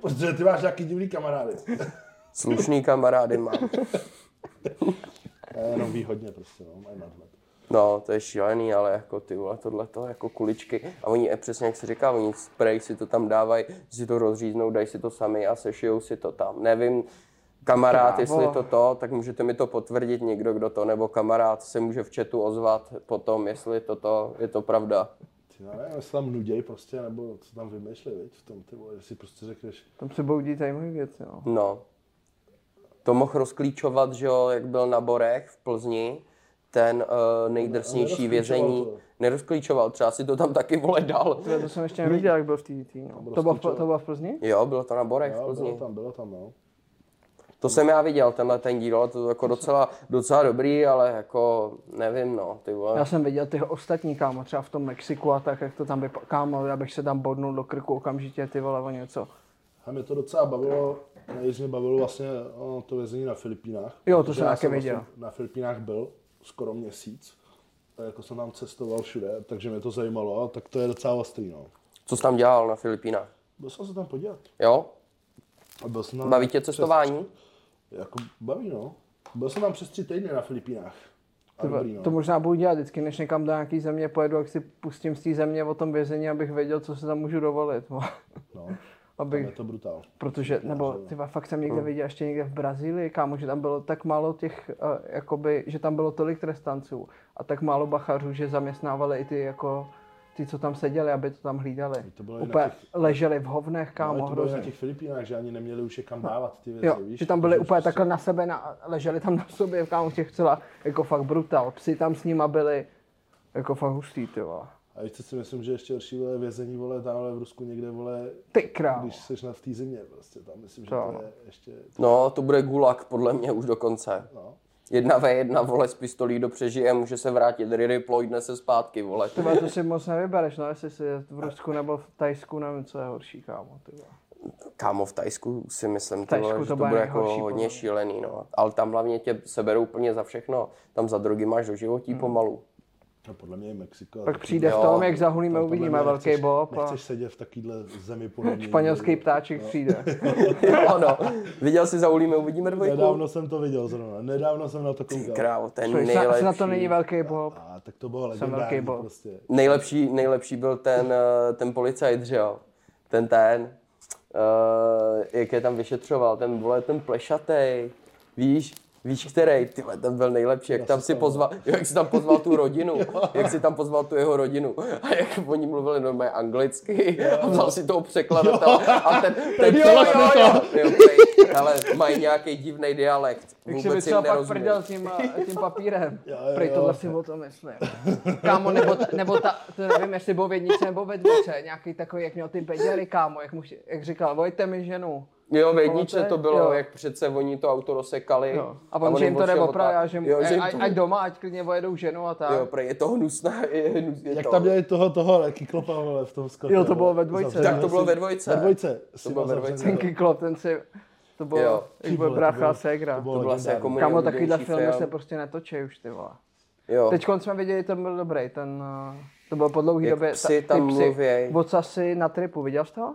Speaker 3: Protože ty máš nějaký divný kamarády.
Speaker 2: Slušný kamarády mám.
Speaker 3: Já jenom výhodně prostě, no, mají nadhled.
Speaker 2: No, to je šílený, ale jako ty vole, tohle to jako kuličky. A oni, eh, přesně jak se říká, oni spray si to tam dávají, si to rozříznou, dají si to sami a sešijou si to tam. Nevím, kamarád,
Speaker 4: Krávo.
Speaker 2: jestli to to, tak můžete mi to potvrdit někdo, kdo to, nebo kamarád se může v chatu ozvat potom, jestli to to, je to pravda.
Speaker 3: Ty já nevím, jestli tam nuděj prostě, nebo co tam vymýšlí, viď, v tom, ty vole, že si prostě řekneš,
Speaker 4: Tam se boudí zajímavé věci, no.
Speaker 3: Hm.
Speaker 2: No. To mohl rozklíčovat, že jo, jak byl na Borech v Plzni, ten uh, nejdrsnější
Speaker 3: nerozklíčoval
Speaker 2: vězení.
Speaker 3: to.
Speaker 2: Nerozklíčoval, třeba si to tam taky vole dal.
Speaker 4: To, to jsem ještě neviděl, jak byl v té tý, no. To bylo, v- to bylo v Plzni?
Speaker 2: Jo, bylo to na Borech v
Speaker 3: Jo,
Speaker 2: Plzni.
Speaker 3: bylo tam, bylo tam, no.
Speaker 2: To jsem já viděl, tenhle ten díl, ale to je jako docela, docela dobrý, ale jako nevím no, ty vole.
Speaker 4: Já jsem viděl ty ostatní kámo, třeba v tom Mexiku a tak, jak to tam vypadá. Kámo, já bych se tam bodnul do krku okamžitě, ty vole, o něco.
Speaker 3: A mě to docela bavilo, nejvíc mě bavilo vlastně o, to vězení na Filipínách.
Speaker 4: Jo, to
Speaker 3: Protože
Speaker 4: jsem
Speaker 3: já
Speaker 4: taky viděl.
Speaker 3: Vlastně na Filipínách byl skoro měsíc, tak jako jsem tam cestoval všude, takže mě to zajímalo, a tak to je docela ostrý, no.
Speaker 2: Co jsi tam dělal na Filipínách?
Speaker 3: Byl jsem se tam podívat.
Speaker 2: Jo?
Speaker 3: A byl jsem tam
Speaker 2: Baví tě cestování?
Speaker 3: Přes, jako baví, no. Byl jsem tam přes tři týdny na Filipínách. A
Speaker 4: Ty vole,
Speaker 3: dobrý, no.
Speaker 4: To možná budu dělat vždycky, než někam do nějaký země pojedu, jak si pustím z té země o tom vězení, abych věděl, co se tam můžu dovolit. vole.
Speaker 3: no. Tam je
Speaker 4: Abych,
Speaker 3: to brutál.
Speaker 4: protože, nebo ty vole, fakt jsem někde viděl ještě někde v Brazílii, kámo, že tam bylo tak málo těch, eh, jakoby, že tam bylo tolik trestanců a tak málo bachařů, že zaměstnávali i ty jako ty, co tam seděli, aby to tam hlídali.
Speaker 3: To bylo i na
Speaker 4: Úplně
Speaker 3: těch- No,
Speaker 4: leželi v hovnech,
Speaker 3: Ale
Speaker 4: kámo,
Speaker 3: to bylo
Speaker 4: hrozně.
Speaker 3: na těch Filipínách, že ani neměli už je kam dávat ty věci,
Speaker 4: Jo,
Speaker 3: víš?
Speaker 4: že tam byli
Speaker 3: Protože už
Speaker 4: úplně
Speaker 3: prostě-
Speaker 4: takhle na sebe, na, leželi tam na sobě, kámo, těch celá, jako fakt brutal. Psi tam s nima byli, jako fakt hustý, ty vole.
Speaker 3: A ještě si myslím, že ještě horší vole vězení, vole, tamhle v Rusku někde, vole,
Speaker 4: Ty krávo.
Speaker 3: když jsi na v té zimě, prostě tam myslím, že
Speaker 4: To
Speaker 3: to,
Speaker 4: ano.
Speaker 3: je ještě,
Speaker 2: No, to bude gulag, podle mě už dokonce.
Speaker 3: no.
Speaker 2: Jedna ve jedna, vole, s pistolí do přežije, může se vrátit, Riri plojdne se zpátky, vole.
Speaker 4: Ty vole, to si moc nevybereš, no, jestli jsi v Rusku nebo v Tajsku, nevím, co je horší, kámo, ty vole.
Speaker 2: Kámo, v Tajsku si myslím, ty
Speaker 4: Tajsku
Speaker 2: vole, že
Speaker 4: to
Speaker 2: to
Speaker 4: bude
Speaker 2: bude jako
Speaker 4: nejhorší, podle mě.
Speaker 2: hodně šílený, no. Ale tam hlavně tě seberou úplně za všechno. Tam za drogy máš do životí
Speaker 4: Hmm.
Speaker 2: pomalu.
Speaker 3: No podle mě je Mexiko. a
Speaker 4: Pak
Speaker 3: taky-
Speaker 4: přijde v
Speaker 2: Jo,
Speaker 4: tom, jak zahulíme,
Speaker 3: podle
Speaker 4: uvidíme
Speaker 3: mě
Speaker 4: velký
Speaker 3: nechceš-
Speaker 4: bob a
Speaker 3: Nechceš sedět v takovýhle zemi podobně. jako-
Speaker 4: španělský ptáček přijde.
Speaker 2: jo, no. Viděl jsi za ulíme, uvidíme dvojku.
Speaker 3: Nedávno jsem to viděl zrovna, nedávno jsem na to koukal.
Speaker 2: Krávo, ten
Speaker 4: Člověk, snad-
Speaker 2: nejlepší.
Speaker 4: Snad to není velký bob.
Speaker 3: A tak to bylo
Speaker 4: Jsem velký
Speaker 3: legendární
Speaker 4: bob.
Speaker 3: prostě.
Speaker 2: Nejlepší, nejlepší byl ten, eh, ten policajt, že jo? Ten ten, uh, jak je tam vyšetřoval, ten vole, ten plešatej, víš? Víš, který? Tyhle, ten byl nejlepší, jak tam si pozval, jo, jak si tam pozval tu rodinu, jak si tam pozval tu jeho rodinu a jak oni mluvili normálně anglicky a vzal si toho překladatele a ten, ten,
Speaker 3: Jo,
Speaker 2: jo,
Speaker 3: jo,
Speaker 2: jo,
Speaker 3: jo.
Speaker 2: jo, prej, hele, mají nějaký divný dialekt,
Speaker 4: Jak si
Speaker 2: vůbec
Speaker 4: vytřeba
Speaker 2: jim
Speaker 4: pak
Speaker 2: nerozumím.
Speaker 4: prděl tím, eh, tím papírem.
Speaker 3: Jo, jo,
Speaker 4: Prej
Speaker 3: jo.
Speaker 4: tohle si o tom myslím. Kámo, nebo, ta, nebo ta, to nevím, jestli byl v jedničce nebo ve dvojce, nějaký takový, jak měl ty beděly, kámo, jak, mu, jak říkal, vojte mi ženu.
Speaker 2: Jo, v jedničce
Speaker 4: Pamatuješ?
Speaker 2: to bylo,
Speaker 4: Jo.
Speaker 2: jo. jak přece oni to auto rozsekali.
Speaker 4: Jo. A on,
Speaker 2: on
Speaker 4: že jim to
Speaker 2: odšel
Speaker 4: neopravil,
Speaker 2: otáč-
Speaker 4: a no. že, mu-
Speaker 2: jo, že jim
Speaker 4: ať,
Speaker 2: to,
Speaker 4: ať doma, ať klidně vojedou ženu a tak.
Speaker 2: jo, prej, je to hnusná, je, hnus- je
Speaker 3: Jak
Speaker 2: to,
Speaker 3: tam měli toho, toho, jaký klopa, vole, v tom skotu.
Speaker 4: Jo, to bylo ve dvojce.
Speaker 3: Zavřeli
Speaker 2: tak to bylo
Speaker 3: si-
Speaker 2: ve dvojce.
Speaker 3: Ve dvojce. si
Speaker 2: bylo ve
Speaker 3: zavřeli
Speaker 2: dvojce.
Speaker 4: Ten
Speaker 3: to.
Speaker 4: kyklop, ten si, to bylo,
Speaker 2: Jo.
Speaker 4: jak byl
Speaker 3: Ty vole, to
Speaker 4: brácha a
Speaker 3: bylo-
Speaker 4: ségra.
Speaker 3: to bylo
Speaker 2: To byla asi jako
Speaker 3: legendární.
Speaker 4: Kámo,
Speaker 2: nejoblíbenější
Speaker 4: takovýhle filmy
Speaker 2: film.
Speaker 4: se prostě netočí už, ty vole.
Speaker 2: Jo.
Speaker 4: Teď jsme viděli, ten byl dobrý, ten, eh, to bylo po dlouhý
Speaker 2: Jak
Speaker 4: době.
Speaker 2: psi tam mluvěj.
Speaker 4: Vocasy na tripu, viděl jsi to?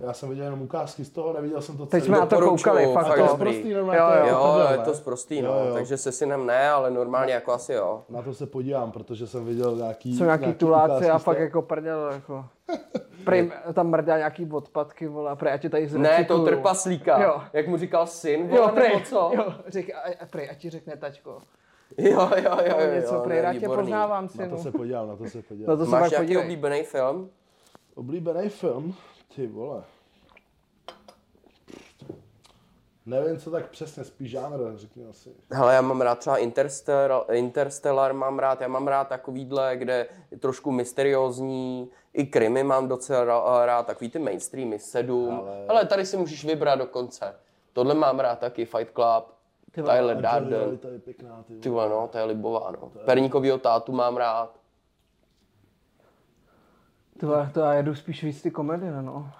Speaker 3: Já jsem viděl jenom ukázky z toho, neviděl jsem to
Speaker 4: Teď jsme na to
Speaker 2: Doporučuju,
Speaker 4: koukali, fakt
Speaker 2: fakt
Speaker 3: to je jako
Speaker 4: to.
Speaker 2: dobrý.
Speaker 3: sprostý, normálně
Speaker 4: Jo,
Speaker 3: to
Speaker 4: jo.
Speaker 2: Jo,
Speaker 3: prdel,
Speaker 2: je
Speaker 3: ne?
Speaker 2: to sprostý,
Speaker 3: Jo,
Speaker 2: no,
Speaker 3: jo.
Speaker 2: takže se synem ne, ale normálně jako asi jo.
Speaker 3: Na to se podívám, protože jsem viděl nějaký...
Speaker 4: Jsou nějaký tuláci
Speaker 3: ukázky
Speaker 4: a
Speaker 3: z
Speaker 4: fakt
Speaker 3: toho.
Speaker 4: jako prděl, jako. Prej, tam mrdá nějaký odpadky, vole, a prej, ať je tady zrecykluju.
Speaker 2: Ne, to trpaslíka,
Speaker 4: Jo.
Speaker 2: jak mu říkal syn, vole,
Speaker 4: Jo, prej,
Speaker 2: nebo co?
Speaker 4: jo, řek, a, a prej, ať ti řekne tačko.
Speaker 2: jo, jo, jo,
Speaker 4: Jo,
Speaker 2: jo,
Speaker 4: něco,
Speaker 2: jo,
Speaker 4: prej,
Speaker 2: ne,
Speaker 4: rád tě
Speaker 2: výborný.
Speaker 4: poznávám,
Speaker 3: Na to
Speaker 4: synu.
Speaker 3: se podívám, na to se
Speaker 4: Na
Speaker 3: podívám.
Speaker 4: to se
Speaker 2: Máš
Speaker 4: pak
Speaker 2: nějaký
Speaker 4: podívej.
Speaker 2: oblíbený film?
Speaker 3: Oblíbený film? Ty vole. Nevím, co tak přesně, spíš žánr, řekni asi.
Speaker 2: Hele, já mám rád třeba Interstellar, Interstellar mám rád, já mám rád takovýhle, kde je trošku mysteriózní, i krimi mám docela ra- rád, takový ty mainstreamy, sedm. Ale... Hele, tady si můžeš vybrat dokonce. Tohle mám rád taky, Fight Club, Tyler Darden,
Speaker 3: To je pěkná, ty
Speaker 2: ty
Speaker 3: vole.
Speaker 2: vole, no, to je libová, no. Perníkovýho tátu mám rád.
Speaker 4: Ty vole, to já jedu spíš víc ty komedie, no.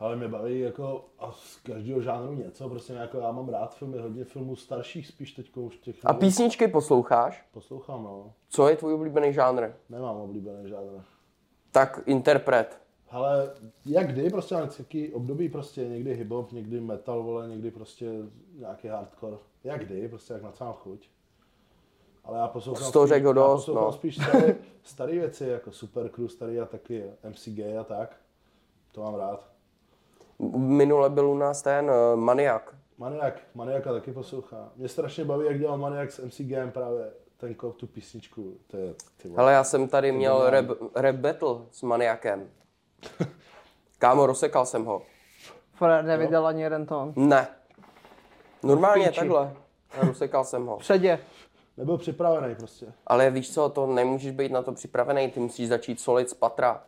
Speaker 3: Ale mě baví jako a z každého žánru něco, prostě jako já mám rád filmy, hodně filmů starších, spíš teď už těch
Speaker 2: A
Speaker 3: nových
Speaker 2: písničky posloucháš?
Speaker 3: poslouchám, no.
Speaker 2: Co je tvůj oblíbený žánr?
Speaker 3: Nemám oblíbené žádné.
Speaker 2: Tak interpret.
Speaker 3: Ale jak kdy, prostě mám nějaký období, prostě někdy hip-hop, někdy metal, vole, někdy prostě nějaký hardcore. Jak kdy, prostě jak na mám chuť. Ale já poslouchám,
Speaker 2: Z toho
Speaker 3: spíš-
Speaker 2: řekl dost,
Speaker 3: já poslouchám
Speaker 2: no.
Speaker 3: spíš staré, staré věci, jako Supercrew, starý a taky MCG a tak. To mám rád.
Speaker 2: Minule byl u nás ten uh, Maniak.
Speaker 3: Maniak, Maniaka taky poslouchá. Mě strašně baví, jak dělal Maniak s MCGem právě ten kop tu písničku. To je, ty vole.
Speaker 2: Hele, No. já jsem tady měl rap, rap battle s maniakem. Kámo, rozsekal jsem ho.
Speaker 4: Fred nevydal ani jeden tón.
Speaker 2: Ne. Normálně
Speaker 4: Píči.
Speaker 2: takhle. A Rozsekal jsem ho.
Speaker 4: Předě.
Speaker 3: nebyl připravený prostě.
Speaker 2: Ale víš co, to nemůžeš být na to připravený, ty musíš začít solit z patra.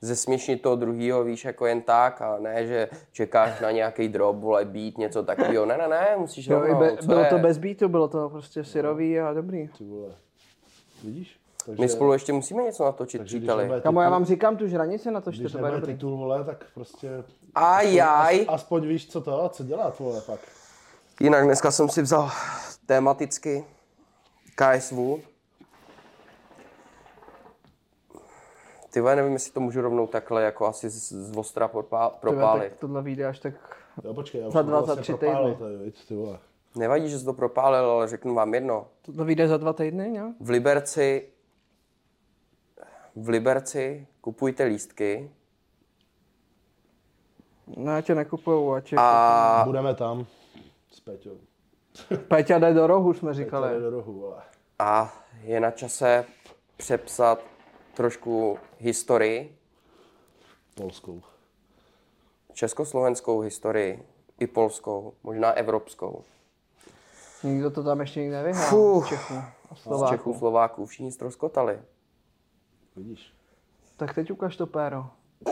Speaker 2: Zesměšnit toho druhého, víš, jako jen tak a ne, že čekáš na nějaký drop, vole, být, něco takového. Ne, ne, ne, musíš
Speaker 4: Jo, i
Speaker 2: rovnou,
Speaker 4: be,
Speaker 2: no, co
Speaker 4: bylo
Speaker 2: je?
Speaker 4: to bez beatu, bylo to prostě syrový a dobrý.
Speaker 3: Ty vole. Vidíš? Takže,
Speaker 2: My spolu ještě musíme něco natočit,
Speaker 3: takže když
Speaker 2: příteli.
Speaker 3: nebude
Speaker 4: Kamo, já
Speaker 3: titul-
Speaker 4: vám říkám tu žranici na to, že
Speaker 3: Když
Speaker 4: to bude
Speaker 3: nebude
Speaker 4: dobrý.
Speaker 3: titul, vole, tak prostě
Speaker 2: Ajaj.
Speaker 3: aspoň víš, co to, co dělat, vole, pak.
Speaker 2: Jinak dneska jsem si vzal tematicky KSV. Ty vole, nevím, jestli to můžu rovnou takhle jako asi z, z ostra propá-
Speaker 4: Tyhle,
Speaker 2: propálit.
Speaker 4: tak tohle vyjde až tak...
Speaker 3: Jo, počkej, já už
Speaker 4: Za
Speaker 3: to
Speaker 4: dva, za
Speaker 3: vlastně
Speaker 4: tři
Speaker 3: propálil
Speaker 4: týdny.
Speaker 3: tady, viď, ty vole.
Speaker 2: Nevadí, že jsi to propálil, ale řeknu vám jedno.
Speaker 4: Tohle vyjde za dva týdny, ne?
Speaker 2: V Liberci, v Liberci kupujte lístky
Speaker 4: No, já tě nekupuju, a tě...
Speaker 2: a
Speaker 3: Budeme tam s Peťou.
Speaker 4: Péťa jde do rohu, jsme
Speaker 3: Tady
Speaker 4: říkali.
Speaker 3: do rohu, vole.
Speaker 2: A je na čase přepsat trošku historii,
Speaker 3: Polskou.
Speaker 2: československou historii, i polskou, možná evropskou.
Speaker 4: Nikdo to tam ještě nikdy nevyhrál.
Speaker 2: Fuh.
Speaker 4: Z Čechů a
Speaker 2: Z Čechů,
Speaker 4: Slováků.
Speaker 2: Slováků, všichni stroskotali.
Speaker 3: Vidíš?
Speaker 4: Tak teď ukaž to péro.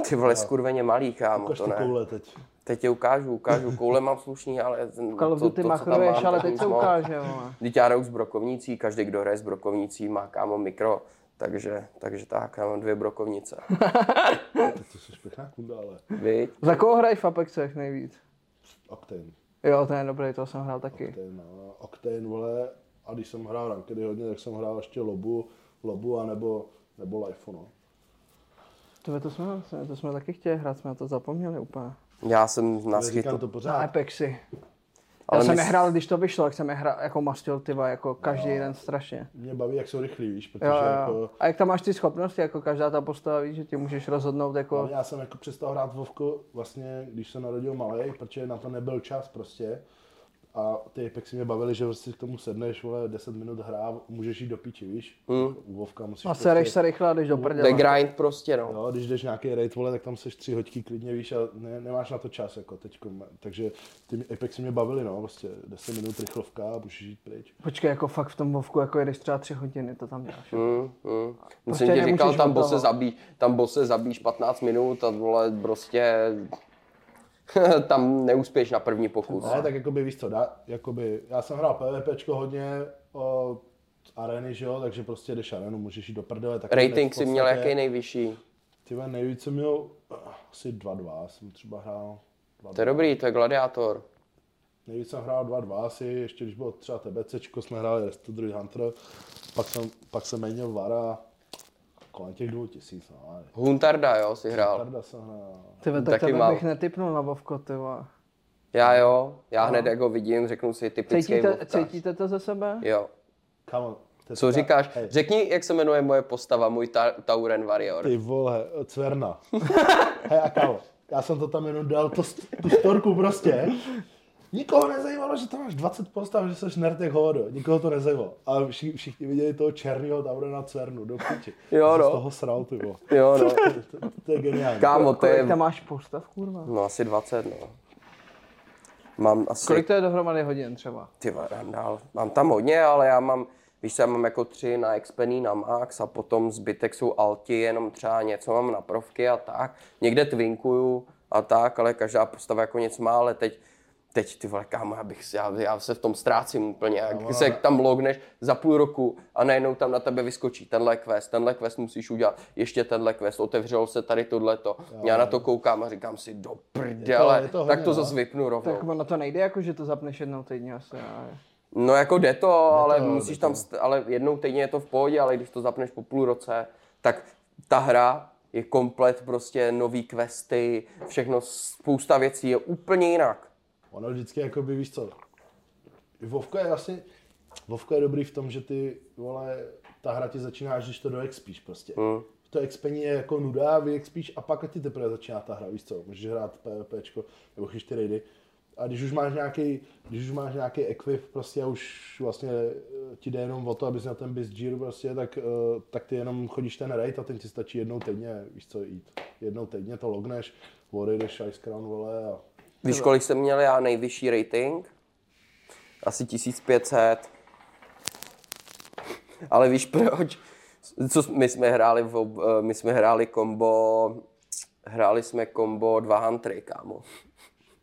Speaker 2: Ty vole, skurveně malý, kámo,
Speaker 3: Ukaž
Speaker 2: to
Speaker 3: ty
Speaker 2: ne.
Speaker 3: koule teď.
Speaker 2: Teď tě ukážu, ukážu, koule mám slušný, ale ten-
Speaker 4: Call of
Speaker 2: to- to,
Speaker 4: Duty
Speaker 2: co tam
Speaker 4: machruješ,
Speaker 2: mám,
Speaker 4: ale
Speaker 2: tak
Speaker 4: teď
Speaker 2: nic
Speaker 4: se
Speaker 2: moc.
Speaker 4: ukáže, vole.
Speaker 2: Vždyť já jdou s brokovnicí, každý, kdo hraje s brokovnicí, má kámo mikro, takže, takže tak, já mám dvě brokovnice.
Speaker 3: Tak to jsi pěkná kunda, ale
Speaker 2: Víď?
Speaker 4: Za koho hraješ v Apexech nejvíc?
Speaker 3: Octane.
Speaker 4: Jo, to je dobrý, to jsem hrál taky.
Speaker 3: Octane, no. Octane, vole. A když jsem hrál rankedy hodně, tak jsem hrál ještě lobu, lobu a nebo, nebo life, no.
Speaker 4: To, to, jsme, to jsme taky chtěli hrát, jsme na to zapomněli úplně.
Speaker 2: Já jsem na
Speaker 3: Já Říkám
Speaker 2: schytu.
Speaker 3: to
Speaker 4: Na
Speaker 3: pořád.
Speaker 4: Apexy. Já
Speaker 2: Ale
Speaker 4: jsem
Speaker 2: my- No.
Speaker 4: je hrál, když to vyšlo, tak jsem je hrál jako mastil, ty vole, jako každý den strašně.
Speaker 3: Mě baví, jak jsou rychlí, víš, protože
Speaker 4: Jo, jo,
Speaker 3: jako...
Speaker 4: jo. A jak tam máš ty schopnosti, jako každá ta postava víš, že ti můžeš rozhodnout,
Speaker 3: Ale
Speaker 2: No,
Speaker 4: jako...
Speaker 3: já jsem jako přestal hrát Vovko vlastně, když se narodil malý, protože na to nebyl čas prostě. A ty Apexy mě bavili, že prostě k tomu sedneš, vole, 10 minut hrá, můžeš jít do píči, víš? Mm. U Vovka musíš
Speaker 4: A No, sereš se rychle a jdeš do
Speaker 2: To je
Speaker 4: prdele.
Speaker 2: grind prostě, no.
Speaker 3: Jo, když jdeš nějaký raid, vole, tak tam seš tři hoďky klidně, víš, a ne, nemáš na to čas, jako teďko. Takže ty mě- Apexy mě bavili, no, prostě 10 minut rychlovka a můžeš jít pryč.
Speaker 4: Počkej, jako fakt v tom vovku, jako jedeš třeba tři hodiny, to tam děláš.
Speaker 2: Mm, mm.
Speaker 4: Prostě
Speaker 2: Prostě jsem ti
Speaker 4: nemůžeš
Speaker 2: říkal, tam
Speaker 4: oddávat.
Speaker 2: bose, zabíš, tam bose zabíš 15 minut a vole prostě tam neúspěš na první pokus.
Speaker 3: Ne, tak jakoby víš co, dá, jakoby, já jsem hrál PvPčko hodně, o, z areny, že jo, takže prostě jdeš arenu, můžeš jít do prdele. Tak
Speaker 2: Rating si měl
Speaker 3: v podstatě-
Speaker 2: jaký nejvyšší.
Speaker 3: Ty vole, nejvíc jsem měl eh, asi 2-2, jsem třeba hrál. 2
Speaker 2: To je dobrý, to je gladiátor.
Speaker 3: Nejvíc jsem hrál 2-2 asi, ještě když bylo třeba TBCčko, jsme hráli Restu druhý Hunter, pak jsem, pak jsem měnil Vara kolem těch 2000, no, ale
Speaker 2: Huntarda, jo, si hrál.
Speaker 3: Tarda jsem hrál.
Speaker 4: Ty ve, tak
Speaker 2: Taky
Speaker 4: tebe
Speaker 2: mám.
Speaker 4: bych netypnul na vovko, ty vole.
Speaker 2: Já jo, já hned jak ho vidím, řeknu si typický
Speaker 4: Cítíte,
Speaker 2: vovkař.
Speaker 4: cítíte to ze sebe?
Speaker 2: Jo.
Speaker 3: Kamo, teďka,
Speaker 2: Co říkáš?
Speaker 3: hej,
Speaker 2: Řekni, jak se jmenuje moje postava, můj ta- Tauren Warrior.
Speaker 3: Ty vole, cverna. Hej, a kamo, já jsem to tam jenom dal, to, st- tu storku prostě. Nikoho nezajímalo, že tam máš 20 postav, že jsi nerd jak hodo. Nikoho to nezajímalo. Ale všichni, všichni viděli toho černýho tam na cvernu, do piči.
Speaker 2: Jo,
Speaker 3: Já jsem
Speaker 2: no.
Speaker 3: Z toho sral, ty vole.
Speaker 2: Jo, no.
Speaker 3: To, to, to je geniální.
Speaker 2: Kámo, no, to je...
Speaker 4: Kolik tam máš postav, kurva?
Speaker 2: No asi 20, no. Mám asi...
Speaker 4: Kolik to je dohromady hodin třeba?
Speaker 2: Ty vole, dám dál. Mám tam hodně, ale já mám, víš, co, já mám jako tři na Xpený, na Max a potom zbytek jsou Alti, jenom třeba něco mám na provky a tak. Někde twinkuju a tak, ale každá postava jako nic má, ale teď teď ty vole, kámo, já, bych, si- já, já se v tom ztrácím úplně, jak
Speaker 3: No,
Speaker 2: se tam logneš za půl roku a najednou tam na tebe vyskočí tenhle quest, tenhle quest musíš udělat, ještě tenhle quest, otevřelo se tady tohleto, já na to koukám a říkám si, do prdele,
Speaker 3: no. je to hodně,
Speaker 2: tak to
Speaker 3: no.
Speaker 2: zase vypnu rovnou.
Speaker 4: Tak na to nejde, jako že to zapneš jednou týdně asi. Ale...
Speaker 2: No jako jde to, ale
Speaker 3: jde
Speaker 2: musíš
Speaker 3: to.
Speaker 2: tam, st- ale jednou týdně je to v pohodě, ale když to zapneš po půl roce, tak ta hra je komplet prostě nový questy, všechno, spousta věcí je úplně jinak.
Speaker 3: Ono vždycky jako by, víš co, Vovko je vlastně, Vovko je dobrý v tom, že ty, vole, ta hra ti začíná, až když to doexpíš prostě. Mm. To expení je jako nuda, vyexpíš a pak ti teprve začíná ta hra, víš co, můžeš hrát PvPčko nebo chyš ty raidy. A když už máš nějaký, když už máš nějaký equip prostě a už vlastně eh, ti jde jenom o to, abys na ten bisgear prostě, tak, eh, tak ty jenom chodíš ten raid a ten ti stačí jednou týdně, víš co, jít. Jednou týdně to logneš, odejdeš Ice Crown, vole, a
Speaker 2: Víš, kolik jsem měl já nejvyšší rating? Asi 1500. Ale víš proč? Co, s- my jsme hráli, v, ob- eh, my jsme hráli kombo, hráli jsme kombo dva hantry, kámo.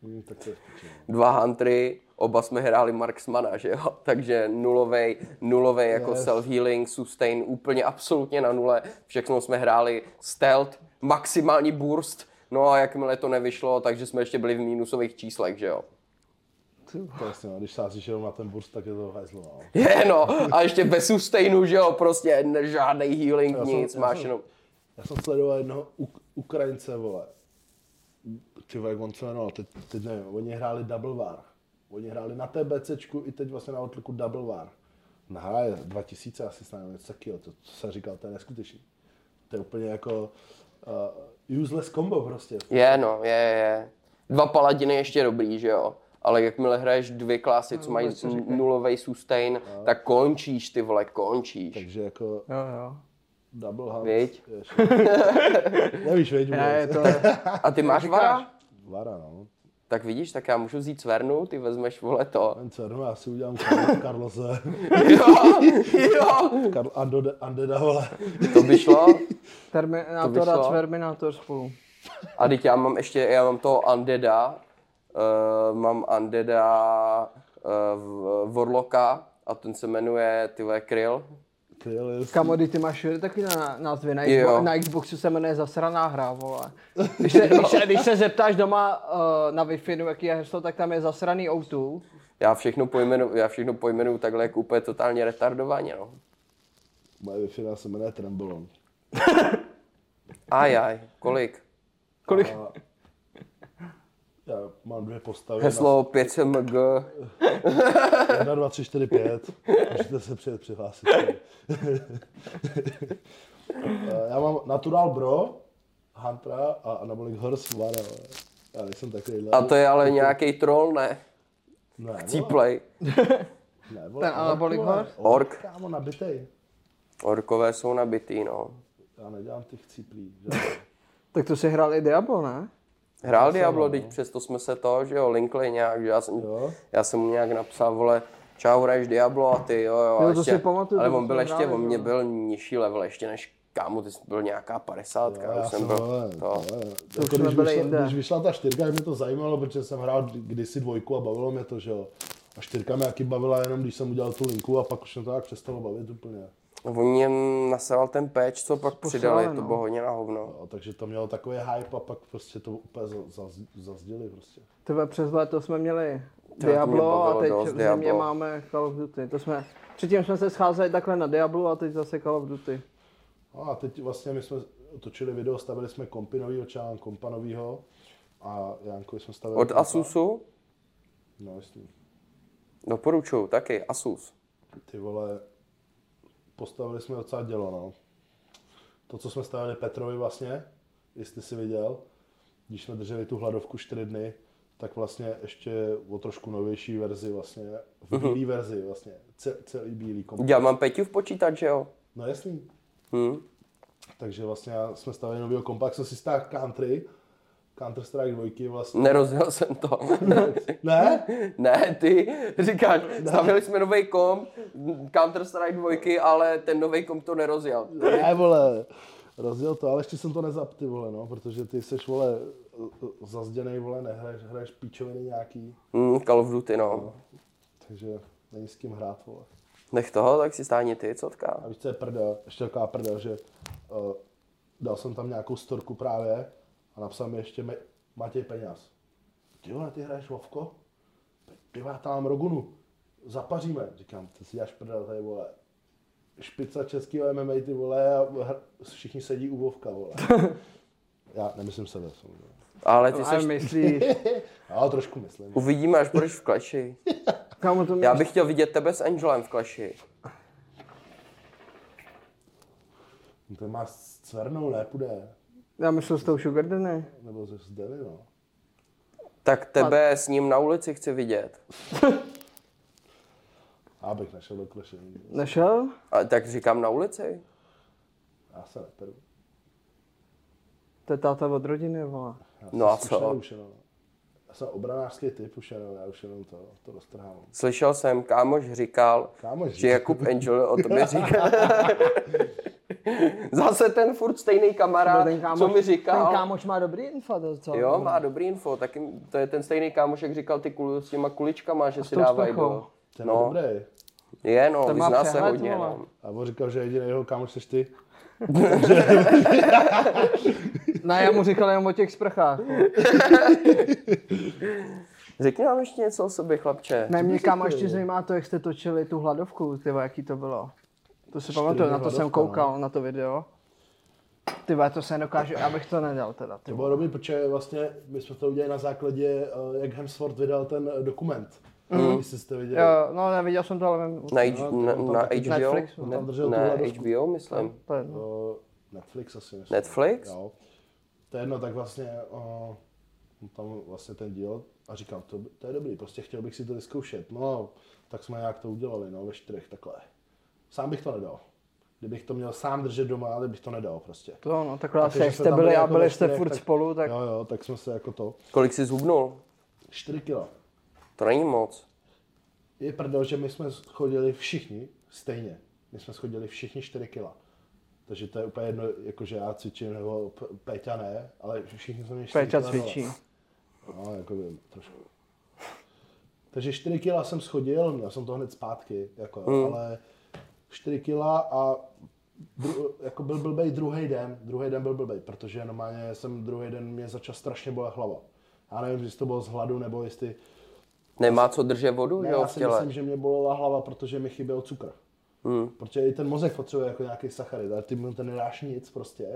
Speaker 3: Hm, tak to je vtipný.
Speaker 2: Dva hantry, oba jsme hráli Marksmana, že jo? Takže nulovej, nulovej jako
Speaker 3: Yes.
Speaker 2: self-healing, sustain, úplně absolutně na nule. Všechno jsme hráli stealth, maximální burst, no a jakmile to nevyšlo, takže jsme ještě byli v mínusových číslech, že jo?
Speaker 3: To je jasně, no, když sázíš jenom na ten burst, tak je to hajzlo. No.
Speaker 2: Je no, a ještě bez sustainu, že jo, prostě ne- žádný healing,
Speaker 3: Já jsem-
Speaker 2: nic,
Speaker 3: já
Speaker 2: máš
Speaker 3: jsem-
Speaker 2: jenom...
Speaker 3: Já jsem sledoval jednoho Uk- Ukrajince, vole. Ty vole, jak on se jmenoval, teď, teď nevím, oni hráli Double War. Oni hráli na TBCčku i teď vlastně na Outlooku Double War. Na hraje 2000 asi snad nebo něco takového, to, to se říkal, to je neskutečný. To je úplně jako uh, useless combo prostě.
Speaker 2: Je no, je, je. Dva paladiny ještě dobrý, že jo? Ale jakmile hraješ dvě klasy,
Speaker 3: No,
Speaker 2: co mají nulový sustain, tak končíš, ty vole, končíš.
Speaker 3: Takže jako
Speaker 4: Jo, jo.
Speaker 3: Double Hunt.
Speaker 2: Viď?
Speaker 3: je šílený. Nevíš, viď?
Speaker 4: Ne, je
Speaker 3: vůbec.
Speaker 4: to...
Speaker 2: A ty máš vara?
Speaker 3: Vara, no.
Speaker 2: Tak vidíš, tak já můžu vzít Svernu, ty vezmeš, vole, to.
Speaker 3: Ten Cerno, já si udělám Karlo- Karlose
Speaker 2: Jo, jo,
Speaker 3: Karl Andode- Andeda, vole.
Speaker 2: to by šlo.
Speaker 4: Terminátor
Speaker 2: To by šlo.
Speaker 4: a Terminátor spolu.
Speaker 2: A teď já mám ještě, já mám toho Undeada, uh, mám Undeada uh, Vorloka a ten se jmenuje, ty vole, Kryl.
Speaker 3: Kryl je-
Speaker 4: Kamo, ty máš eh, taky na názvy. Na,
Speaker 2: Jo.
Speaker 4: Xbox, na Xboxu se jmenuje Zasraná hra, vole. Když se, když se, když se zeptáš doma uh, na wi jaký je heslo, tak tam je Zasraný O2.
Speaker 2: Já všechno pojmenu, já všechno pojmenu takhle jako úplně totálně retardovaně, no.
Speaker 3: Moje wi se jmenuje Trembolon.
Speaker 2: Ajaj, kolik?
Speaker 4: Kolik?
Speaker 3: Já mám dvě postavy.
Speaker 2: Heslo 500 mg.
Speaker 3: 1, 2, 3, 4, 5. Můžete se přijet přihlásit. Eh, Já mám Natural Bro, Huntera a Anabolic Horse Vara. ale Já nejsem takový.
Speaker 2: A to je ale nějaký troll, ne?
Speaker 3: ne, vole,
Speaker 2: Cíplej.
Speaker 3: ne, vole,
Speaker 4: ten Anabolic
Speaker 3: ork, vole,
Speaker 4: Horse?
Speaker 2: Ork.
Speaker 3: Kámo, nabitej.
Speaker 2: Orkové jsou nabitý, no.
Speaker 3: Já nedělám těch ciplí.
Speaker 4: Tak to si hrál i Diablo, ne?
Speaker 2: Hrál Diablo, teď přesto jsme se to, že jo, linkli nějak, že já jsem,
Speaker 3: no. Jo.
Speaker 2: já jsem mu nějak napsal, vole, čau, hraješ Diablo a ty, jo, jo, a
Speaker 4: Jo, to si pamatuju,
Speaker 2: ale
Speaker 4: to
Speaker 2: on
Speaker 4: jsme
Speaker 2: byl ještě,
Speaker 4: hráli,
Speaker 2: on
Speaker 4: no.
Speaker 2: mě byl nižší level ještě než kámo, ty jsi byl nějaká 50, já,
Speaker 3: No, Já
Speaker 2: už
Speaker 3: jsem
Speaker 2: jsem byl,
Speaker 3: vole,
Speaker 2: to.
Speaker 3: vole,
Speaker 4: už
Speaker 3: jako
Speaker 4: jsme
Speaker 3: když,
Speaker 4: byli
Speaker 3: vyšla,
Speaker 4: jinde.
Speaker 3: když vyšla ta čtyřka, tak mě to zajímalo, protože jsem hrál kdysi dvojku a bavilo mě to, že jo. A čtyřka mě taky bavila jenom, když jsem udělal tu linku a pak už mě to tak přestalo bavit úplně.
Speaker 2: On mě nasral ten péč, co pak přidali,
Speaker 4: no.
Speaker 2: to bylo hodně na hovno.
Speaker 3: Jo, takže to mělo takový hype a pak prostě to úplně za- zaz- zazděli prostě.
Speaker 4: Tebe přes léto jsme měli
Speaker 2: to mě
Speaker 4: Diablo a
Speaker 2: bavilo
Speaker 4: teď
Speaker 2: dost,
Speaker 4: v
Speaker 2: Diablo.
Speaker 4: zimě máme Call of Duty. To jsme, předtím jsme se scházeli takhle na Diablu a teď zase Call of Duty.
Speaker 3: No a teď vlastně my jsme točili video, stavili jsme kompy novýho, čán kompa novýho a Jankovi jsme stavili...
Speaker 2: Od
Speaker 3: kompa.
Speaker 2: Asusu?
Speaker 3: No jasný.
Speaker 2: Doporučuju, taky, Asus.
Speaker 3: Ty vole, postavili jsme docela dělo, no. To, co jsme stavili Petrovi vlastně, jestli si viděl, když jsme drželi tu hladovku 4 dny, tak vlastně ještě o trošku novější verzi vlastně, v bílé verzi vlastně, ce, celý bílý komplet.
Speaker 2: Já mám Peťu v počítač, že jo?
Speaker 3: No jasný.
Speaker 2: Hm?
Speaker 3: Takže vlastně já- jsme stavili novýho kompa, jak jsem si stáhl Country, Counter-Strike 2 vlastně.
Speaker 2: Nerozjel jsem to.
Speaker 3: Ne?
Speaker 2: ne, ty říkáš, stavili jsme nový kom, Counter-Strike 2, ale ten nový kom to nerozjel.
Speaker 3: Ne, vole, rozjel to, ale ještě jsem to nezap, ty vole, no, protože ty seš, vole, zazděnej, vole, nehraješ, hraješ píčoviny nějaký,
Speaker 2: Hm, Call of Duty, no.
Speaker 3: takže není s kým hrát, vole.
Speaker 2: Nech toho, tak si stáhni ty, cotka.
Speaker 3: A víš, co je prdel, ještě taková prdel, že uh, dal jsem tam nějakou storku právě a napsal mi ještě me, Matěj Peňaz. Ty vole, ty hraješ Vovko? Ty vole, já tam mám Rogunu, zapaříme. Říkám, ty si děláš prdel, tady, vole, špica českého MMA, ty vole, a hr- všichni sedí u Vovka, vole. Já nemyslím sebe, samozřejmě.
Speaker 2: Ale
Speaker 3: No,
Speaker 2: ty
Speaker 4: A
Speaker 2: seš...
Speaker 4: myslíš,
Speaker 3: Ale trošku myslím.
Speaker 2: Uvidíme, až budeš v Clashi.
Speaker 4: kámo to mě...
Speaker 2: Já bych chtěl vidět tebe s Angelem v Clashi.
Speaker 3: Ten má s Cvernou, ne, půjde.
Speaker 4: Já myslel s tou Sugar Daddy.
Speaker 3: Nebo ze Zdeny, no.
Speaker 2: Tak tebe s ním na ulici chci vidět.
Speaker 3: Já bych našel do klešení.
Speaker 4: Nešel?
Speaker 2: A, tak říkám na ulici.
Speaker 3: Já se neperu.
Speaker 4: To je táta od rodiny, vole.
Speaker 3: Já
Speaker 2: No
Speaker 3: jsem
Speaker 2: a co?
Speaker 3: zkušený Už, no. Já jsem obranářský typ už jenom, já už jenom to, to roztrhávám.
Speaker 2: Slyšel jsem, kámoš říkal,
Speaker 3: Kámoš
Speaker 2: že
Speaker 3: říkal.
Speaker 2: Jakub Angel o tobě říkal. Zase ten furt stejný kamarád,
Speaker 4: ten kámoš,
Speaker 2: co mi
Speaker 4: Ten
Speaker 2: říkal.
Speaker 4: kámoš má dobrý info, to co?
Speaker 2: Jo, má dobrý info, taky to je ten stejný kámoš, jak říkal ty kul, s těma kuličkama, že si
Speaker 4: tou
Speaker 2: dávají
Speaker 4: sprchou.
Speaker 2: do...
Speaker 3: Ten je
Speaker 2: No,
Speaker 3: dobrý.
Speaker 2: je no,
Speaker 4: má
Speaker 2: vyzná se
Speaker 4: přehled,
Speaker 2: hodně.
Speaker 4: vole.
Speaker 2: No.
Speaker 3: A on říkal, že jediný jeho kámoš jsi ty.
Speaker 4: Ne, já mu říkal jenom o těch sprchách.
Speaker 2: Řekni nám ještě něco o sobě, chlapče.
Speaker 4: Ne, mě kámo ještě zajímá to, jak jste točili tu hladovku, ty vole, jaký to bylo. To si pamatuju, na to
Speaker 3: hladovka,
Speaker 4: jsem
Speaker 3: no.
Speaker 4: koukal, na to video. Ty vole, to se nedokážu, já bych to nedal teda. Ty.
Speaker 3: To
Speaker 4: vole.
Speaker 3: bylo dobrý, protože vlastně my jsme to udělali na základě, eh, jak Hemsworth vydal ten eh, dokument. Mm. Jestli jste viděli.
Speaker 4: Jo, no neviděl jsem to, ale vím.
Speaker 2: Na, H-
Speaker 3: No,
Speaker 2: na,
Speaker 3: on tam
Speaker 2: na
Speaker 3: taky-
Speaker 2: HBO?
Speaker 4: Netflix, on
Speaker 2: Ne,
Speaker 3: tam držel
Speaker 2: ne,
Speaker 3: tu hladovku.
Speaker 2: HBO, myslím.
Speaker 4: To je jedno.
Speaker 3: Eh, Netflix asi myslím.
Speaker 2: Netflix?
Speaker 3: Jo. To je jedno, tak vlastně eh, on tam vlastně ten díl a říkám, to, to je dobrý, prostě chtěl bych si to vyzkoušet. No, tak jsme nějak to udělali, no, ve čtyřech takhle. Sám bych to nedal. Kdybych to měl sám držet doma, ale bych to nedal prostě.
Speaker 4: To no, takhle asi
Speaker 3: Takže
Speaker 4: jak
Speaker 3: jsme
Speaker 4: jste
Speaker 3: tam
Speaker 4: byli a
Speaker 3: jako
Speaker 4: byli
Speaker 3: ve
Speaker 4: jste
Speaker 3: čtyřech,
Speaker 4: furt spolu, tak
Speaker 3: Jo, jo, tak jsme se jako to.
Speaker 2: Kolik jsi zhubnul?
Speaker 3: 4 kilo.
Speaker 2: To není moc.
Speaker 3: Je prdel, že my jsme chodili všichni stejně. My jsme schodili všichni 4 kila. Takže to je úplně jedno, jakože já cvičím nebo P- Péťa ne, ale všichni jsme měli 4
Speaker 4: Péťa
Speaker 3: kila dole.
Speaker 4: cvičí.
Speaker 3: No, jako by trošku. Takže 4 kila jsem schodil, měl jsem to hned zpátky, jako,
Speaker 4: Hmm.
Speaker 3: mm. ale 4 kila a dru, jako byl blbej druhý den, druhý den byl blbej, protože normálně jsem druhý den mě začal strašně bolet hlava. Já nevím, jestli to bylo z hladu, nebo jestli...
Speaker 2: Nemá co držet vodu,
Speaker 3: Ne,
Speaker 2: že jo,
Speaker 3: No, já
Speaker 2: v
Speaker 3: si
Speaker 2: těle.
Speaker 3: myslím, že mě bolela hlava, protože mi chyběl cukr. Hmm. Protože i ten mozek potřebuje jako nějaký sacharid, ale ty mu ten nedáš nic prostě.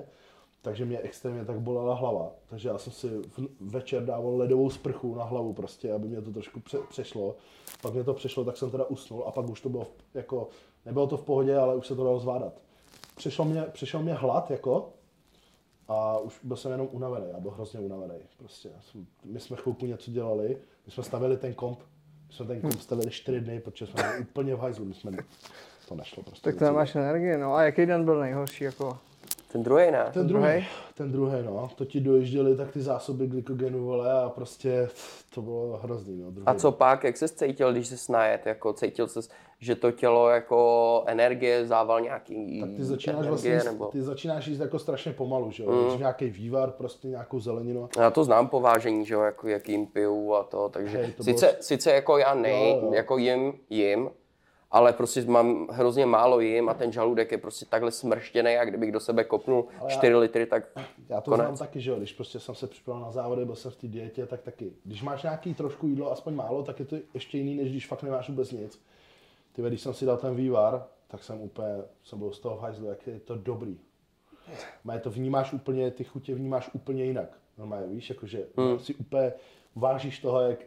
Speaker 3: Takže mě extrémně tak bolela hlava. Takže já jsem si v, večer dával ledovou sprchu na hlavu prostě, aby mě to trošku pře, přešlo. Pak mě to přešlo, tak jsem teda usnul a pak už to bylo v, jako, nebylo to v pohodě, ale už se to dalo zvládat. Přišel mě, přišel mě hlad jako, a už byl jsem jenom unavený, já byl hrozně unavený. Prostě. Já jsem- My jsme chvilku něco dělali, my jsme stavili ten komp, my jsme ten
Speaker 2: Hmm.
Speaker 3: komp stavili čtyři dny, protože jsme byli úplně v hajzlu, my jsme to nešlo prostě.
Speaker 4: tak to nemáš energii, no. A jaký den byl nejhorší, jako?
Speaker 2: Ten druhý ne.
Speaker 3: Ten druhý,
Speaker 4: druhej?
Speaker 3: ten druhý, no, to ti dojížděli tak ty zásoby glykogenu, vole, a prostě to bylo hrozný, no, druhý.
Speaker 2: A co pak, jak se cítil, když se snajet, jako cítil se, že to tělo jako energie zával nějaký
Speaker 3: Tak ty začínáš vlastně,
Speaker 2: energie,
Speaker 3: jíst-
Speaker 2: nebo... Hmm.
Speaker 3: ty začínáš jíst jako strašně pomalu, že jo, mm. nějaký vývar, prostě nějakou zeleninu,
Speaker 2: Já to znám po vážení, že jo, jako jakým piju a to, takže
Speaker 3: Hej, to bylo-
Speaker 2: sice, sice jako já nej,
Speaker 3: Jo, jo.
Speaker 2: jako jim, jim, ale prostě mám hrozně málo jim a ten žaludek je prostě takhle smrštěný a kdybych do sebe kopnul 4 litry, tak
Speaker 3: Já to
Speaker 2: konec.
Speaker 3: znám taky, že jo, když prostě jsem se připravil na závody, byl jsem v té dietě, tak taky. Když máš nějaký trošku jídlo, aspoň málo, tak je to ještě jiný, než když fakt nemáš vůbec nic. Ty když jsem si dal ten vývar, tak jsem úplně, jsem byl z toho v hajzlu, jak je to dobrý. Má to vnímáš úplně, ty chutě vnímáš úplně jinak. Normálně, víš, jakože hmm. si úplně vážíš toho, jak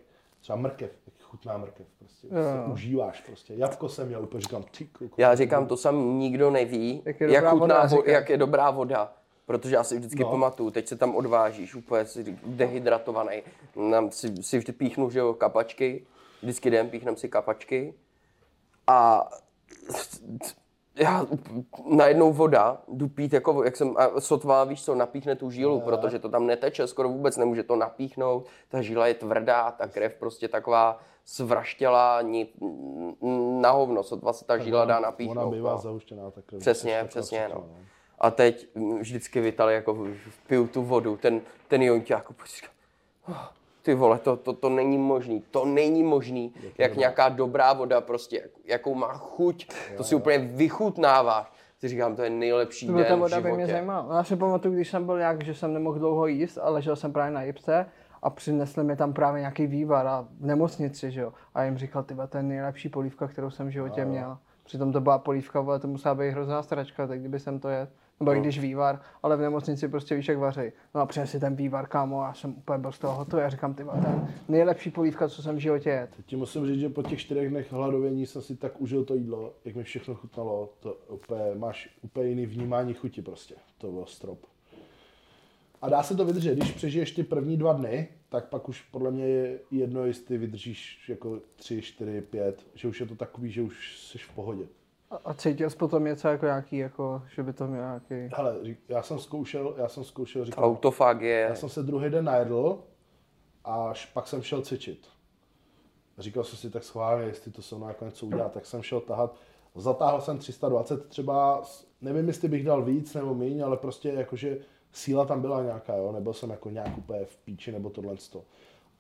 Speaker 3: třeba mrkev, jak chutná mrkev, prostě, si užíváš prostě. Jabko jsem měl, úplně říkám, ty kuku.
Speaker 2: Já říkám, to sam nikdo neví, jak
Speaker 4: Jak je
Speaker 2: je,
Speaker 4: dobrá
Speaker 2: jak,
Speaker 4: voda,
Speaker 2: chutná, vo,
Speaker 4: říkáš.
Speaker 2: jak je dobrá voda. Protože já si vždycky no. pamatuju, teď se tam odvážíš, úplně si řík- dehydratovaný. Nám si, si vždy píchnu, že jo, kapačky. Vždycky jdem, píchnem si kapačky. A já najednou voda, jdu pít, jako, jak jsem, a sotva, víš co, napíchne tu žílu, protože to tam neteče, skoro vůbec nemůže to napíchnout, ta žíla je tvrdá, ta krev prostě taková svraštělá, ni, na hovno, sotva se ta žíla dá napíchnout.
Speaker 3: Ona bývá
Speaker 2: no.
Speaker 3: zahuštěná takhle.
Speaker 2: Přesně,
Speaker 3: Taková
Speaker 2: přesně,
Speaker 3: třetí,
Speaker 2: no. A teď mm, vždycky vytali, jako v- v- piju tu vodu, ten, ten jonťák, jako říkám, "Oh, ty vole, to, to, to není možný, to není možný, jak nějaká dobrá voda prostě, jak, jakou má chuť, to si úplně vychutnáváš. Ty říkám, to je nejlepší
Speaker 4: To
Speaker 2: den
Speaker 4: byla ta
Speaker 2: v
Speaker 4: voda, by
Speaker 2: životě.
Speaker 4: mě zajímala. Já si pamatuju, když jsem byl nějak, že jsem nemohl dlouho jíst a ležel jsem právě na jipce a přinesli mi tam právě nějaký vývar a v nemocnici, že jo. A já jim říkal, ty vole, to je nejlepší polívka, kterou jsem v životě měl. Přitom to byla polívka, ale to musela být hrozná stračka, tak kdyby jsem to jet. Nebo
Speaker 2: No.
Speaker 4: i když vývar, ale v nemocnici prostě víš, jak vařej. No a přinesli ten vývar, kámo, a já jsem úplně byl z toho hotový. Já říkám, ty vole, to je nejlepší polívka, co jsem v životě jet.
Speaker 3: Ti musím říct, že po těch čtyřech dnech hladovění jsem si tak užil to jídlo, jak mi všechno chutnalo, to úplně, máš úplně jiný vnímání chuti prostě, to byl strop. A dá se to vydržet, když přežiješ ty první dva dny, tak pak už podle mě je jedno, jestli vydržíš jako tři, čtyři, pět, že už je to takový, že už jsi v pohodě.
Speaker 4: A, a cítil jsi potom něco jako nějaký, jako, že by to měl nějaký...
Speaker 3: Hele, řík- já jsem zkoušel, já jsem zkoušel, říkal,
Speaker 2: Autofagie,
Speaker 3: já jsem se druhý den najedl a až pak jsem šel cvičit. Říkal jsem si tak schválně, jestli to se mnou nakonec co udělá, tak jsem šel tahat. Zatáhl jsem 320 třeba, s- nevím, jestli bych dal víc nebo míň, ale prostě jakože síla tam byla nějaká, jo? nebyl jsem jako nějak úplně v píči nebo tohle.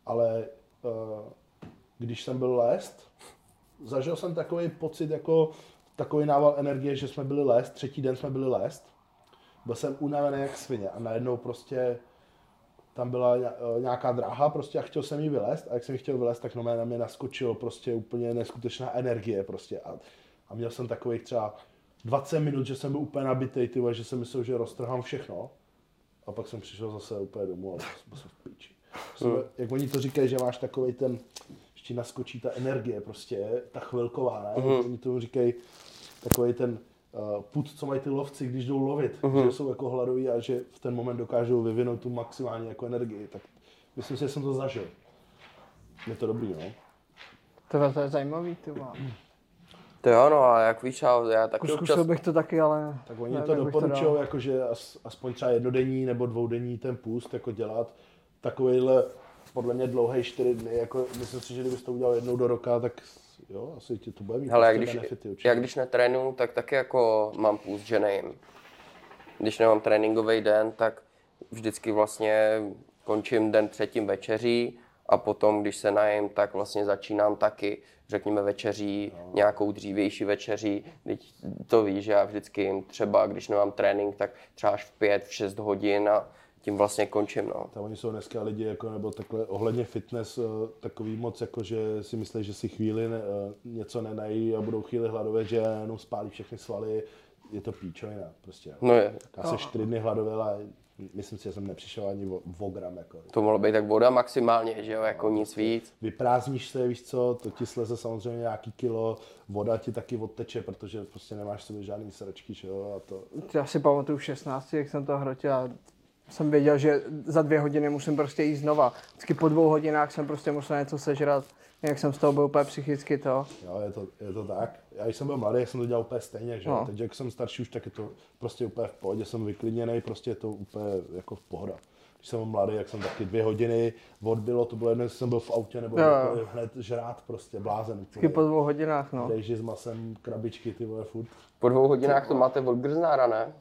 Speaker 3: Ale eh, když jsem byl lést, zažil jsem takový pocit, jako takový nával energie, že jsme byli lést, třetí den jsme byli lést. Byl jsem unavený jak svině a najednou prostě tam byla ně- eh, nějaká dráha prostě a chtěl jsem jí vylézt a jak jsem jí chtěl vylézt, tak normálně na mě naskočilo prostě úplně neskutečná energie prostě a, a měl jsem takových třeba 20 minut, že jsem byl úplně nabitej, ty vole, že jsem myslel, že roztrhám všechno a pak jsem přišel zase úplně domů a byl jsem v píči. Jsem, byl- jak oni to říkají, že máš takový ten, že ti naskočí ta energie prostě, ta chvilková, ne? Mm. Oni tomu říkají takový ten uh, put, co mají ty lovci, když jdou lovit, mm. že jsou jako hladoví a že v ten moment dokážou vyvinout tu maximální jako energii, tak myslím si, že jsem to zažil. Je to dobrý, no.
Speaker 4: To, to je zajímavý, ty vole.
Speaker 2: To jo, no a jak víš, já, já taky
Speaker 4: Zkusil
Speaker 2: občas...
Speaker 4: bych to taky, ale
Speaker 3: Tak oni
Speaker 4: nevím,
Speaker 3: to
Speaker 4: jak bych dal.
Speaker 3: doporučují, jakože as- aspoň třeba jednodenní nebo dvoudenní ten půst jako dělat takovýhle podle mě dlouhý čtyři dny, jako myslím si, že kdybyste to udělal jednou do roka, tak jo, asi ti to bude mít
Speaker 2: Hele, já
Speaker 3: prostě
Speaker 2: když,
Speaker 3: benefity určitě.
Speaker 2: já když netrénuju, tak taky jako mám půst, že nejím. Když nemám tréninkový den, tak vždycky vlastně končím den třetím večeří a potom, když se najím, tak vlastně začínám taky, řekněme, večeří,
Speaker 3: No.
Speaker 2: nějakou dřívější večeří. Teď to víš, že já vždycky jim třeba, když nemám trénink, tak třeba až v pět, v šest hodin a tím vlastně končím, no.
Speaker 3: Tam oni jsou dneska lidi, jako, nebo takhle ohledně fitness, eh, takový moc, jako, že si myslí, že si chvíli ne, eh, něco nenají a budou chvíli hladové, že jenom spálí všechny svaly. Je to píčovina, prostě.
Speaker 2: No je,
Speaker 3: Já se čtyři dny hladovil a myslím si, že jsem nepřišel ani o, o gram, jako.
Speaker 2: to mohlo být tak voda maximálně, že jo,
Speaker 3: No,
Speaker 2: jako nic víc.
Speaker 3: Vyprázdníš se, víš co, to ti sleze samozřejmě nějaký kilo, voda ti taky odteče, protože prostě nemáš v sobě žádný sračky, že jo, a to...
Speaker 4: Já si pamatuju v 16, jak jsem to hrotil a jsem věděl, že za dvě hodiny musím prostě jít znova. Vždycky po dvou hodinách jsem prostě musel něco sežrat, jak jsem z toho byl úplně psychicky to.
Speaker 3: Jo, je to, je to tak. Já když jsem byl mladý, jsem to dělal úplně stejně, že? No.
Speaker 4: No.
Speaker 3: Teď, jak jsem starší už, tak je to prostě úplně v pohodě, jsem vyklidněný, prostě je to úplně jako v pohoda. Když jsem byl mladý, jak jsem taky dvě hodiny odbylo, to bylo jedno, jestli jsem byl v autě nebo
Speaker 4: Jo, jo.
Speaker 3: no. hned žrát prostě, blázen.
Speaker 4: Vždycky po dvou hodinách, no.
Speaker 3: Dejži s masem, krabičky, ty vole, furt.
Speaker 2: Po dvou hodinách
Speaker 3: No.
Speaker 2: to máte od grznára, ne?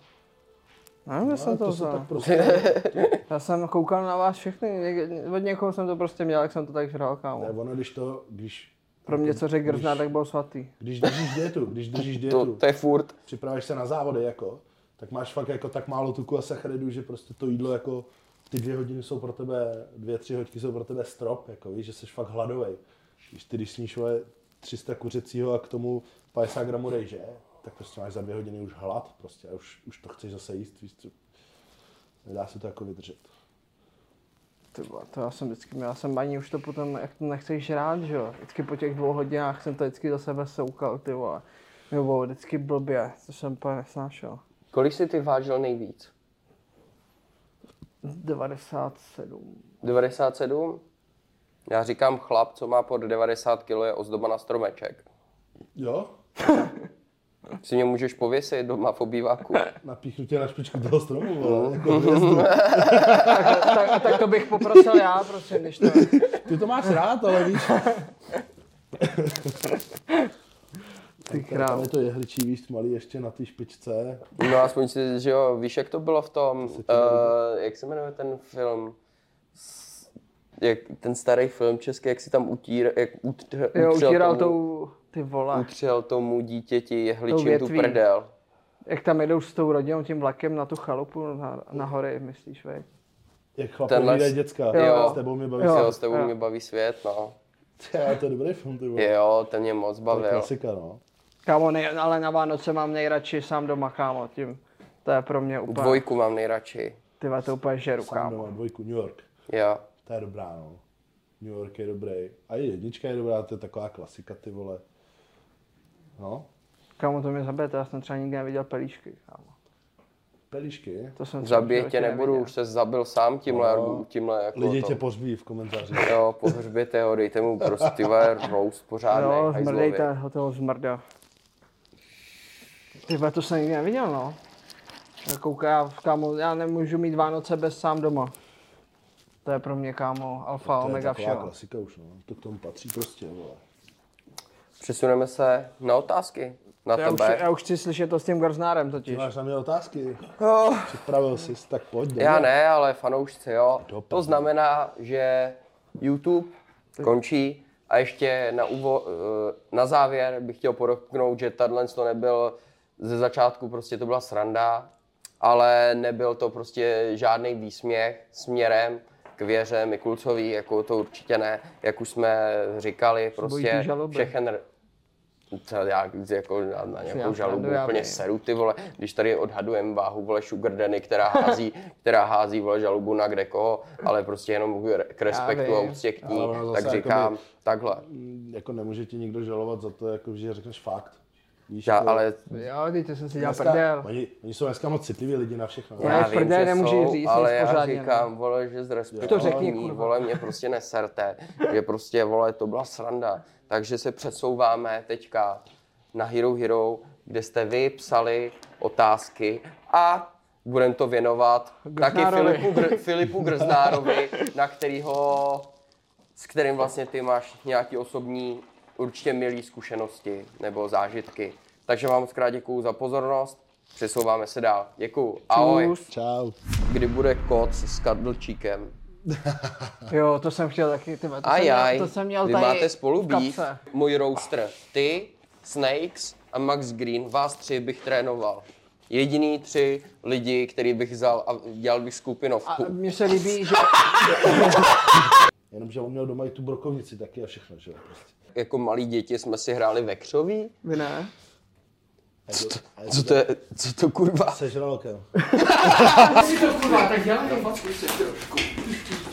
Speaker 4: No, já jsem to,
Speaker 3: to se
Speaker 4: vzal.
Speaker 3: tak prostě,
Speaker 4: Já jsem koukal na vás všechny, Něk- od někoho jsem to prostě měl, jak jsem to tak žral, kámo.
Speaker 3: ne, ono, když to, když,
Speaker 4: Pro mě, co řekl Grzna, tak byl svatý.
Speaker 3: když držíš dietu, když držíš dietu,
Speaker 2: To, to je furt.
Speaker 3: připravíš se na závody, jako, tak máš fakt jako tak málo tuku a sacharidů, že prostě to jídlo jako ty dvě hodiny jsou pro tebe, dvě, tři hodiny jsou pro tebe strop, jako víš, že jsi fakt hladovej. Když ty, když sníš vole, 300 kuřecího a k tomu 50 gramů rejže, tak prostě máš za dvě hodiny už hlad prostě a už, už to chceš zase jíst, víš co. Nedá se to jako vydržet.
Speaker 4: Ty vole, to já jsem vždycky měl, já jsem ani už to potom, jak to nechceš žrát, že jo. Vždycky po těch dvou hodinách jsem to vždycky do sebe soukal, ty vole. Nebo vždycky blbě, což jsem úplně nesnášel.
Speaker 2: Kolik jsi ty vážil nejvíc?
Speaker 4: 97.
Speaker 2: 97? Já říkám chlap, co má pod 90 kg, je ozdoba na stromeček.
Speaker 3: Jo?
Speaker 2: Si mě můžeš pověsit doma v obýváku.
Speaker 3: Napíchnu tě na špičku toho stromu,
Speaker 2: No.
Speaker 3: vole, jako hvězdu.
Speaker 4: Tak, tak, tak to bych poprosil já, prostě, když to...
Speaker 3: Ty to máš rád, ale víš.
Speaker 4: Ty
Speaker 3: Tam
Speaker 4: král.
Speaker 3: je to jehličí, víš, malý ještě na té špičce.
Speaker 2: No aspoň si, že jo, víš, jak to bylo v tom, uh, jak se jmenuje ten film? S- Jak, ten starý film český, jak si tam utír, jak utře,
Speaker 4: Jo,
Speaker 2: utřel,
Speaker 4: utíral
Speaker 2: tomu,
Speaker 4: tou... Ty vole.
Speaker 2: utřel tomu dítěti jehličím tu
Speaker 4: větví.
Speaker 2: prdel.
Speaker 4: Jak tam jedou s tou rodinou tím vlakem na tu chalupu na, na hory, myslíš, vej?
Speaker 3: Jak chlap
Speaker 2: Tenhle
Speaker 3: Tenhle...
Speaker 2: s-
Speaker 3: děcka.
Speaker 2: jo.
Speaker 3: S tebou mě baví.
Speaker 4: Jo.
Speaker 2: Jo, s tebou
Speaker 4: jo.
Speaker 2: mě baví svět, no.
Speaker 3: Já, to je dobrý film, ty vole.
Speaker 2: Jo, ten mě moc
Speaker 3: To je
Speaker 2: bavil.
Speaker 3: klasika, no.
Speaker 4: Kámo, nej, ale na Vánoce mám nejradši sám doma, kámo, tím. To je pro mě úplně, Dvoj...
Speaker 2: Dvojku mám nejradši.
Speaker 4: ty vole, to úplně žeru,
Speaker 3: Sám
Speaker 4: kámo.
Speaker 3: doma, dvojku, New York.
Speaker 2: Jo.
Speaker 3: To je dobrá, no. New York je dobrý. A i jednička je dobrá, to je taková klasika, ty vole. No,
Speaker 4: Kámo, to mě zabije, to já jsem třeba nikdy neviděl pelíšky, kámo.
Speaker 3: pelíšky.
Speaker 4: To jsem třeba v
Speaker 2: Zabije tě
Speaker 4: životě
Speaker 2: nebudu,
Speaker 4: neviděl.
Speaker 2: už se zabil sám tímhle, no, tímhle jako
Speaker 3: Lidi
Speaker 2: to.
Speaker 3: tě pořbí v komentáři.
Speaker 2: Jo, pohřběte ho, dejte mu prostě ty vole, roast pořádnej,
Speaker 4: Jo,
Speaker 2: hajzlově.
Speaker 4: No, zmrdejte ho toho zmrda. Ty vole, to jsem nikdy neviděl, no. Já Kouká, kámo, já nemůžu mít Vánoce bez sám doma. To je pro mě, kámo,
Speaker 3: To
Speaker 4: alfa,
Speaker 3: je
Speaker 4: omega
Speaker 3: taková
Speaker 4: všeho.
Speaker 3: klasika už, no. To k tomu patří prostě, vole.
Speaker 2: Přesuneme se na otázky. Na
Speaker 4: Já už,
Speaker 2: tebe.
Speaker 4: já už chci slyšet to s tím Garznárem
Speaker 3: Ty
Speaker 4: totiž.
Speaker 3: máš na mě otázky?
Speaker 2: No,
Speaker 3: Připravil jsi, tak pojď. jdeme.
Speaker 2: já ne, ale fanoušci, jo.
Speaker 3: Dopad.
Speaker 2: To znamená, že YouTube končí a ještě na, uvo, eh, na závěr bych chtěl podotknout, že tahle to nebyl ze začátku, prostě to byla sranda, ale nebyl to prostě žádný výsměch směrem k věře Mikulcový, jako to určitě ne, jak už jsme říkali, prostě
Speaker 4: ty žaloby.
Speaker 2: všechen r- co já jako na, na nějakou
Speaker 4: já
Speaker 2: žalobu
Speaker 4: srandu, já
Speaker 2: úplně
Speaker 4: vím.
Speaker 2: seru, ty vole, když tady odhadujeme váhu, vole, Sugar Danny, která hází, která hází, vole, žalobu na kde koho, ale prostě jenom k, k respektu a
Speaker 4: vím.
Speaker 2: úctě k ní,
Speaker 3: Ale ono zase
Speaker 2: tak říkám,
Speaker 3: jakoby-
Speaker 2: takhle.
Speaker 3: Mm, Jako nemůže ti nikdo žalovat za to, jako, že řekneš fakt. Víš,
Speaker 2: Já,
Speaker 3: jako,
Speaker 2: ale
Speaker 4: Jo, ty, ty jsem si dělal
Speaker 3: dneska,
Speaker 4: prdel.
Speaker 3: oni, oni, jsou dneska moc citliví lidi na všechno.
Speaker 4: Já
Speaker 2: já
Speaker 4: jich
Speaker 2: vím,
Speaker 4: prdele
Speaker 2: že
Speaker 4: nemůžu
Speaker 2: jsou,
Speaker 4: říct,
Speaker 2: ale
Speaker 4: nic
Speaker 2: já
Speaker 4: pořádně, no.
Speaker 2: říkám, vole, že z respektu
Speaker 4: To řekni,
Speaker 2: k ní,
Speaker 4: kurva.
Speaker 2: vole, mě prostě neserte, že prostě, vole, to byla sranda. Takže se přesouváme teďka na Hero Hero, kde jste vy psali otázky a budeme to věnovat taky
Speaker 4: Grznárovi.
Speaker 2: Filipu, Gr- Filipu Grznárovi, na kterýho, s kterým vlastně ty máš nějaký osobní, určitě milý zkušenosti nebo zážitky. Takže vám moc krát děkuju za pozornost, přesouváme se dál. Děkuju, ahoj
Speaker 4: Čus.
Speaker 3: Čau.
Speaker 2: kdy bude koc s kadlčíkem.
Speaker 4: Jo, to jsem chtěl taky, ty, vole, to, jsem
Speaker 2: Ajaj,
Speaker 4: měl, to jsem měl
Speaker 2: vy
Speaker 4: tady
Speaker 2: máte spolu
Speaker 4: v
Speaker 2: být.
Speaker 4: kapse.
Speaker 2: Můj roaster, ty, Snakes a Max Green, vás tři bych trénoval. Jediný tři lidi, který bych vzal a dělal bych
Speaker 4: A
Speaker 2: skupinovku.
Speaker 4: mně se líbí, že
Speaker 3: Jenomže on měl doma i tu brokovnici taky a všechno, že jo. Prostě.
Speaker 2: Jako malí děti jsme si hráli ve křoví.
Speaker 4: vy ne.
Speaker 3: A je to, a je
Speaker 2: Co to je, co to kurva?
Speaker 3: se žralokem.
Speaker 2: Já fakt trošku.